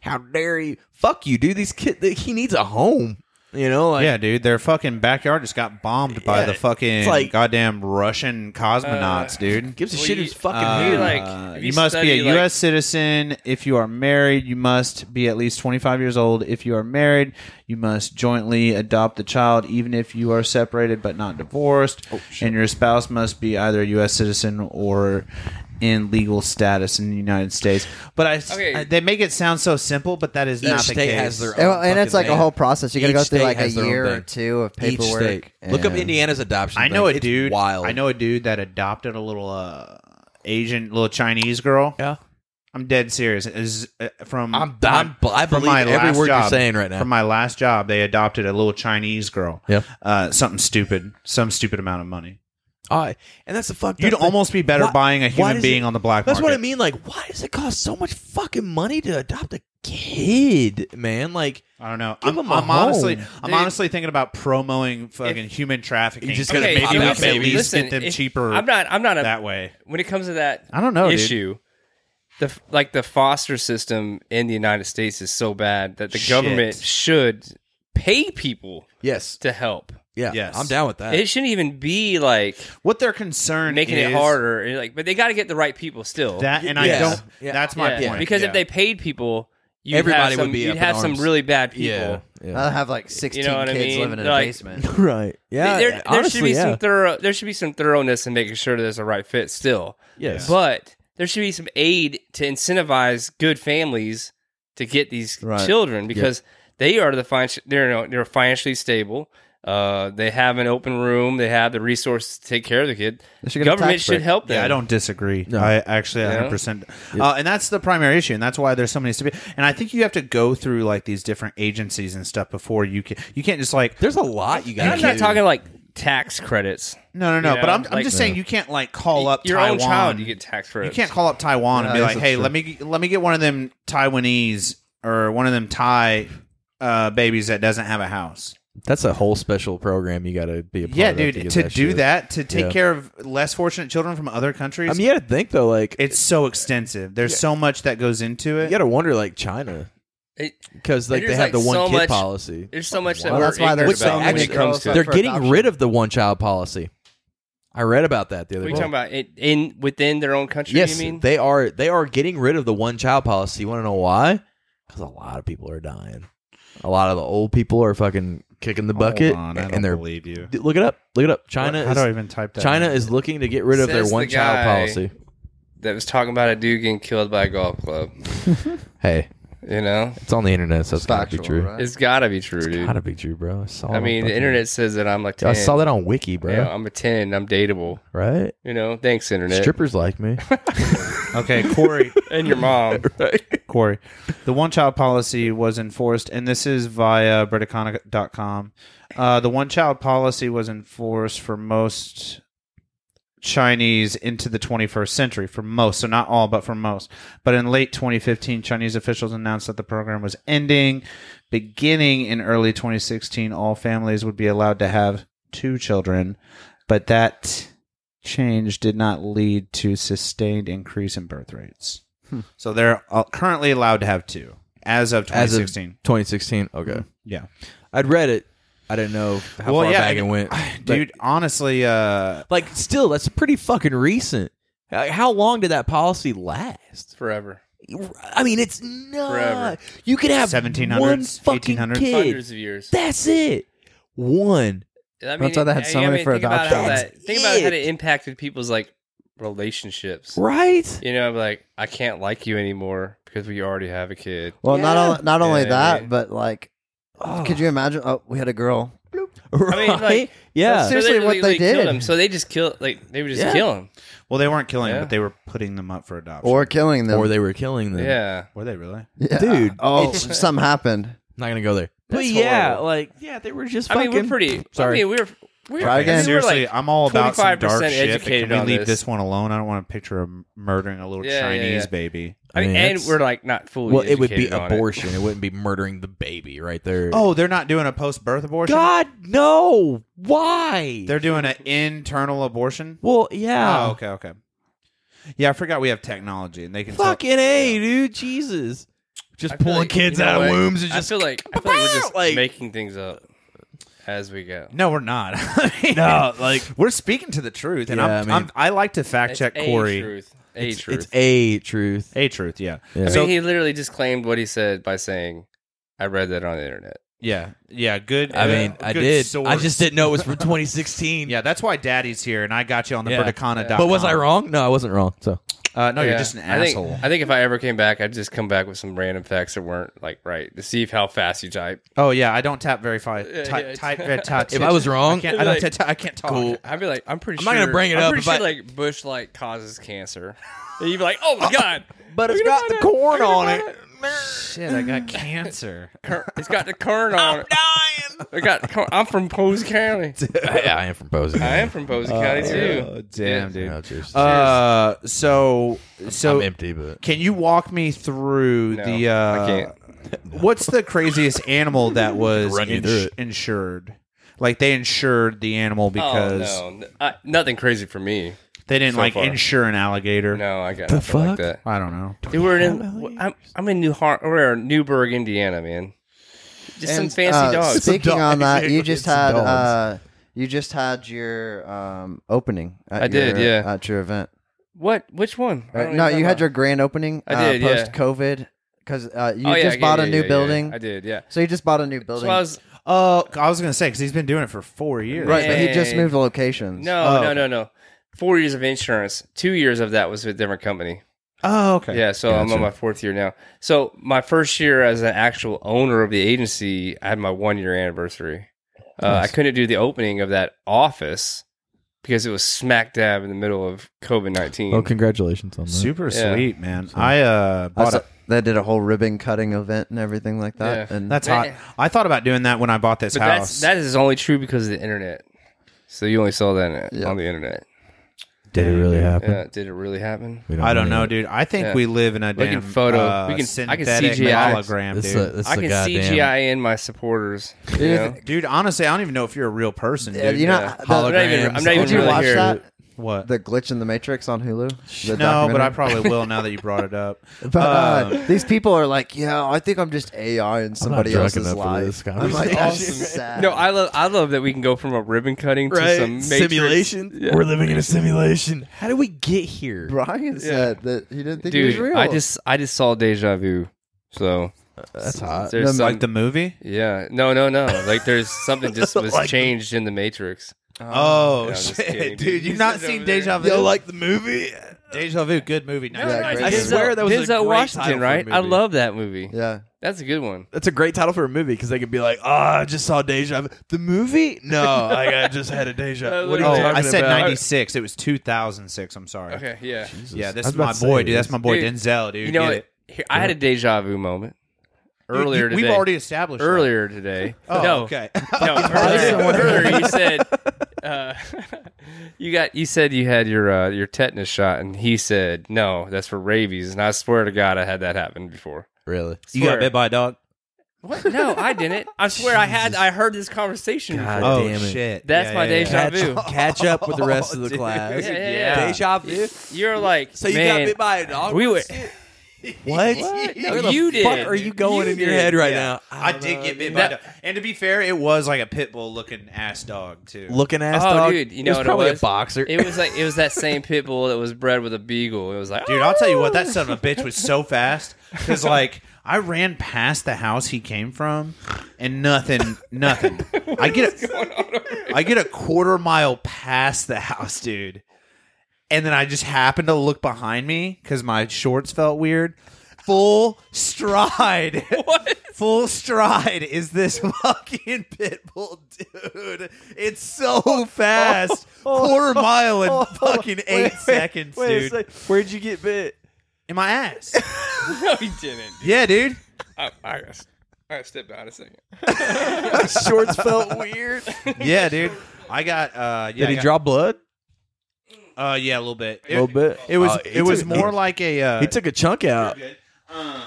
Speaker 5: how dare you fuck you dude these kid he needs a home You know, like
Speaker 1: yeah, dude, their fucking backyard just got bombed by
Speaker 5: Yeah,
Speaker 1: the fucking
Speaker 5: it's like- Uh,
Speaker 1: goddamn Russian cosmonauts, dude.
Speaker 5: gives a
Speaker 4: Well,
Speaker 5: shit
Speaker 4: you-
Speaker 5: who's fucking
Speaker 1: Uh,
Speaker 5: here.
Speaker 4: like-
Speaker 1: you,
Speaker 4: if you
Speaker 1: must be
Speaker 4: study,
Speaker 1: a
Speaker 4: like-
Speaker 1: U.S. citizen. If you are married, you must be at least 25 years old. If you are married, you must jointly adopt the child, even if you are separated but not divorced.
Speaker 5: Oh,
Speaker 1: and your spouse must be either a U.S. citizen or in legal status in the United States. But I,
Speaker 4: Okay.
Speaker 1: I- they make it sound so simple, but that is
Speaker 5: Each
Speaker 1: not the
Speaker 5: state
Speaker 1: case.
Speaker 5: has their own
Speaker 2: And, and it's like
Speaker 5: fucking
Speaker 2: a
Speaker 5: thing.
Speaker 2: whole process. You got to
Speaker 5: Each
Speaker 2: go through
Speaker 5: state
Speaker 2: like a
Speaker 5: has their own
Speaker 2: year or
Speaker 5: thing.
Speaker 2: two of
Speaker 5: Each
Speaker 2: paperwork.
Speaker 5: state. Look up
Speaker 2: and-
Speaker 5: Indiana's adoption.
Speaker 1: I know
Speaker 5: thing.
Speaker 1: a
Speaker 5: It's
Speaker 1: dude.
Speaker 5: Wild.
Speaker 1: I know a dude that adopted a little uh, Asian, little Chinese girl.
Speaker 5: Yeah.
Speaker 1: I'm dead serious. Is uh, from
Speaker 5: I'm,
Speaker 1: my-
Speaker 5: I'm, I
Speaker 1: from
Speaker 5: believe
Speaker 1: my
Speaker 5: every
Speaker 1: last
Speaker 5: word
Speaker 1: job,
Speaker 5: you're saying right now.
Speaker 1: From my last job, they adopted a little Chinese girl.
Speaker 5: Yep.
Speaker 1: Uh, something stupid, some stupid amount of money.
Speaker 5: All right. And that's the fuck.
Speaker 1: You'd
Speaker 5: that's the-
Speaker 1: almost be better
Speaker 5: Why-
Speaker 1: buying a
Speaker 5: why
Speaker 1: human
Speaker 5: does
Speaker 1: being
Speaker 5: it-
Speaker 1: on the black
Speaker 5: That's what I
Speaker 1: market.
Speaker 5: mean. Like, why does it cost so much fucking money to adopt a kid, man? Like,
Speaker 1: I don't know.
Speaker 5: Give
Speaker 1: I'm,
Speaker 5: them a
Speaker 1: I'm honestly,
Speaker 5: home.
Speaker 1: I'm
Speaker 4: Dude.
Speaker 1: honestly thinking about promoing fucking human trafficking.
Speaker 5: You're just
Speaker 1: Okay,
Speaker 5: gonna
Speaker 1: maybe
Speaker 5: pop
Speaker 1: we
Speaker 5: out
Speaker 1: can at
Speaker 5: babies.
Speaker 1: least
Speaker 4: listen,
Speaker 1: get them
Speaker 4: if-
Speaker 1: cheaper
Speaker 4: I'm not. I'm not a,
Speaker 1: that way.
Speaker 4: when it comes to that
Speaker 1: I don't
Speaker 5: Oh,
Speaker 1: know, dude.
Speaker 4: issue the f- like the foster system in the united states is so bad that the
Speaker 1: Shit.
Speaker 4: government should pay people
Speaker 5: yes,
Speaker 4: to help
Speaker 5: yeah,
Speaker 1: Yes.
Speaker 5: I'm down with that.
Speaker 4: it shouldn't even be like
Speaker 1: What their concern
Speaker 4: making
Speaker 1: is,
Speaker 4: it harder and like but they got to get the right people still
Speaker 1: That and I
Speaker 5: Yeah.
Speaker 1: don't.
Speaker 5: Yeah.
Speaker 1: That's my
Speaker 4: Yeah,
Speaker 1: point.
Speaker 4: because
Speaker 1: Yeah.
Speaker 4: if they paid people you'd
Speaker 5: Everybody
Speaker 4: have some,
Speaker 5: would be
Speaker 4: you'd
Speaker 5: up in
Speaker 4: have some
Speaker 5: arms.
Speaker 4: really bad people
Speaker 5: yeah, yeah.
Speaker 2: I'll have like 16
Speaker 4: what I
Speaker 2: kids
Speaker 4: mean?
Speaker 2: living in a
Speaker 4: Like-
Speaker 2: basement.
Speaker 5: Uh, right. Yeah,
Speaker 4: there, there should be
Speaker 5: honestly, yeah.
Speaker 4: some thorough there should be some thoroughness in making sure there's a right fit still
Speaker 5: Yes.
Speaker 4: but there should be some aid to incentivize good families to get these
Speaker 2: Right.
Speaker 4: children because they are the fin- they're you know, they're financially stable uh, they have an open room they have the resources to take care of the kid
Speaker 2: They should get a
Speaker 4: government
Speaker 2: tax
Speaker 4: should
Speaker 2: break.
Speaker 4: help them
Speaker 1: Yeah, I don't disagree.
Speaker 5: No.
Speaker 1: I actually
Speaker 4: Yeah.
Speaker 1: 100%. Uh, and that's the primary issue. And that's why there's so many. stupid- And I think you have to go through like these different agencies and stuff before you can. You can't just like.
Speaker 5: There's a lot you
Speaker 4: And
Speaker 5: got.
Speaker 4: i'm not talking like tax credits
Speaker 1: No, no, no.
Speaker 4: You
Speaker 1: but
Speaker 4: know,
Speaker 1: I'm, I'm
Speaker 4: like-
Speaker 1: just saying you can't like call up
Speaker 4: your
Speaker 1: Taiwan.
Speaker 4: own child you get tax
Speaker 1: You
Speaker 4: credits
Speaker 1: can't call up Taiwan and
Speaker 2: Yeah,
Speaker 1: be
Speaker 2: I
Speaker 1: like,
Speaker 2: guess that's
Speaker 1: "Hey,
Speaker 2: true.
Speaker 1: let me let me get one of them Taiwanese or one of them Thai uh, babies that doesn't have a house."
Speaker 5: That's a whole special program you got to be a part
Speaker 1: Yeah,
Speaker 5: of
Speaker 1: dude,
Speaker 5: to,
Speaker 1: to,
Speaker 5: get that
Speaker 1: do
Speaker 5: shit.
Speaker 1: that to take
Speaker 5: Yeah.
Speaker 1: care of less fortunate children from other countries,
Speaker 5: I mean, you got to think though, like
Speaker 1: it's so extensive. There's so much that goes into
Speaker 5: you
Speaker 1: it.
Speaker 5: got to wonder, like China,
Speaker 4: It-
Speaker 5: because like
Speaker 4: It
Speaker 5: they
Speaker 4: is,
Speaker 5: have
Speaker 4: like,
Speaker 5: the one
Speaker 4: so
Speaker 5: kid
Speaker 4: much-
Speaker 5: policy.
Speaker 4: there's so much that
Speaker 2: Well,
Speaker 4: we're
Speaker 2: that's why
Speaker 4: ignorant
Speaker 2: there's
Speaker 5: so
Speaker 4: about when
Speaker 5: many
Speaker 4: it comes
Speaker 2: girls
Speaker 4: to
Speaker 2: up
Speaker 5: They're
Speaker 2: for
Speaker 5: getting
Speaker 2: adoption.
Speaker 5: rid of the one child policy. I read about that the
Speaker 4: what
Speaker 5: other
Speaker 4: are
Speaker 5: day.
Speaker 4: you talking about it, in within their own country
Speaker 5: Yes,
Speaker 4: you mean
Speaker 5: they are. They are getting rid of the one child policy. You want to know why? Because a lot of people are dying. A lot of the old people are fucking kicking the bucket,
Speaker 1: Hold on, I don't
Speaker 5: and they're
Speaker 1: believe you.
Speaker 5: look it up. Look it up. China
Speaker 1: How
Speaker 5: is
Speaker 1: do I even type that?
Speaker 5: China
Speaker 1: in?
Speaker 5: is looking to get rid of their
Speaker 4: Says the
Speaker 5: one child
Speaker 4: guy.
Speaker 5: policy.
Speaker 4: that was talking about a dude getting killed by a golf club
Speaker 5: Hey,
Speaker 4: you know
Speaker 5: it's on the internet, so it's gotta be
Speaker 2: Factual,
Speaker 5: true.
Speaker 2: right?
Speaker 4: it's gotta be true dude
Speaker 5: Gotta be true, bro. I saw. it
Speaker 4: I
Speaker 5: on
Speaker 4: mean, the
Speaker 5: fucking-
Speaker 4: internet says that I'm like 10.
Speaker 5: I saw that on Wiki, bro.
Speaker 4: Yeah, I'm a 10. I'm dateable.
Speaker 5: Right?
Speaker 4: You know, thanks, internet.
Speaker 5: Strippers like me.
Speaker 1: okay, Corey.
Speaker 4: And your mom.
Speaker 1: Corey. The one child policy was enforced, and this is via Briticonic.com. Uh, the one child policy was enforced for most Chinese into the 21st century, for most, so not all, but for most. But in late 2015, Chinese officials announced that the program was ending. Beginning in early 2016, all families would be allowed to have two children, but that change did not lead to sustained increase in birth rates. So they're uh, currently allowed to have two as of
Speaker 5: Hmm. As of
Speaker 1: 2016.
Speaker 5: 2016. Okay.
Speaker 1: yeah,
Speaker 5: Mm-hmm. I'd read it. I didn't know how
Speaker 1: Well,
Speaker 5: far
Speaker 1: yeah,
Speaker 5: back
Speaker 1: I-
Speaker 5: it went,
Speaker 1: dude. honestly, uh,
Speaker 5: Like, still, that's pretty fucking recent. Like, How long did that policy last?
Speaker 4: Forever.
Speaker 5: I mean, it's not.
Speaker 4: Forever.
Speaker 5: You could have
Speaker 1: 1700s,
Speaker 5: one fucking
Speaker 1: 1800s.
Speaker 5: kid.
Speaker 4: Hundreds of years.
Speaker 5: That's it. One.
Speaker 4: I mean,
Speaker 2: That's why they had
Speaker 4: I-
Speaker 2: so
Speaker 4: I
Speaker 2: many
Speaker 4: mean,
Speaker 2: for
Speaker 4: think about how
Speaker 5: adoption.
Speaker 4: that- think about how
Speaker 5: That's
Speaker 4: it
Speaker 5: it.
Speaker 4: impacted people's, like, relationships.
Speaker 5: Right?
Speaker 4: You know, I'm like, I can't like you anymore because we already have a kid.
Speaker 2: Well, not
Speaker 5: Yeah.
Speaker 2: only not only
Speaker 4: Yeah,
Speaker 2: that,
Speaker 4: yeah.
Speaker 2: but like,
Speaker 5: Oh,
Speaker 2: could you imagine? Oh, we had a girl.
Speaker 5: Right?
Speaker 4: mean, like,
Speaker 5: yeah.
Speaker 2: that's seriously
Speaker 4: they
Speaker 2: what
Speaker 4: literally
Speaker 2: they
Speaker 4: killed
Speaker 2: did.
Speaker 4: him. So they just kill, like, they would just
Speaker 5: Yeah.
Speaker 4: kill him.
Speaker 1: well, they weren't killing,
Speaker 4: Yeah.
Speaker 1: them, but they were putting them up for adoption.
Speaker 2: Or killing them.
Speaker 5: Or they were killing them.
Speaker 4: Yeah.
Speaker 1: were they really?
Speaker 2: Yeah.
Speaker 5: Dude,
Speaker 2: Oh,
Speaker 5: it's-
Speaker 2: something happened.
Speaker 5: Not going to go there. But
Speaker 4: That's
Speaker 5: yeah,
Speaker 4: horrible.
Speaker 5: like, yeah, they were just
Speaker 4: I
Speaker 5: fucking.
Speaker 4: mean, we're pretty,
Speaker 5: Sorry.
Speaker 4: I mean, we were, we were,
Speaker 2: Try
Speaker 4: I mean,
Speaker 2: again.
Speaker 4: we were,
Speaker 1: Seriously,
Speaker 4: like,
Speaker 1: I'm all about some
Speaker 4: 25%
Speaker 1: dark shit. but Can
Speaker 4: educated
Speaker 1: we
Speaker 4: on
Speaker 1: leave
Speaker 4: this.
Speaker 1: this. one alone? I don't want a picture of m- murdering a little
Speaker 4: Yeah, yeah,
Speaker 1: Chinese
Speaker 4: yeah.
Speaker 1: baby.
Speaker 4: I mean,
Speaker 5: I mean,
Speaker 4: and
Speaker 5: that's-
Speaker 4: we're, like, not fully
Speaker 5: well, it would be
Speaker 4: educated on it.
Speaker 5: abortion. It. wouldn't be murdering the baby right there.
Speaker 1: Oh, they're not doing a post-birth abortion.
Speaker 5: God, no. Why?
Speaker 1: They're doing an internal abortion.
Speaker 5: well, yeah.
Speaker 1: Oh, okay, okay. Yeah, I forgot we have technology, and they can tell-
Speaker 5: Fucking A, dude. Jesus. Just
Speaker 4: I feel like- you know what?
Speaker 5: wombs
Speaker 4: I feel like I feel like we're just
Speaker 5: Like-
Speaker 4: making things up. as we go.
Speaker 1: No, we're not.
Speaker 5: No, like-
Speaker 1: we're speaking to the truth, and
Speaker 5: Yeah,
Speaker 1: I'm,
Speaker 5: I
Speaker 1: I,
Speaker 5: mean-
Speaker 1: am I like to fact
Speaker 4: It's
Speaker 1: check
Speaker 4: a
Speaker 1: Corey.
Speaker 4: Truth. A
Speaker 5: it's,
Speaker 4: truth.
Speaker 5: it's a truth.
Speaker 1: A truth, yeah,
Speaker 5: Yeah.
Speaker 4: I
Speaker 1: So-
Speaker 4: mean, he literally disclaimed what he said by saying, "I read that on the internet."
Speaker 1: yeah, yeah. Good.
Speaker 5: I
Speaker 1: uh,
Speaker 5: mean, I
Speaker 1: good
Speaker 5: did. I
Speaker 1: source.
Speaker 5: just didn't know it was from 2016.
Speaker 1: Yeah, that's why Daddy's here, and I got you on the
Speaker 5: Yeah.
Speaker 1: Verticana.
Speaker 5: But was
Speaker 4: uh-huh.
Speaker 5: I wrong? No, I wasn't wrong. So
Speaker 1: Uh, no,
Speaker 4: Yeah.
Speaker 1: you're just an
Speaker 4: I think,
Speaker 1: asshole.
Speaker 4: I think if I ever came back, I'd just come back with some random facts that weren't like right to see if how fast you type.
Speaker 1: oh yeah, I don't tap very far.
Speaker 4: Yeah,
Speaker 1: Type,
Speaker 4: yeah.
Speaker 1: type, very touch.
Speaker 5: If I was wrong-
Speaker 1: I can't, I don't
Speaker 4: Like-
Speaker 1: ta- I can't talk.
Speaker 5: Cool.
Speaker 4: I'd be like, I'm pretty.
Speaker 5: Oh, I'm
Speaker 4: sure,
Speaker 5: not gonna bring it
Speaker 4: I'm
Speaker 5: up
Speaker 4: Pretty
Speaker 5: if
Speaker 4: sure,
Speaker 5: I-
Speaker 4: like bush light causes cancer. and you'd be like, oh my god,
Speaker 5: But it's
Speaker 4: You're
Speaker 5: got
Speaker 4: gonna
Speaker 5: the
Speaker 4: find out.
Speaker 5: corn
Speaker 4: You're
Speaker 5: on
Speaker 4: gonna
Speaker 5: it.
Speaker 4: find
Speaker 1: Shit, I got cancer.
Speaker 4: Cur- it's got the current on it.
Speaker 5: Dying.
Speaker 4: I got. cur- I'm from Posey County.
Speaker 5: yeah, I am from Posey.
Speaker 4: I am from Posey County too.
Speaker 1: Oh, damn, dude.
Speaker 5: No, cheers.
Speaker 1: Uh, so so
Speaker 5: I'm empty, but
Speaker 1: Can you walk me through
Speaker 4: No,
Speaker 1: the? Uh,
Speaker 4: I can't.
Speaker 1: What's the craziest animal that was
Speaker 5: Run you
Speaker 1: ins-
Speaker 5: through it.
Speaker 1: insured? Like they insured the animal because
Speaker 4: oh, no, N- I- nothing crazy for me.
Speaker 1: they didn't
Speaker 4: So
Speaker 1: like
Speaker 4: far.
Speaker 1: insure an alligator.
Speaker 4: No, I got
Speaker 5: The
Speaker 4: nothing like
Speaker 5: fuck?
Speaker 4: that.
Speaker 1: I don't know.
Speaker 4: Dude, we're in. I'm, I'm in New Har- we're in Newburgh, Indiana, man. Just some
Speaker 2: And,
Speaker 4: fancy
Speaker 2: uh,
Speaker 4: dogs.
Speaker 2: Speaking
Speaker 5: Some
Speaker 2: on that,
Speaker 5: dogs.
Speaker 2: you just
Speaker 5: Some
Speaker 2: had
Speaker 5: dogs.
Speaker 2: uh, you just had your um, opening. At
Speaker 4: I did,
Speaker 2: your-
Speaker 4: yeah.
Speaker 2: at your event.
Speaker 4: What? Which one? I
Speaker 2: Right?
Speaker 4: don't
Speaker 2: No,
Speaker 4: even
Speaker 2: you
Speaker 4: know.
Speaker 2: had your grand opening.
Speaker 4: I
Speaker 2: uh,
Speaker 4: did, yeah.
Speaker 2: Post COVID, because uh, you
Speaker 4: Oh, yeah,
Speaker 2: just
Speaker 4: yeah,
Speaker 2: bought
Speaker 4: yeah,
Speaker 2: a
Speaker 4: yeah,
Speaker 2: new
Speaker 4: yeah,
Speaker 2: building.
Speaker 4: yeah. I did, yeah.
Speaker 2: So you just bought a new building,
Speaker 4: So I was
Speaker 1: Uh, I was gonna say because he's been doing it for four years.
Speaker 2: right? But he just
Speaker 4: Man.
Speaker 2: moved locations.
Speaker 4: no,
Speaker 1: Oh.
Speaker 4: no, no, no. Four years of insurance. Two years of that was with a different company.
Speaker 1: Oh, okay.
Speaker 4: Yeah, so I'm on my fourth year now. So my first year as an actual owner of the agency, I had my one year anniversary. Uh, I couldn't do the opening of that office because it was smack dab in the middle of COVID nineteen.
Speaker 5: oh, congratulations on that.
Speaker 1: Super
Speaker 4: Yeah.
Speaker 1: sweet, man. I uh bought
Speaker 2: That's
Speaker 1: a,
Speaker 2: a- they did a whole ribbon cutting event and everything like that.
Speaker 4: Yeah.
Speaker 2: And
Speaker 1: that's hot.
Speaker 4: Man.
Speaker 1: I thought about doing that when I bought this
Speaker 4: But
Speaker 1: house.
Speaker 4: that's that is only true because of the internet. So you only saw that
Speaker 2: Yeah.
Speaker 4: on the internet.
Speaker 5: Did it really happen?
Speaker 4: Yeah, did it really happen?
Speaker 5: We
Speaker 1: I don't
Speaker 5: really-
Speaker 1: know, dude. I think
Speaker 4: Yeah.
Speaker 1: we live in a
Speaker 4: We can
Speaker 1: damn
Speaker 4: photo-
Speaker 1: uh,
Speaker 4: we can- I can
Speaker 1: synthetic
Speaker 4: CGI.
Speaker 1: hologram,
Speaker 5: This
Speaker 1: dude.
Speaker 5: is a- this is
Speaker 4: I
Speaker 5: a
Speaker 4: can
Speaker 5: goddamn-
Speaker 4: CGI in my supporters. You know?
Speaker 1: Dude, honestly, I don't even know if you're a real person, dude.
Speaker 2: Yeah, you know,
Speaker 4: yeah.
Speaker 2: the-
Speaker 4: uh, I'm not even, I'm not even
Speaker 5: Holograms.
Speaker 2: did you
Speaker 4: really
Speaker 2: watch
Speaker 4: here.
Speaker 2: that?
Speaker 1: what?
Speaker 2: The glitch in the Matrix on Hulu.
Speaker 1: no,
Speaker 2: The
Speaker 1: but I
Speaker 2: documentary?
Speaker 1: probably will now that you brought it up.
Speaker 2: But uh,
Speaker 1: Um,
Speaker 2: these people are like, yeah, I think I'm just AI in somebody
Speaker 5: drunk
Speaker 2: else's
Speaker 5: enough for
Speaker 2: life.
Speaker 5: this
Speaker 2: I'm like,
Speaker 5: conversation.
Speaker 2: oh, this is sad.
Speaker 4: No, I love I love that we can go from a ribbon cutting to some matrix.
Speaker 5: simulation.
Speaker 4: Yeah.
Speaker 5: We're living in a simulation. How do we get here?
Speaker 2: Brian said that he didn't think it was
Speaker 4: Dude,
Speaker 2: real.
Speaker 4: I just I just saw deja vu. So
Speaker 5: That's hot.
Speaker 4: there's some,
Speaker 1: like the movie?
Speaker 4: yeah, no, no, no. Like there's something just was
Speaker 5: Like the-
Speaker 4: changed in the matrix.
Speaker 1: Oh,
Speaker 4: yeah, I'm just
Speaker 1: shit,
Speaker 4: kidding,
Speaker 1: dude!
Speaker 4: dude.
Speaker 1: You've
Speaker 4: You
Speaker 1: not
Speaker 4: said
Speaker 1: seen
Speaker 4: over there.
Speaker 1: Deja Vu?
Speaker 5: Yo, like the movie?
Speaker 1: Deja Vu, good movie. Nice.
Speaker 2: Yeah,
Speaker 1: movie.
Speaker 2: great. I swear
Speaker 5: that was a
Speaker 4: Denzel
Speaker 5: great
Speaker 4: Washington,
Speaker 5: title for a
Speaker 4: right? I
Speaker 5: movie.
Speaker 4: love that movie.
Speaker 2: yeah,
Speaker 4: That's a good one.
Speaker 5: That's a great title for a movie because they could be like, "Oh, I just saw Deja." Vu." The movie? No, like, I just had a Deja. What are you
Speaker 1: Oh,
Speaker 4: What
Speaker 5: talking
Speaker 1: I said
Speaker 5: about?
Speaker 1: '96. It was 2006. I'm sorry.
Speaker 4: Okay, yeah.
Speaker 1: Yeah,
Speaker 5: I was
Speaker 1: this is
Speaker 5: about
Speaker 1: my
Speaker 5: to say
Speaker 1: boy,
Speaker 5: it
Speaker 1: dude. That's
Speaker 5: is.
Speaker 1: my boy
Speaker 4: Dude,
Speaker 1: Denzel, dude.
Speaker 4: you know,
Speaker 1: Get
Speaker 4: what?
Speaker 1: it.
Speaker 4: Here, I had a deja vu moment
Speaker 1: You-
Speaker 4: earlier
Speaker 1: you-
Speaker 4: today.
Speaker 1: We've already established that.
Speaker 4: earlier today.
Speaker 1: Oh,
Speaker 4: no,
Speaker 1: okay.
Speaker 4: no, earlier, earlier you said uh, you got you said you had your uh, your tetanus shot, and he said no, that's for rabies. And I swear to God, I had that happen before.
Speaker 5: Really?
Speaker 1: you got
Speaker 4: Swear.
Speaker 1: bit by a dog.
Speaker 4: What? No, I didn't. I swear I had. I heard this conversation
Speaker 5: God
Speaker 4: before.
Speaker 1: Oh
Speaker 5: damn it.
Speaker 1: shit!
Speaker 4: That's my Deja
Speaker 5: Catch,
Speaker 4: vu.
Speaker 5: catch up with the rest of the
Speaker 1: Oh, Dude.
Speaker 5: class.
Speaker 4: Yeah, yeah, yeah.
Speaker 5: Deja vu.
Speaker 4: You're like,
Speaker 5: So you
Speaker 4: man,
Speaker 5: got bit by a dog.
Speaker 4: we were.
Speaker 5: What?
Speaker 4: No,
Speaker 5: Where the
Speaker 4: you
Speaker 5: fuck
Speaker 4: did.
Speaker 5: are you going
Speaker 4: You
Speaker 5: in your
Speaker 4: did.
Speaker 5: head right
Speaker 1: Yeah.
Speaker 5: now? Uh,
Speaker 1: I, did get bit by a dog. And to be fair, it was like a pit bull looking ass dog too.
Speaker 5: Looking ass
Speaker 4: Oh,
Speaker 5: dog.
Speaker 4: dude, you
Speaker 5: it
Speaker 4: know
Speaker 5: was
Speaker 4: what it
Speaker 5: probably
Speaker 4: was?
Speaker 5: a boxer.
Speaker 4: It was like it was that same pit bull that was bred with a beagle. It was like,
Speaker 1: Dude, I'll tell you what, that son of a bitch was so fast because like I ran past the house he came from, and nothing, nothing. I get a, I get a quarter mile past the house, dude, and then I just happened to look behind me because my shorts felt weird. Full stride. What? Full stride is this fucking pit bull, dude. It's so fast. Quarter mile in fucking eight seconds, dude
Speaker 5: Where'd you get bit?
Speaker 1: in my ass.
Speaker 4: no, he didn't.
Speaker 1: yeah, dude.
Speaker 4: I, I, gotta- I gotta step out a second.
Speaker 5: Shorts felt weird.
Speaker 1: Yeah, dude. I got uh
Speaker 5: Did he
Speaker 1: yeah, I got-
Speaker 5: draw blood?
Speaker 1: uh yeah, a little bit.
Speaker 5: A little bit.
Speaker 1: It was
Speaker 5: Uh, he
Speaker 1: it was
Speaker 5: took-
Speaker 1: more like a uh
Speaker 5: He took a chunk out.
Speaker 1: um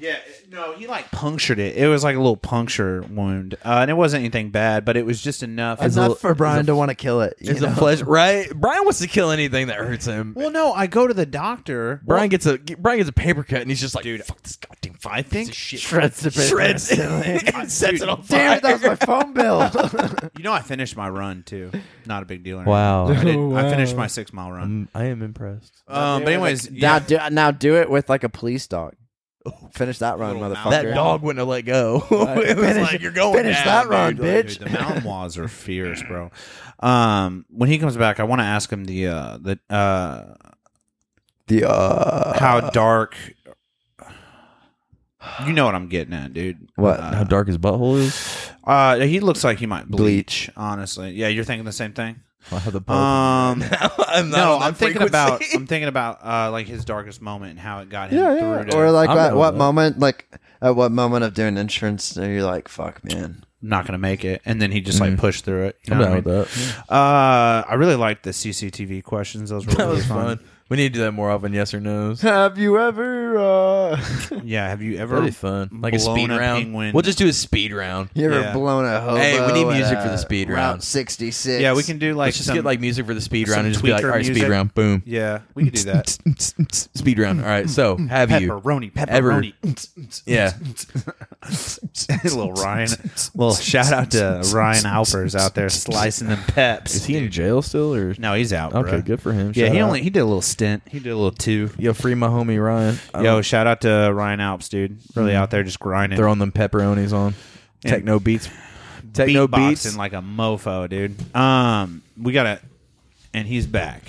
Speaker 1: Yeah, it- no, he like punctured it. It was like a little puncture wound, uh, and it wasn't anything bad, but it was just enough.
Speaker 2: Enough for Brian to want to kill it. You
Speaker 5: It's
Speaker 2: know?
Speaker 5: a pleasure, right? Brian wants to kill anything that hurts him.
Speaker 1: well, no, I go to the doctor.
Speaker 5: Brian gets a Brian gets a paper cut, and he's just like, "Dude, fuck this goddamn
Speaker 1: Well, I think
Speaker 2: Shreds the paper.
Speaker 5: shreds." and sets it on fire.
Speaker 2: Damn it, that was my phone bill.
Speaker 1: you know I finished my run too. Not a big deal. or
Speaker 3: Wow.
Speaker 1: anything. I, did, I finished my six mile run.
Speaker 3: I am impressed.
Speaker 1: Um, but anyways,
Speaker 2: now
Speaker 1: yeah,
Speaker 2: do now do it with like a police dog. Finish that run,
Speaker 1: Little
Speaker 2: motherfucker.
Speaker 1: mouse.
Speaker 5: That dog wouldn't have let go. it was
Speaker 2: Finish-
Speaker 5: like you're going.
Speaker 2: finish
Speaker 5: down,
Speaker 2: that run,
Speaker 5: dude."
Speaker 2: bitch.
Speaker 1: Dude, the Malinois are fierce, bro. Um, when he comes back, I want to ask him the uh, the uh,
Speaker 2: The uh,
Speaker 1: how dark. You know what I'm getting at, dude.
Speaker 2: What?
Speaker 1: Uh,
Speaker 3: How dark his butthole is?
Speaker 1: Uh, he looks like he might bleach,
Speaker 2: Bleach.
Speaker 1: Honestly, yeah, you're thinking the same thing.
Speaker 3: Wow, the both-
Speaker 1: Um,
Speaker 5: I'm not
Speaker 1: no,
Speaker 5: on that
Speaker 1: I'm thinking
Speaker 5: frequency.
Speaker 1: about I'm thinking about uh like his darkest moment and how it got him
Speaker 2: yeah,
Speaker 1: through.
Speaker 2: yeah.
Speaker 1: To,
Speaker 2: Or like
Speaker 3: I'm
Speaker 2: at
Speaker 3: down
Speaker 2: what
Speaker 3: with that.
Speaker 2: moment? Like at what moment of doing insurance are you like, fuck, man?
Speaker 1: not gonna make it, and then he just like pushed through it. You
Speaker 3: I'm
Speaker 1: know
Speaker 3: down
Speaker 1: what I
Speaker 3: with
Speaker 1: mean?
Speaker 3: that.
Speaker 1: Uh, I really liked the CCTV questions. Those were
Speaker 5: That
Speaker 1: really
Speaker 5: was fun. We need to do that more often. Yes or no's.
Speaker 2: Have you ever uh,
Speaker 1: Yeah, have you ever
Speaker 5: That'd be fun. Like a
Speaker 1: blown
Speaker 5: speed
Speaker 1: a
Speaker 5: round.
Speaker 1: penguin?
Speaker 5: We'll just do a speed round.
Speaker 2: you ever
Speaker 1: Yeah.
Speaker 2: blown a hobo?
Speaker 5: Hey, we need
Speaker 2: at
Speaker 5: music for the
Speaker 2: a
Speaker 5: speed
Speaker 2: Route
Speaker 5: round.
Speaker 2: sixty six.
Speaker 1: Yeah, we can do like
Speaker 5: Let's just
Speaker 1: some-
Speaker 5: get like music for the speed round
Speaker 1: some
Speaker 5: and just be like, all
Speaker 1: tweaker
Speaker 5: right, speed
Speaker 1: music.
Speaker 5: round, boom.
Speaker 1: yeah, we could do that.
Speaker 5: speed round. All right, so have you
Speaker 1: pepperoni, pepperoni.
Speaker 5: Yeah.
Speaker 1: little Ryan, little shout out to Ryan Alpers out there slicing them
Speaker 3: Is
Speaker 1: peps.
Speaker 3: he in jail still or
Speaker 1: No, he's out.
Speaker 3: Okay,
Speaker 1: bro.
Speaker 3: good for him.
Speaker 1: Yeah,
Speaker 3: Shout
Speaker 1: he
Speaker 3: out.
Speaker 1: only he did a little stint. He did a little two.
Speaker 3: Yo, free my homie Ryan. I
Speaker 1: Yo,
Speaker 3: don't-
Speaker 1: shout out to Ryan Alps, dude. Really
Speaker 5: Hmm.
Speaker 1: out there just grinding,
Speaker 3: throwing them pepperonis on.
Speaker 1: And-
Speaker 3: Techno beats. Techno
Speaker 1: beatboxing
Speaker 3: beats.
Speaker 1: like a mofo, dude. Um, we got a, and he's back.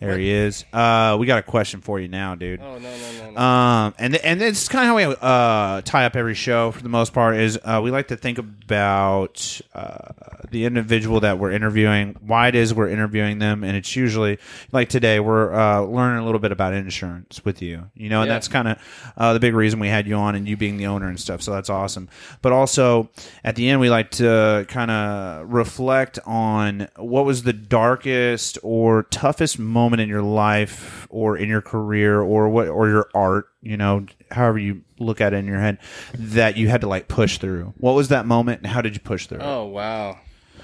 Speaker 1: There he is. Uh, we got a question for you now, dude.
Speaker 4: Oh no no no no.
Speaker 1: Um, and and it's kind of how we uh, tie up every show for the most part is uh, we like to think about uh, the individual that we're interviewing, why it is we're interviewing them, and it's usually like today we're uh, learning a little bit about insurance with you, you know, and
Speaker 4: Yeah.
Speaker 1: that's kind of uh, the big reason we had you on and you being the owner and stuff, so that's awesome. But also at the end we like to kind of reflect on what was the darkest or toughest moment in your life or in your career or what or your art you know however you look at it in your head that you had to like push through what was that moment and how did you push through it?
Speaker 4: oh wow.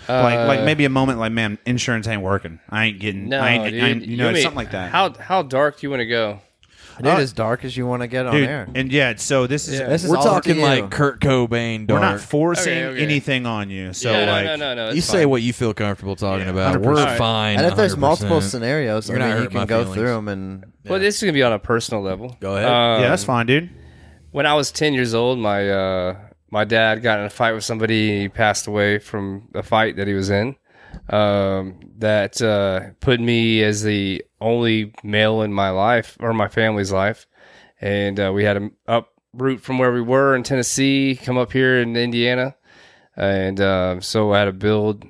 Speaker 1: like like
Speaker 4: Uh,
Speaker 1: maybe a moment like man insurance ain't working i ain't getting
Speaker 4: No,
Speaker 1: I ain't, I
Speaker 4: dude.
Speaker 1: ain't- you know
Speaker 4: mean,
Speaker 1: something like that
Speaker 4: How how dark do you want to go?
Speaker 2: Dude, as dark as you want to get on
Speaker 1: dude
Speaker 2: air.
Speaker 1: and yeah so this is
Speaker 4: Yeah.
Speaker 2: This is
Speaker 5: We're
Speaker 2: all up to
Speaker 5: talking
Speaker 2: you.
Speaker 5: like Kurt Cobain.
Speaker 1: we're
Speaker 5: Dark.
Speaker 1: not forcing
Speaker 4: Okay, okay.
Speaker 1: anything on you so
Speaker 4: Yeah, no,
Speaker 1: like
Speaker 4: no no no. it's
Speaker 5: you say
Speaker 4: fine.
Speaker 5: what you feel comfortable talking
Speaker 1: Yeah,
Speaker 5: about.
Speaker 1: 100%.
Speaker 5: We're
Speaker 4: Alright.
Speaker 5: fine.
Speaker 2: and if there's multiple
Speaker 5: 100%.
Speaker 2: scenarios, I
Speaker 5: You're not
Speaker 2: mean, you
Speaker 5: hurting my
Speaker 2: can go
Speaker 5: feelings.
Speaker 2: through them and
Speaker 4: Well, this is gonna be on a personal level. Um,
Speaker 5: Go ahead.
Speaker 1: yeah that's fine dude
Speaker 4: when I was ten years old, my uh, my dad got in a fight with somebody. He passed away from a fight that he was in. Um, that uh, put me as the only male in my life or my family's life, and uh, we had to uproot from where we were in Tennessee, come up here in Indiana, and um so I had to build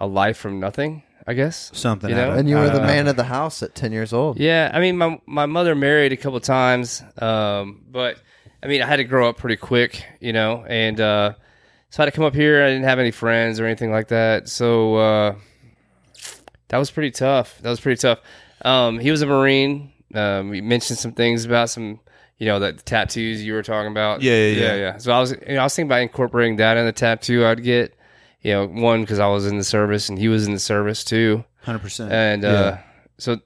Speaker 4: a life from nothing. I guess
Speaker 1: something
Speaker 4: You know?
Speaker 1: happened.
Speaker 2: and you were the
Speaker 1: Uh,
Speaker 2: man of the house at ten years old.
Speaker 4: Yeah, I mean, my my mother married a couple times, um, but I mean, I had to grow up pretty quick, you know, and uh, so I had to come up here. I didn't have any friends or anything like that, so uh, that was pretty tough. That was pretty tough. Um, he was a Marine. Um, we mentioned some things about some, you know, the tattoos you were talking about.
Speaker 1: Yeah, yeah, yeah.
Speaker 4: So I was, you know, I was thinking about incorporating that in the tattoo I'd get. You know, one because I was in the service and he was in the service too
Speaker 1: 100%
Speaker 4: and uh, so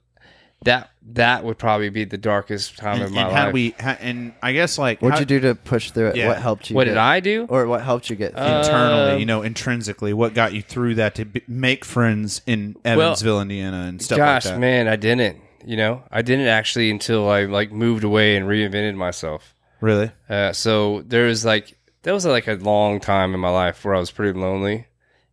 Speaker 4: that that would probably be the darkest time
Speaker 1: and,
Speaker 4: of my
Speaker 1: and
Speaker 4: life.
Speaker 1: how we ha- and i guess like
Speaker 2: What'd
Speaker 1: how-
Speaker 2: you do to push through it?
Speaker 1: Yeah.
Speaker 2: What helped you?
Speaker 4: what
Speaker 2: get-
Speaker 4: did I do?
Speaker 2: Or what helped you get through?
Speaker 4: Uh,
Speaker 2: it?
Speaker 1: internally,
Speaker 4: Um,
Speaker 1: you know, intrinsically, what got you through that to b- make friends in Evansville, Indiana, and stuff
Speaker 4: Gosh,
Speaker 1: like that?
Speaker 4: man, I didn't. You know, I didn't actually until I like moved away and reinvented myself.
Speaker 1: Really?
Speaker 4: Uh, so there was like that was like a long time in my life where I was pretty lonely.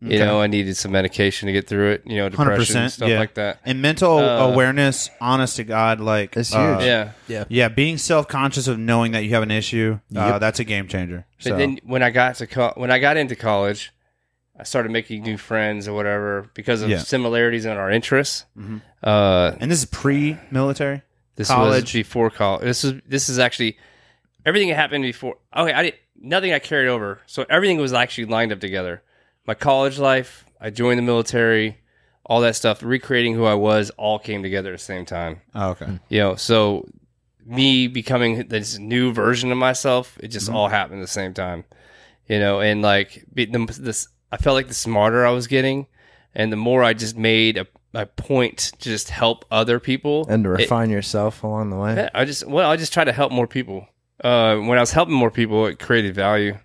Speaker 4: You know, I needed some medication to get through it. You know, depression
Speaker 1: 100%.
Speaker 4: and stuff
Speaker 1: yeah.
Speaker 4: like that.
Speaker 1: And mental
Speaker 4: Uh,
Speaker 1: awareness, honest to God, like.
Speaker 2: It's
Speaker 1: uh,
Speaker 2: huge.
Speaker 4: Yeah.
Speaker 1: Yeah, being self conscious of knowing that you have an issue, uh, that's a game changer.
Speaker 4: But
Speaker 1: So.
Speaker 4: then when I got to co- when I got into college, I started making new friends or whatever because of
Speaker 1: Yeah. Mm-hmm.
Speaker 4: similarities in our interests. Uh,
Speaker 1: and this is pre military?
Speaker 4: This
Speaker 1: College.
Speaker 4: was before college. This is this is actually everything that happened before. Okay, I did nothing. I carried over, so everything was actually lined up together. My college life, I joined the military,
Speaker 2: Hmm.
Speaker 4: all that stuff, recreating who I was, all came together at the same time.
Speaker 1: Oh, okay.
Speaker 4: You know, so me becoming this new version of myself, it just all happened at the same time, you know. And like be- the, this, I felt like the smarter I was getting, and the more I just made a, a point to just help other people
Speaker 2: and to
Speaker 4: it-
Speaker 2: refine yourself along the way.
Speaker 4: yeah, I just well, I just try to help more people. Uh, when I was helping more people, it created value,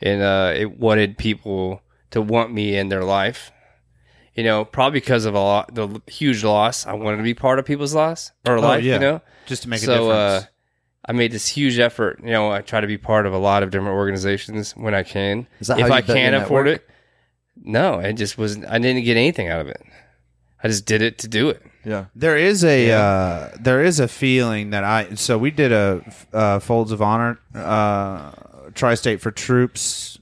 Speaker 4: and uh, it wanted people to want me in their life. You know, probably because of a lot, the huge loss, I wanted to be part of people's loss or life.
Speaker 1: yeah.
Speaker 4: You know,
Speaker 1: just to make a
Speaker 4: so uh,
Speaker 1: difference.
Speaker 4: I made this huge effort. You know, I try to be part of a lot of different organizations when I can.
Speaker 2: Is that
Speaker 4: if
Speaker 2: how you
Speaker 4: I
Speaker 2: built your
Speaker 4: can afford
Speaker 2: network?
Speaker 4: it, no, it just was. I didn't get anything out of it. I just did it to do it.
Speaker 1: There is a uh, there is a feeling that I so we did a uh, folds of honor uh, tri-state for troops.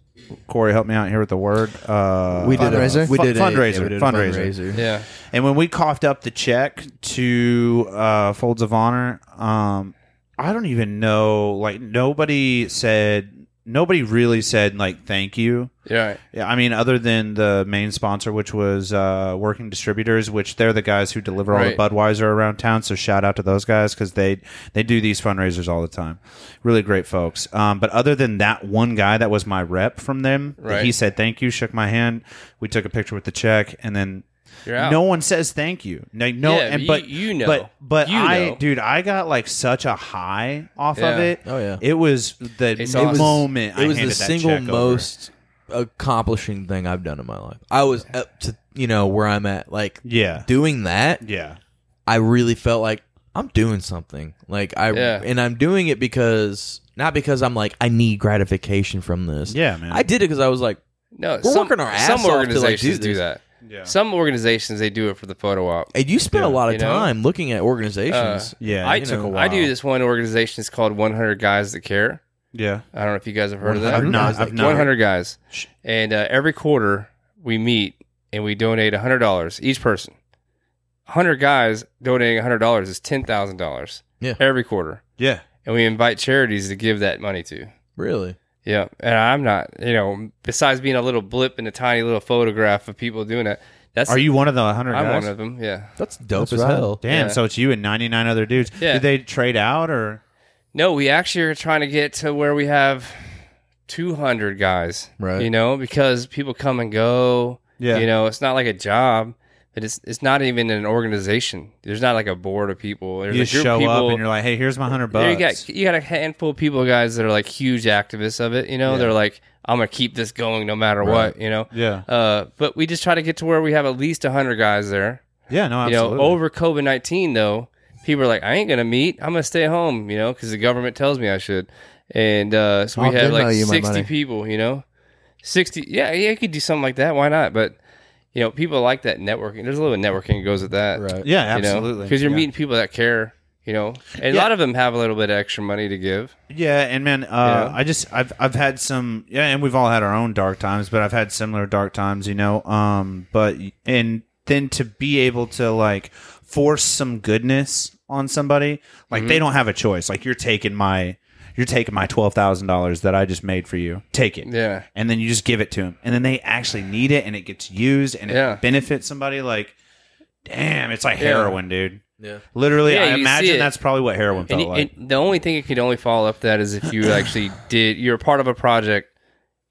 Speaker 1: Corey, help me out here with the word. Uh,
Speaker 2: We did a- Fundraiser?
Speaker 5: we
Speaker 1: Fu-
Speaker 5: did a-
Speaker 1: fundraiser,
Speaker 5: yeah, we did a
Speaker 1: fundraiser.
Speaker 5: fundraiser.
Speaker 4: Yeah.
Speaker 1: And when we coughed up the check to uh, Folds of Honor, um, I don't even know. Like nobody said, nobody really said like thank you.
Speaker 4: Yeah. Right.
Speaker 1: Yeah, I mean, other than the main sponsor, which was uh, Working Distributors, which they're the guys who deliver
Speaker 4: Right.
Speaker 1: all the Budweiser around town. So shout out to those guys because they they do these fundraisers all the time. Really great folks. Um, but other than that one guy that was my rep from them, that
Speaker 4: Right.
Speaker 1: he said thank you, shook my hand, we took a picture with the check, and then
Speaker 4: You're out.
Speaker 1: no one says thank you. No, no,
Speaker 4: Yeah,
Speaker 1: and
Speaker 4: but
Speaker 1: but
Speaker 4: you- you know.
Speaker 1: but but
Speaker 4: You
Speaker 1: I,
Speaker 4: know.
Speaker 1: dude, I got like such a high off
Speaker 4: Yeah.
Speaker 1: of it.
Speaker 5: Oh, yeah.
Speaker 1: it was the
Speaker 4: It's awesome.
Speaker 1: moment.
Speaker 5: It was the
Speaker 1: I handed that
Speaker 5: single
Speaker 1: check over.
Speaker 5: most accomplishing thing I've done in my life. I was up to you know where I'm at, like
Speaker 1: Yeah,
Speaker 5: doing that.
Speaker 1: yeah,
Speaker 5: I really felt like I'm doing something. Like I
Speaker 4: Yeah.
Speaker 5: and I'm doing it because not because I'm like I need gratification from this.
Speaker 1: yeah, man.
Speaker 5: I did it because I was like,
Speaker 4: No,
Speaker 5: We're
Speaker 4: some,
Speaker 5: working our ass
Speaker 4: some
Speaker 5: off to, like,
Speaker 4: organizations
Speaker 5: do
Speaker 4: do,
Speaker 5: this.
Speaker 4: that.
Speaker 1: yeah.
Speaker 4: Some organizations they do it for the photo op.
Speaker 5: hey, you spend a lot of
Speaker 4: You know?
Speaker 5: time looking at organizations.
Speaker 1: Yeah,
Speaker 4: I
Speaker 1: it took a
Speaker 4: I
Speaker 1: while.
Speaker 4: do this one organization. It's called 100 Guys That Care.
Speaker 1: Yeah,
Speaker 4: I don't know if you guys have heard of that.
Speaker 1: 100 I've not- I've not.
Speaker 4: 100 guys, and uh, every quarter we meet and we donate hundred dollars each person. 100 guys donating hundred dollars is ten thousand dollars.
Speaker 5: Yeah.
Speaker 4: every quarter,
Speaker 1: yeah.
Speaker 4: and we invite charities to give that money to.
Speaker 5: really?
Speaker 4: Yeah, and I'm not, you know, besides being a little blip in a tiny little photograph of people doing it. That's
Speaker 1: Are you one of the hundred
Speaker 4: I'm
Speaker 1: guys?
Speaker 4: one of them. Yeah.
Speaker 5: That's dope
Speaker 2: That's
Speaker 5: as
Speaker 2: rad.
Speaker 5: hell.
Speaker 1: Damn,
Speaker 4: Yeah.
Speaker 1: so it's you and ninety nine other dudes.
Speaker 4: Yeah.
Speaker 1: Did they trade out or?
Speaker 4: No, we actually are trying to get to where we have 200 guys.
Speaker 5: Right.
Speaker 4: You know, because people come and go.
Speaker 1: Yeah.
Speaker 4: You know, it's not like a job. But it's it's not even an organization. There's not like a board of people. There's
Speaker 1: You
Speaker 4: a
Speaker 1: just
Speaker 4: group
Speaker 1: show
Speaker 4: of people.
Speaker 1: up and you're like, hey, here's my hundred
Speaker 4: There
Speaker 1: bucks.
Speaker 4: you got you got a handful of people, guys, that are like huge activists of it. You know, they're like, I'm gonna keep this going no matter what. You know.
Speaker 1: Yeah.
Speaker 4: Uh, but we just try to get to where we have at least 100 guys there.
Speaker 1: Yeah, no,
Speaker 4: You know,
Speaker 1: absolutely.
Speaker 4: over COVID 19, though, people are like, I ain't going to meet. I'm going to stay home, you know, because the government tells me I should. And uh, so we
Speaker 2: I'll
Speaker 4: had
Speaker 2: Venmo
Speaker 4: like
Speaker 2: you my
Speaker 4: 60
Speaker 2: money.
Speaker 4: people, you know, 60. Yeah, yeah, you could do something like that. Why not? But, you know, people like that networking. There's a little bit of networking that goes with that.
Speaker 5: Right.
Speaker 1: yeah,
Speaker 4: you know,
Speaker 1: absolutely.
Speaker 4: Because you're
Speaker 1: yeah.
Speaker 4: meeting people that care, you know, and a
Speaker 1: Yeah.
Speaker 4: lot of them have a little bit of extra money to give.
Speaker 1: Yeah, and man, uh,
Speaker 4: Yeah.
Speaker 1: I just I've I've had some yeah, and we've all had our own dark times, but I've had similar dark times, you know. Um, but and then to be able to like force some goodness on somebody, like they
Speaker 4: Mm-hmm.
Speaker 1: don't have a choice. Like you're taking my you're taking my twelve thousand dollars that I just made for you. Take it.
Speaker 4: Yeah.
Speaker 1: And then you just give it to them, and then they actually need it, and it gets used, and it
Speaker 4: Yeah.
Speaker 1: benefits somebody. Like, damn, it's like
Speaker 4: Yeah.
Speaker 1: heroin, dude.
Speaker 5: Yeah.
Speaker 1: Literally,
Speaker 4: Yeah, you
Speaker 1: I
Speaker 4: see
Speaker 1: imagine
Speaker 4: it.
Speaker 1: that's probably what heroin
Speaker 4: And,
Speaker 1: felt
Speaker 4: you-
Speaker 1: like.
Speaker 4: and the only thing it could only follow up that is if you actually did, you're a part of a project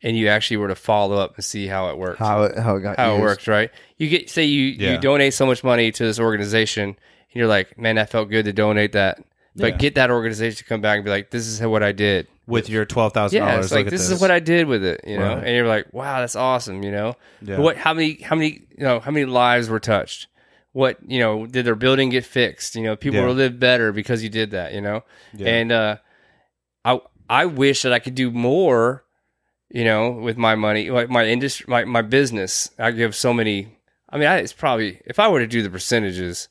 Speaker 4: and you actually were to follow up and see how it works. How,
Speaker 2: How it, how it got
Speaker 4: it
Speaker 2: used.
Speaker 4: works, right? You get, say you,
Speaker 1: Yeah.
Speaker 4: you donate so much money to this organization and you're like, man, that felt good to donate that. But
Speaker 1: Yeah.
Speaker 4: get that organization to come back and be like, this is what I did.
Speaker 1: with your twelve thousand
Speaker 4: Yeah,
Speaker 1: dollars.
Speaker 4: it's like
Speaker 1: look
Speaker 4: this,
Speaker 1: at
Speaker 4: is what I did with it, you know. And you're like, wow, that's awesome, you know.
Speaker 1: Yeah.
Speaker 4: What? How many? How many? You know, how many lives were touched? What you know? Did their building get fixed? You know, people
Speaker 1: Yeah.
Speaker 4: will live better because you did that, you know.
Speaker 1: Yeah.
Speaker 4: And uh, I I wish that I could do more, you know, with my money, like my industry, my my business. I give so many. I mean, I, it's probably if I were to do the percentages.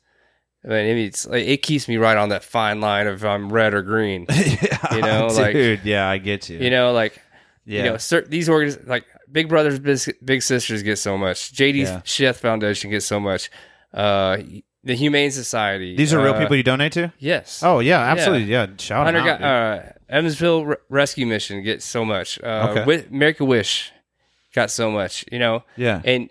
Speaker 4: I mean, it's like it keeps me right on that fine line of I'm red or green.
Speaker 1: yeah,
Speaker 4: you know, like-
Speaker 1: Oh, dude. yeah, I get you.
Speaker 4: You know, like
Speaker 1: yeah,
Speaker 4: you know, cer- these organiz like Big Brothers, Big, Big Sisters get so much. JD
Speaker 1: Yeah.
Speaker 4: Chef Foundation gets so much. Uh, the Humane Society.
Speaker 1: these are real
Speaker 4: uh,
Speaker 1: people you donate to.
Speaker 4: Yes.
Speaker 1: Oh yeah, absolutely. Yeah,
Speaker 5: Oh,
Speaker 1: shout
Speaker 4: Hunter
Speaker 1: out.
Speaker 4: got, uh, Evansville Re- Rescue Mission gets so much. Uh,
Speaker 1: Okay.
Speaker 4: Wi- Make a Wish got so much. You know,
Speaker 1: dude. yeah,
Speaker 4: and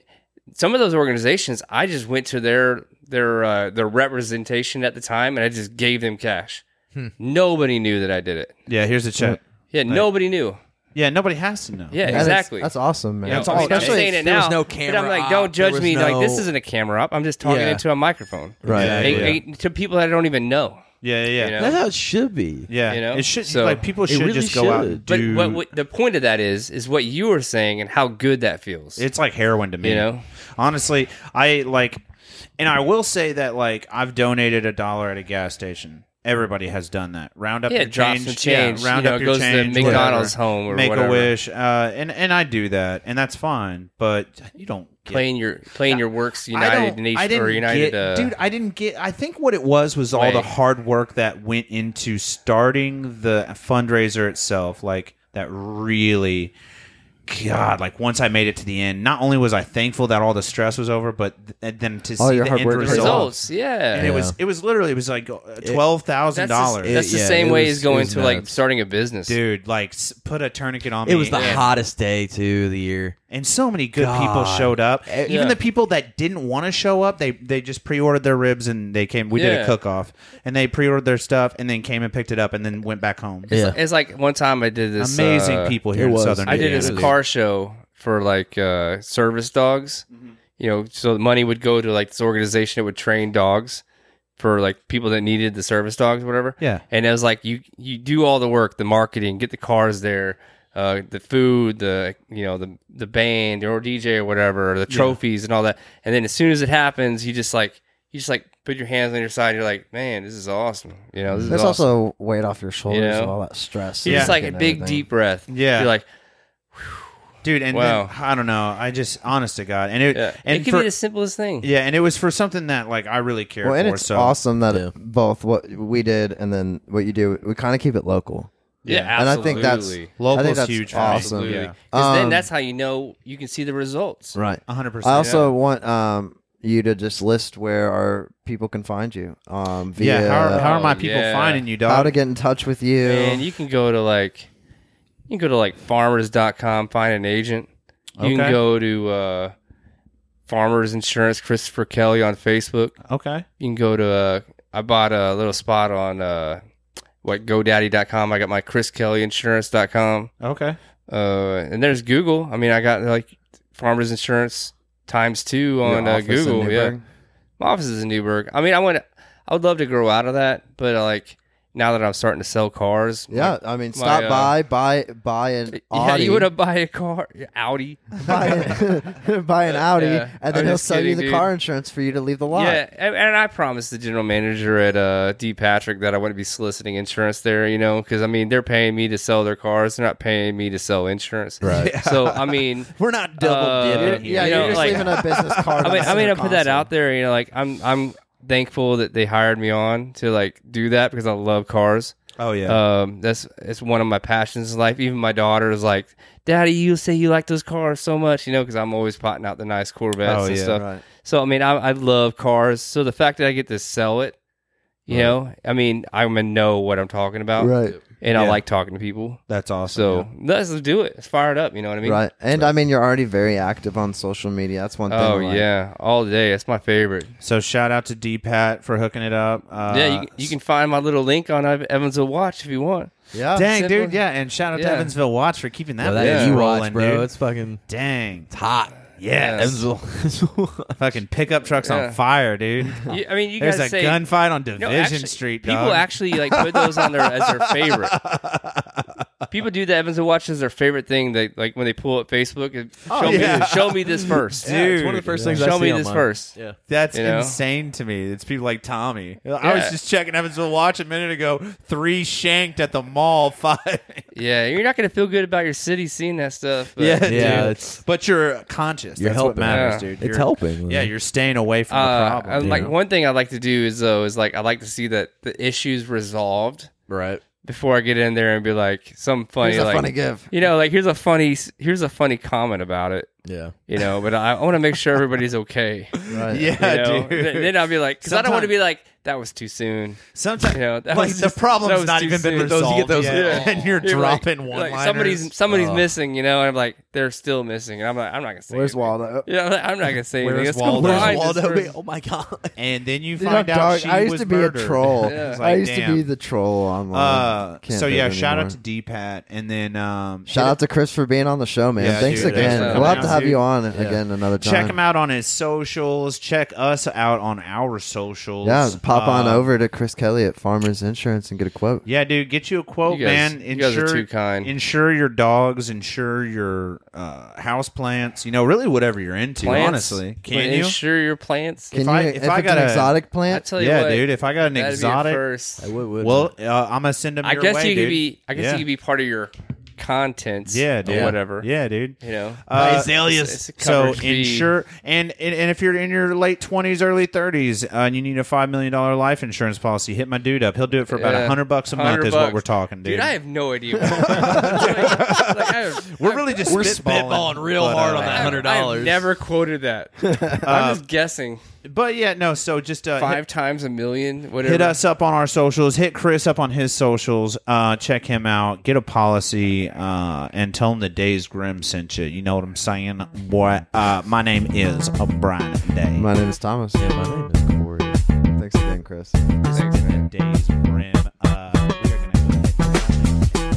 Speaker 4: some of those organizations, I just went to their their uh, their representation at the time, and I just gave them cash.
Speaker 5: Hmm.
Speaker 4: Nobody knew that I did it.
Speaker 1: Yeah, here's a check.
Speaker 4: Yeah, nobody knew.
Speaker 1: Yeah, nobody has to know.
Speaker 4: Yeah,
Speaker 2: Yeah, that's-
Speaker 4: exactly.
Speaker 2: That's, awesome, man.
Speaker 4: Yeah,
Speaker 1: That's awesome.
Speaker 4: I mean, I'm
Speaker 1: Especially
Speaker 4: saying it
Speaker 5: there
Speaker 4: now.
Speaker 5: was no
Speaker 4: but
Speaker 5: camera
Speaker 4: I'm like,
Speaker 5: up,
Speaker 4: don't
Speaker 5: there
Speaker 4: judge
Speaker 5: was
Speaker 4: me. Like this
Speaker 5: no-
Speaker 4: isn't a camera up. I'm just talking
Speaker 5: Yeah.
Speaker 4: into a microphone.
Speaker 2: Right.
Speaker 1: Yeah,
Speaker 4: Hey,
Speaker 1: yeah.
Speaker 4: hey, to people that I don't even know.
Speaker 1: yeah, yeah.
Speaker 4: You know?
Speaker 5: That's how it should be.
Speaker 1: Yeah,
Speaker 4: You know?
Speaker 1: it should
Speaker 4: So-
Speaker 1: like people should
Speaker 5: really
Speaker 1: just go out and
Speaker 5: should.
Speaker 4: But
Speaker 1: do.
Speaker 4: what, what the point of that is is what you were saying and how good that feels.
Speaker 1: it's like heroin to me.
Speaker 4: You know?
Speaker 1: honestly, I like, and I will say that like I've donated a dollar at a gas station. Everybody has done that. Round up
Speaker 4: yeah,
Speaker 1: your
Speaker 4: it drops
Speaker 1: change,
Speaker 4: some change.
Speaker 1: yeah, round
Speaker 4: you know,
Speaker 1: up
Speaker 4: it
Speaker 1: your
Speaker 4: goes
Speaker 1: change,
Speaker 4: to McDonald's
Speaker 1: whatever.
Speaker 4: home or
Speaker 1: make
Speaker 4: whatever.
Speaker 1: a wish, uh, and and I do that, and that's fine. But you don't get
Speaker 4: Playing your playing your works
Speaker 1: I
Speaker 4: United
Speaker 1: don't-
Speaker 4: Nation
Speaker 1: I didn't
Speaker 4: or United.
Speaker 1: get,
Speaker 4: uh,
Speaker 1: dude. I didn't get. I think what it was was all
Speaker 4: way.
Speaker 1: the hard work that went into starting the fundraiser itself. Like that really, God. Like once I made it to the end, not only was I thankful that all the stress was over, but th- and then to
Speaker 2: All
Speaker 1: see
Speaker 2: your
Speaker 1: the
Speaker 2: hard
Speaker 1: end
Speaker 2: work
Speaker 1: result.
Speaker 4: results. Yeah,
Speaker 1: And it was it was literally it was like uh, twelve thousand
Speaker 4: that's
Speaker 1: dollars,
Speaker 4: The, that's the
Speaker 5: It- yeah,
Speaker 4: same
Speaker 5: it
Speaker 4: way
Speaker 5: was-
Speaker 4: as going
Speaker 5: it was
Speaker 4: to like
Speaker 5: nuts.
Speaker 4: starting a business.
Speaker 1: dude. Like s- put a tourniquet on me.
Speaker 5: It was the
Speaker 1: and-
Speaker 5: hottest day too of the year.
Speaker 1: and so many good
Speaker 5: God.
Speaker 1: people showed up.
Speaker 2: Eh,
Speaker 1: Even
Speaker 4: yeah.
Speaker 1: the people that didn't want to show up, they they just pre-ordered their ribs and they came. We did a
Speaker 4: Yeah.
Speaker 1: cook off, and they pre-ordered their stuff and then came and picked it up and then went back home.
Speaker 5: Yeah.
Speaker 4: It's like one time I did this
Speaker 1: Amazing
Speaker 4: uh,
Speaker 1: people here
Speaker 5: it
Speaker 1: in
Speaker 5: was.
Speaker 1: Southern.
Speaker 4: I did
Speaker 1: Indiana.
Speaker 4: this
Speaker 5: Yeah.
Speaker 4: car show for like uh, service dogs.
Speaker 1: Mm-hmm.
Speaker 4: You know, so the money would go to like this organization that would train dogs for like people that needed the service dogs, whatever.
Speaker 1: Yeah.
Speaker 4: And it was like you you do all the work, the marketing, get the cars there, uh, the food, the you know the the band or DJ or whatever, the trophies and all that. And then as soon as it happens, you just like you just like put your hands on your side. You're like, man, this is awesome. You know, this
Speaker 2: That's
Speaker 4: is awesome.
Speaker 2: also weight off your shoulders
Speaker 4: You know?
Speaker 2: and all that stress.
Speaker 4: You're
Speaker 1: Yeah.
Speaker 4: just like a
Speaker 2: and
Speaker 4: big
Speaker 2: everything.
Speaker 4: deep breath.
Speaker 1: Yeah.
Speaker 4: You're like,
Speaker 1: dude. And
Speaker 4: Wow.
Speaker 1: then, I don't know. I just honest to God, and it
Speaker 4: yeah.
Speaker 1: and
Speaker 4: it could
Speaker 1: for-
Speaker 4: be the simplest thing.
Speaker 1: yeah, and it was for something that like I really cared
Speaker 2: Well, and
Speaker 1: for.
Speaker 2: it's
Speaker 1: so
Speaker 2: awesome that
Speaker 5: Yeah.
Speaker 2: both what we did and then what you do, we kind of keep it local.
Speaker 4: Yeah,
Speaker 2: And I
Speaker 4: absolutely.
Speaker 2: think that's I
Speaker 1: Local's
Speaker 2: think that's
Speaker 1: huge for me.
Speaker 2: Awesome,
Speaker 4: absolutely.
Speaker 1: Yeah.
Speaker 4: 'Cause then
Speaker 2: Um,
Speaker 4: that's how you know you can see the results.
Speaker 2: right?
Speaker 1: hundred percent.
Speaker 2: I also want um, you to just list where our people can find you. Um,
Speaker 1: yeah.
Speaker 2: via
Speaker 1: how, are, how are my
Speaker 4: Oh,
Speaker 1: people
Speaker 4: yeah.
Speaker 1: finding you, dog?
Speaker 2: how to get in touch with you.
Speaker 4: And you can go to like you can go to like farmers.com, find an agent. You
Speaker 1: Okay.
Speaker 4: can go to uh, Farmers Insurance Christopher Kelly on Facebook.
Speaker 1: okay.
Speaker 4: You can go to uh, I bought a little spot on uh what godaddy.com. I got my Chris Kelly insurance.com.
Speaker 1: Okay.
Speaker 4: Uh, and there's Google. I mean, I got like Farmers Insurance times two on uh, Google. Yeah, my office is in Newburgh. I mean, I want, I would love to grow out of that, but uh, like now that I'm starting to sell cars,
Speaker 2: Yeah,
Speaker 4: like,
Speaker 2: I mean,
Speaker 4: my,
Speaker 2: stop
Speaker 4: uh,
Speaker 2: by, buy, buy an
Speaker 4: yeah,
Speaker 2: Audi.
Speaker 4: you would have buy a car, Audi.
Speaker 2: buy, an, buy an Audi,
Speaker 4: Yeah,
Speaker 2: and
Speaker 4: I'm
Speaker 2: then he'll
Speaker 4: just
Speaker 2: sell you
Speaker 4: kidding,
Speaker 2: the
Speaker 4: dude.
Speaker 2: car insurance for you to leave the lot.
Speaker 4: Yeah, and, and I promised the general manager at uh, D Patrick that I wouldn't be soliciting insurance there, you know, because I mean they're paying me to sell their cars, they're not paying me to sell insurance. Right. So I mean,
Speaker 1: We're not
Speaker 4: Uh,
Speaker 1: dipping here.
Speaker 4: yeah, you
Speaker 2: you're
Speaker 4: know,
Speaker 2: just
Speaker 4: like-
Speaker 2: leaving a business card.
Speaker 4: I
Speaker 2: on
Speaker 4: mean,
Speaker 2: the
Speaker 4: I mean, I
Speaker 2: center
Speaker 4: put that
Speaker 2: console.
Speaker 4: out there. You know, like I'm, I'm thankful that they hired me on to like do that because I love cars.
Speaker 1: Oh yeah.
Speaker 4: Um, that's it's one of my passions in life. Even my daughter is like, "Daddy, you say you like those cars so much," you know, because I'm always potting out the nice Corvettes
Speaker 1: Oh,
Speaker 4: and
Speaker 1: yeah,
Speaker 4: stuff.
Speaker 2: right.
Speaker 4: So I mean, I, I love cars. So the fact that I get to sell it, you know, I mean, I'm gonna know what I'm talking about,
Speaker 2: Right,
Speaker 4: and I
Speaker 1: Yeah.
Speaker 4: like talking to people.
Speaker 1: that's awesome.
Speaker 4: So let's do it. Let's fire it up. You know what I mean?
Speaker 2: right, and I mean, you're already very active on social media. That's one thing.
Speaker 4: Oh
Speaker 2: like-
Speaker 4: yeah, all day. That's my favorite.
Speaker 1: So shout out to D Pat for hooking it up. Uh,
Speaker 4: yeah, you, you can find my little link on Ev- Evansville Watch if you want.
Speaker 2: yeah.
Speaker 1: Dang,
Speaker 4: Simple.
Speaker 1: dude. Yeah, and shout out to
Speaker 4: Oh, Yeah.
Speaker 1: Evansville Watch for keeping that
Speaker 5: Well, that
Speaker 1: bitch
Speaker 5: you
Speaker 1: rolling,
Speaker 5: watch, bro.
Speaker 1: dude.
Speaker 5: It's fucking
Speaker 1: Dang,
Speaker 5: it's hot.
Speaker 1: yeah, fucking pickup trucks
Speaker 4: Yeah.
Speaker 1: on fire, dude.
Speaker 4: You- I mean, you
Speaker 1: There's
Speaker 4: guys
Speaker 1: a
Speaker 4: say
Speaker 1: gunfight on
Speaker 4: No,
Speaker 1: Division
Speaker 4: actually,
Speaker 1: Street,
Speaker 4: People
Speaker 1: dog.
Speaker 4: actually like put those on their as their favorite. people do the Evans and Watch as their favorite thing. They like when they pull up Facebook. and show
Speaker 1: Oh, yeah.
Speaker 4: me, show me this first.
Speaker 5: it's one of the
Speaker 1: Dude,
Speaker 5: first things I
Speaker 4: show
Speaker 5: see
Speaker 4: me this
Speaker 5: online.
Speaker 4: first.
Speaker 5: Yeah.
Speaker 1: That's
Speaker 4: you know?
Speaker 1: insane to me. It's people like Tommy. I was
Speaker 4: Yeah.
Speaker 1: just checking Evansville Watch a minute ago. Three shanked at the mall. Five.
Speaker 4: Yeah, you're not gonna feel good about your city seeing that stuff. But,
Speaker 1: yeah,
Speaker 5: Yeah,
Speaker 1: dude.
Speaker 5: it's-
Speaker 1: but you're conscious.
Speaker 5: You're
Speaker 1: That's what
Speaker 5: helping.
Speaker 1: matters,
Speaker 4: Yeah.
Speaker 1: dude.
Speaker 5: It's
Speaker 1: You're-
Speaker 5: helping.
Speaker 1: Yeah, you're staying away from the
Speaker 4: Uh,
Speaker 1: problem.
Speaker 4: I, like
Speaker 1: dude.
Speaker 4: one thing I like to do is though is like I like to see that the issues resolved
Speaker 5: right.
Speaker 4: before I get in there and be like some funny
Speaker 2: Here's a
Speaker 4: like
Speaker 2: funny give.
Speaker 4: you know like here's a funny here's a funny comment about it
Speaker 5: Yeah.
Speaker 4: you know. But I, I want to make sure everybody's okay. you
Speaker 2: Right.
Speaker 1: Yeah,
Speaker 4: know?
Speaker 1: dude.
Speaker 4: Th- Then I'll be like, because I don't want to
Speaker 1: Sometime-
Speaker 4: be like that was too soon.
Speaker 1: Sometimes,
Speaker 4: You know, that
Speaker 1: like
Speaker 4: was
Speaker 1: the
Speaker 4: just- that
Speaker 1: problem's
Speaker 4: was
Speaker 1: not
Speaker 4: too
Speaker 1: even been
Speaker 4: soon.
Speaker 1: resolved.
Speaker 5: Those- you get those-
Speaker 1: yet.
Speaker 5: yeah.
Speaker 1: and you're
Speaker 4: You're like-
Speaker 1: dropping one
Speaker 4: like,
Speaker 1: liners.
Speaker 4: somebody's somebody's missing, you know, and I'm like, they're still missing, and I'm like, I'm not gonna say.
Speaker 2: Where's
Speaker 4: anything.
Speaker 2: Waldo?
Speaker 4: Yeah, I'm like, I'm not gonna say anything.
Speaker 1: Where's
Speaker 4: Let's go
Speaker 1: Waldo? Where's
Speaker 4: find this
Speaker 5: Waldo,
Speaker 4: person.
Speaker 5: oh my god.
Speaker 1: and then you
Speaker 2: Dude,
Speaker 1: find
Speaker 2: I'm
Speaker 1: out
Speaker 2: dark.
Speaker 1: she
Speaker 2: I used
Speaker 1: was
Speaker 2: to be
Speaker 1: murdered.
Speaker 2: a troll.
Speaker 4: Yeah.
Speaker 1: It's
Speaker 2: I
Speaker 1: like,
Speaker 2: used to
Speaker 1: damn.
Speaker 2: be the troll online.
Speaker 1: Uh,
Speaker 2: Can't
Speaker 1: so
Speaker 2: do it
Speaker 1: yeah, shout out
Speaker 2: anymore.
Speaker 1: to D Pat, and then um,
Speaker 2: Shout out to Chris for being on the show, man.
Speaker 1: Yeah,
Speaker 2: Thanks
Speaker 1: dude,
Speaker 2: again.
Speaker 4: thanks for
Speaker 2: we'll have
Speaker 1: coming
Speaker 2: to
Speaker 1: out,
Speaker 2: have
Speaker 1: dude.
Speaker 2: you on again another time.
Speaker 1: check him out on his socials. Check us out on our socials.
Speaker 2: Yeah, pop on
Speaker 1: Uh,
Speaker 2: over to Chris Kelly at Farmers Insurance and get a quote.
Speaker 1: Yeah, dude, get you a quote,
Speaker 4: You guys-
Speaker 1: man.
Speaker 4: you guys are
Speaker 1: Insure,
Speaker 4: too kind.
Speaker 1: insure your dogs, insure your uh, house plants. You know, really whatever you're into.
Speaker 4: Plants?
Speaker 1: Honestly, can you?
Speaker 4: insure your plants?
Speaker 2: Can
Speaker 1: If
Speaker 2: you?
Speaker 1: I-
Speaker 2: if
Speaker 1: if I
Speaker 2: it's
Speaker 1: got
Speaker 2: an
Speaker 1: a-
Speaker 2: exotic
Speaker 4: I
Speaker 2: plant,
Speaker 4: tell you
Speaker 1: yeah,
Speaker 4: what,
Speaker 1: dude. If I got an
Speaker 4: that'd Be a
Speaker 1: exotic,
Speaker 4: first.
Speaker 5: would, would.
Speaker 1: well, uh, I'm gonna send them.
Speaker 4: I
Speaker 1: your
Speaker 4: guess
Speaker 1: way,
Speaker 4: you could
Speaker 1: dude.
Speaker 4: be. I guess
Speaker 1: Yeah.
Speaker 4: you could be part of your contents.
Speaker 1: Yeah,
Speaker 4: or
Speaker 1: dude.
Speaker 4: whatever.
Speaker 1: Yeah, dude.
Speaker 4: you know.
Speaker 1: Uh,
Speaker 4: Azaleas. It's a
Speaker 1: So
Speaker 4: covered fee.
Speaker 1: insure and, and and if you're in your late twenties, early thirties, uh, and you need a five million dollar life insurance policy, hit my dude up. He'll do it for about a
Speaker 4: Yeah.
Speaker 1: hundred bucks a month.
Speaker 4: 100
Speaker 1: Is what
Speaker 4: bucks.
Speaker 1: we're talking, dude.
Speaker 4: Dude, I have no idea. What like, I have,
Speaker 1: we're really just
Speaker 5: We're
Speaker 1: spitballing,
Speaker 5: spitballing real
Speaker 1: but,
Speaker 5: hard
Speaker 1: uh,
Speaker 5: on
Speaker 4: I
Speaker 5: that
Speaker 4: have-
Speaker 5: $100.
Speaker 4: I have never quoted that. I'm just guessing.
Speaker 1: But yeah, no. So just uh,
Speaker 4: Five times a million. Whatever.
Speaker 1: hit us up on our socials. Hit Chris up on his socials. Uh, check him out. Get a policy uh, and tell him the Days Grim sent you. You know what I'm saying, boy? Uh, my name is uh, Brian Day.
Speaker 2: my name is Thomas.
Speaker 5: my name is Corey.
Speaker 2: Thanks again, Chris.
Speaker 4: Thanks, man.
Speaker 1: Days Grim. Uh, we are gonna.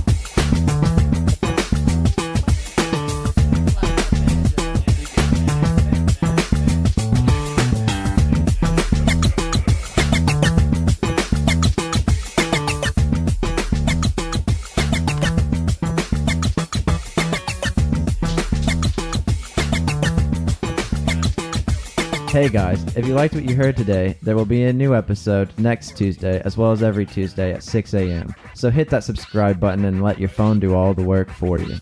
Speaker 7: Hey guys, if you liked what you heard today, there will be a new episode next Tuesday as well as every Tuesday at 6 a.m. So hit that subscribe button and let your phone do all the work for you.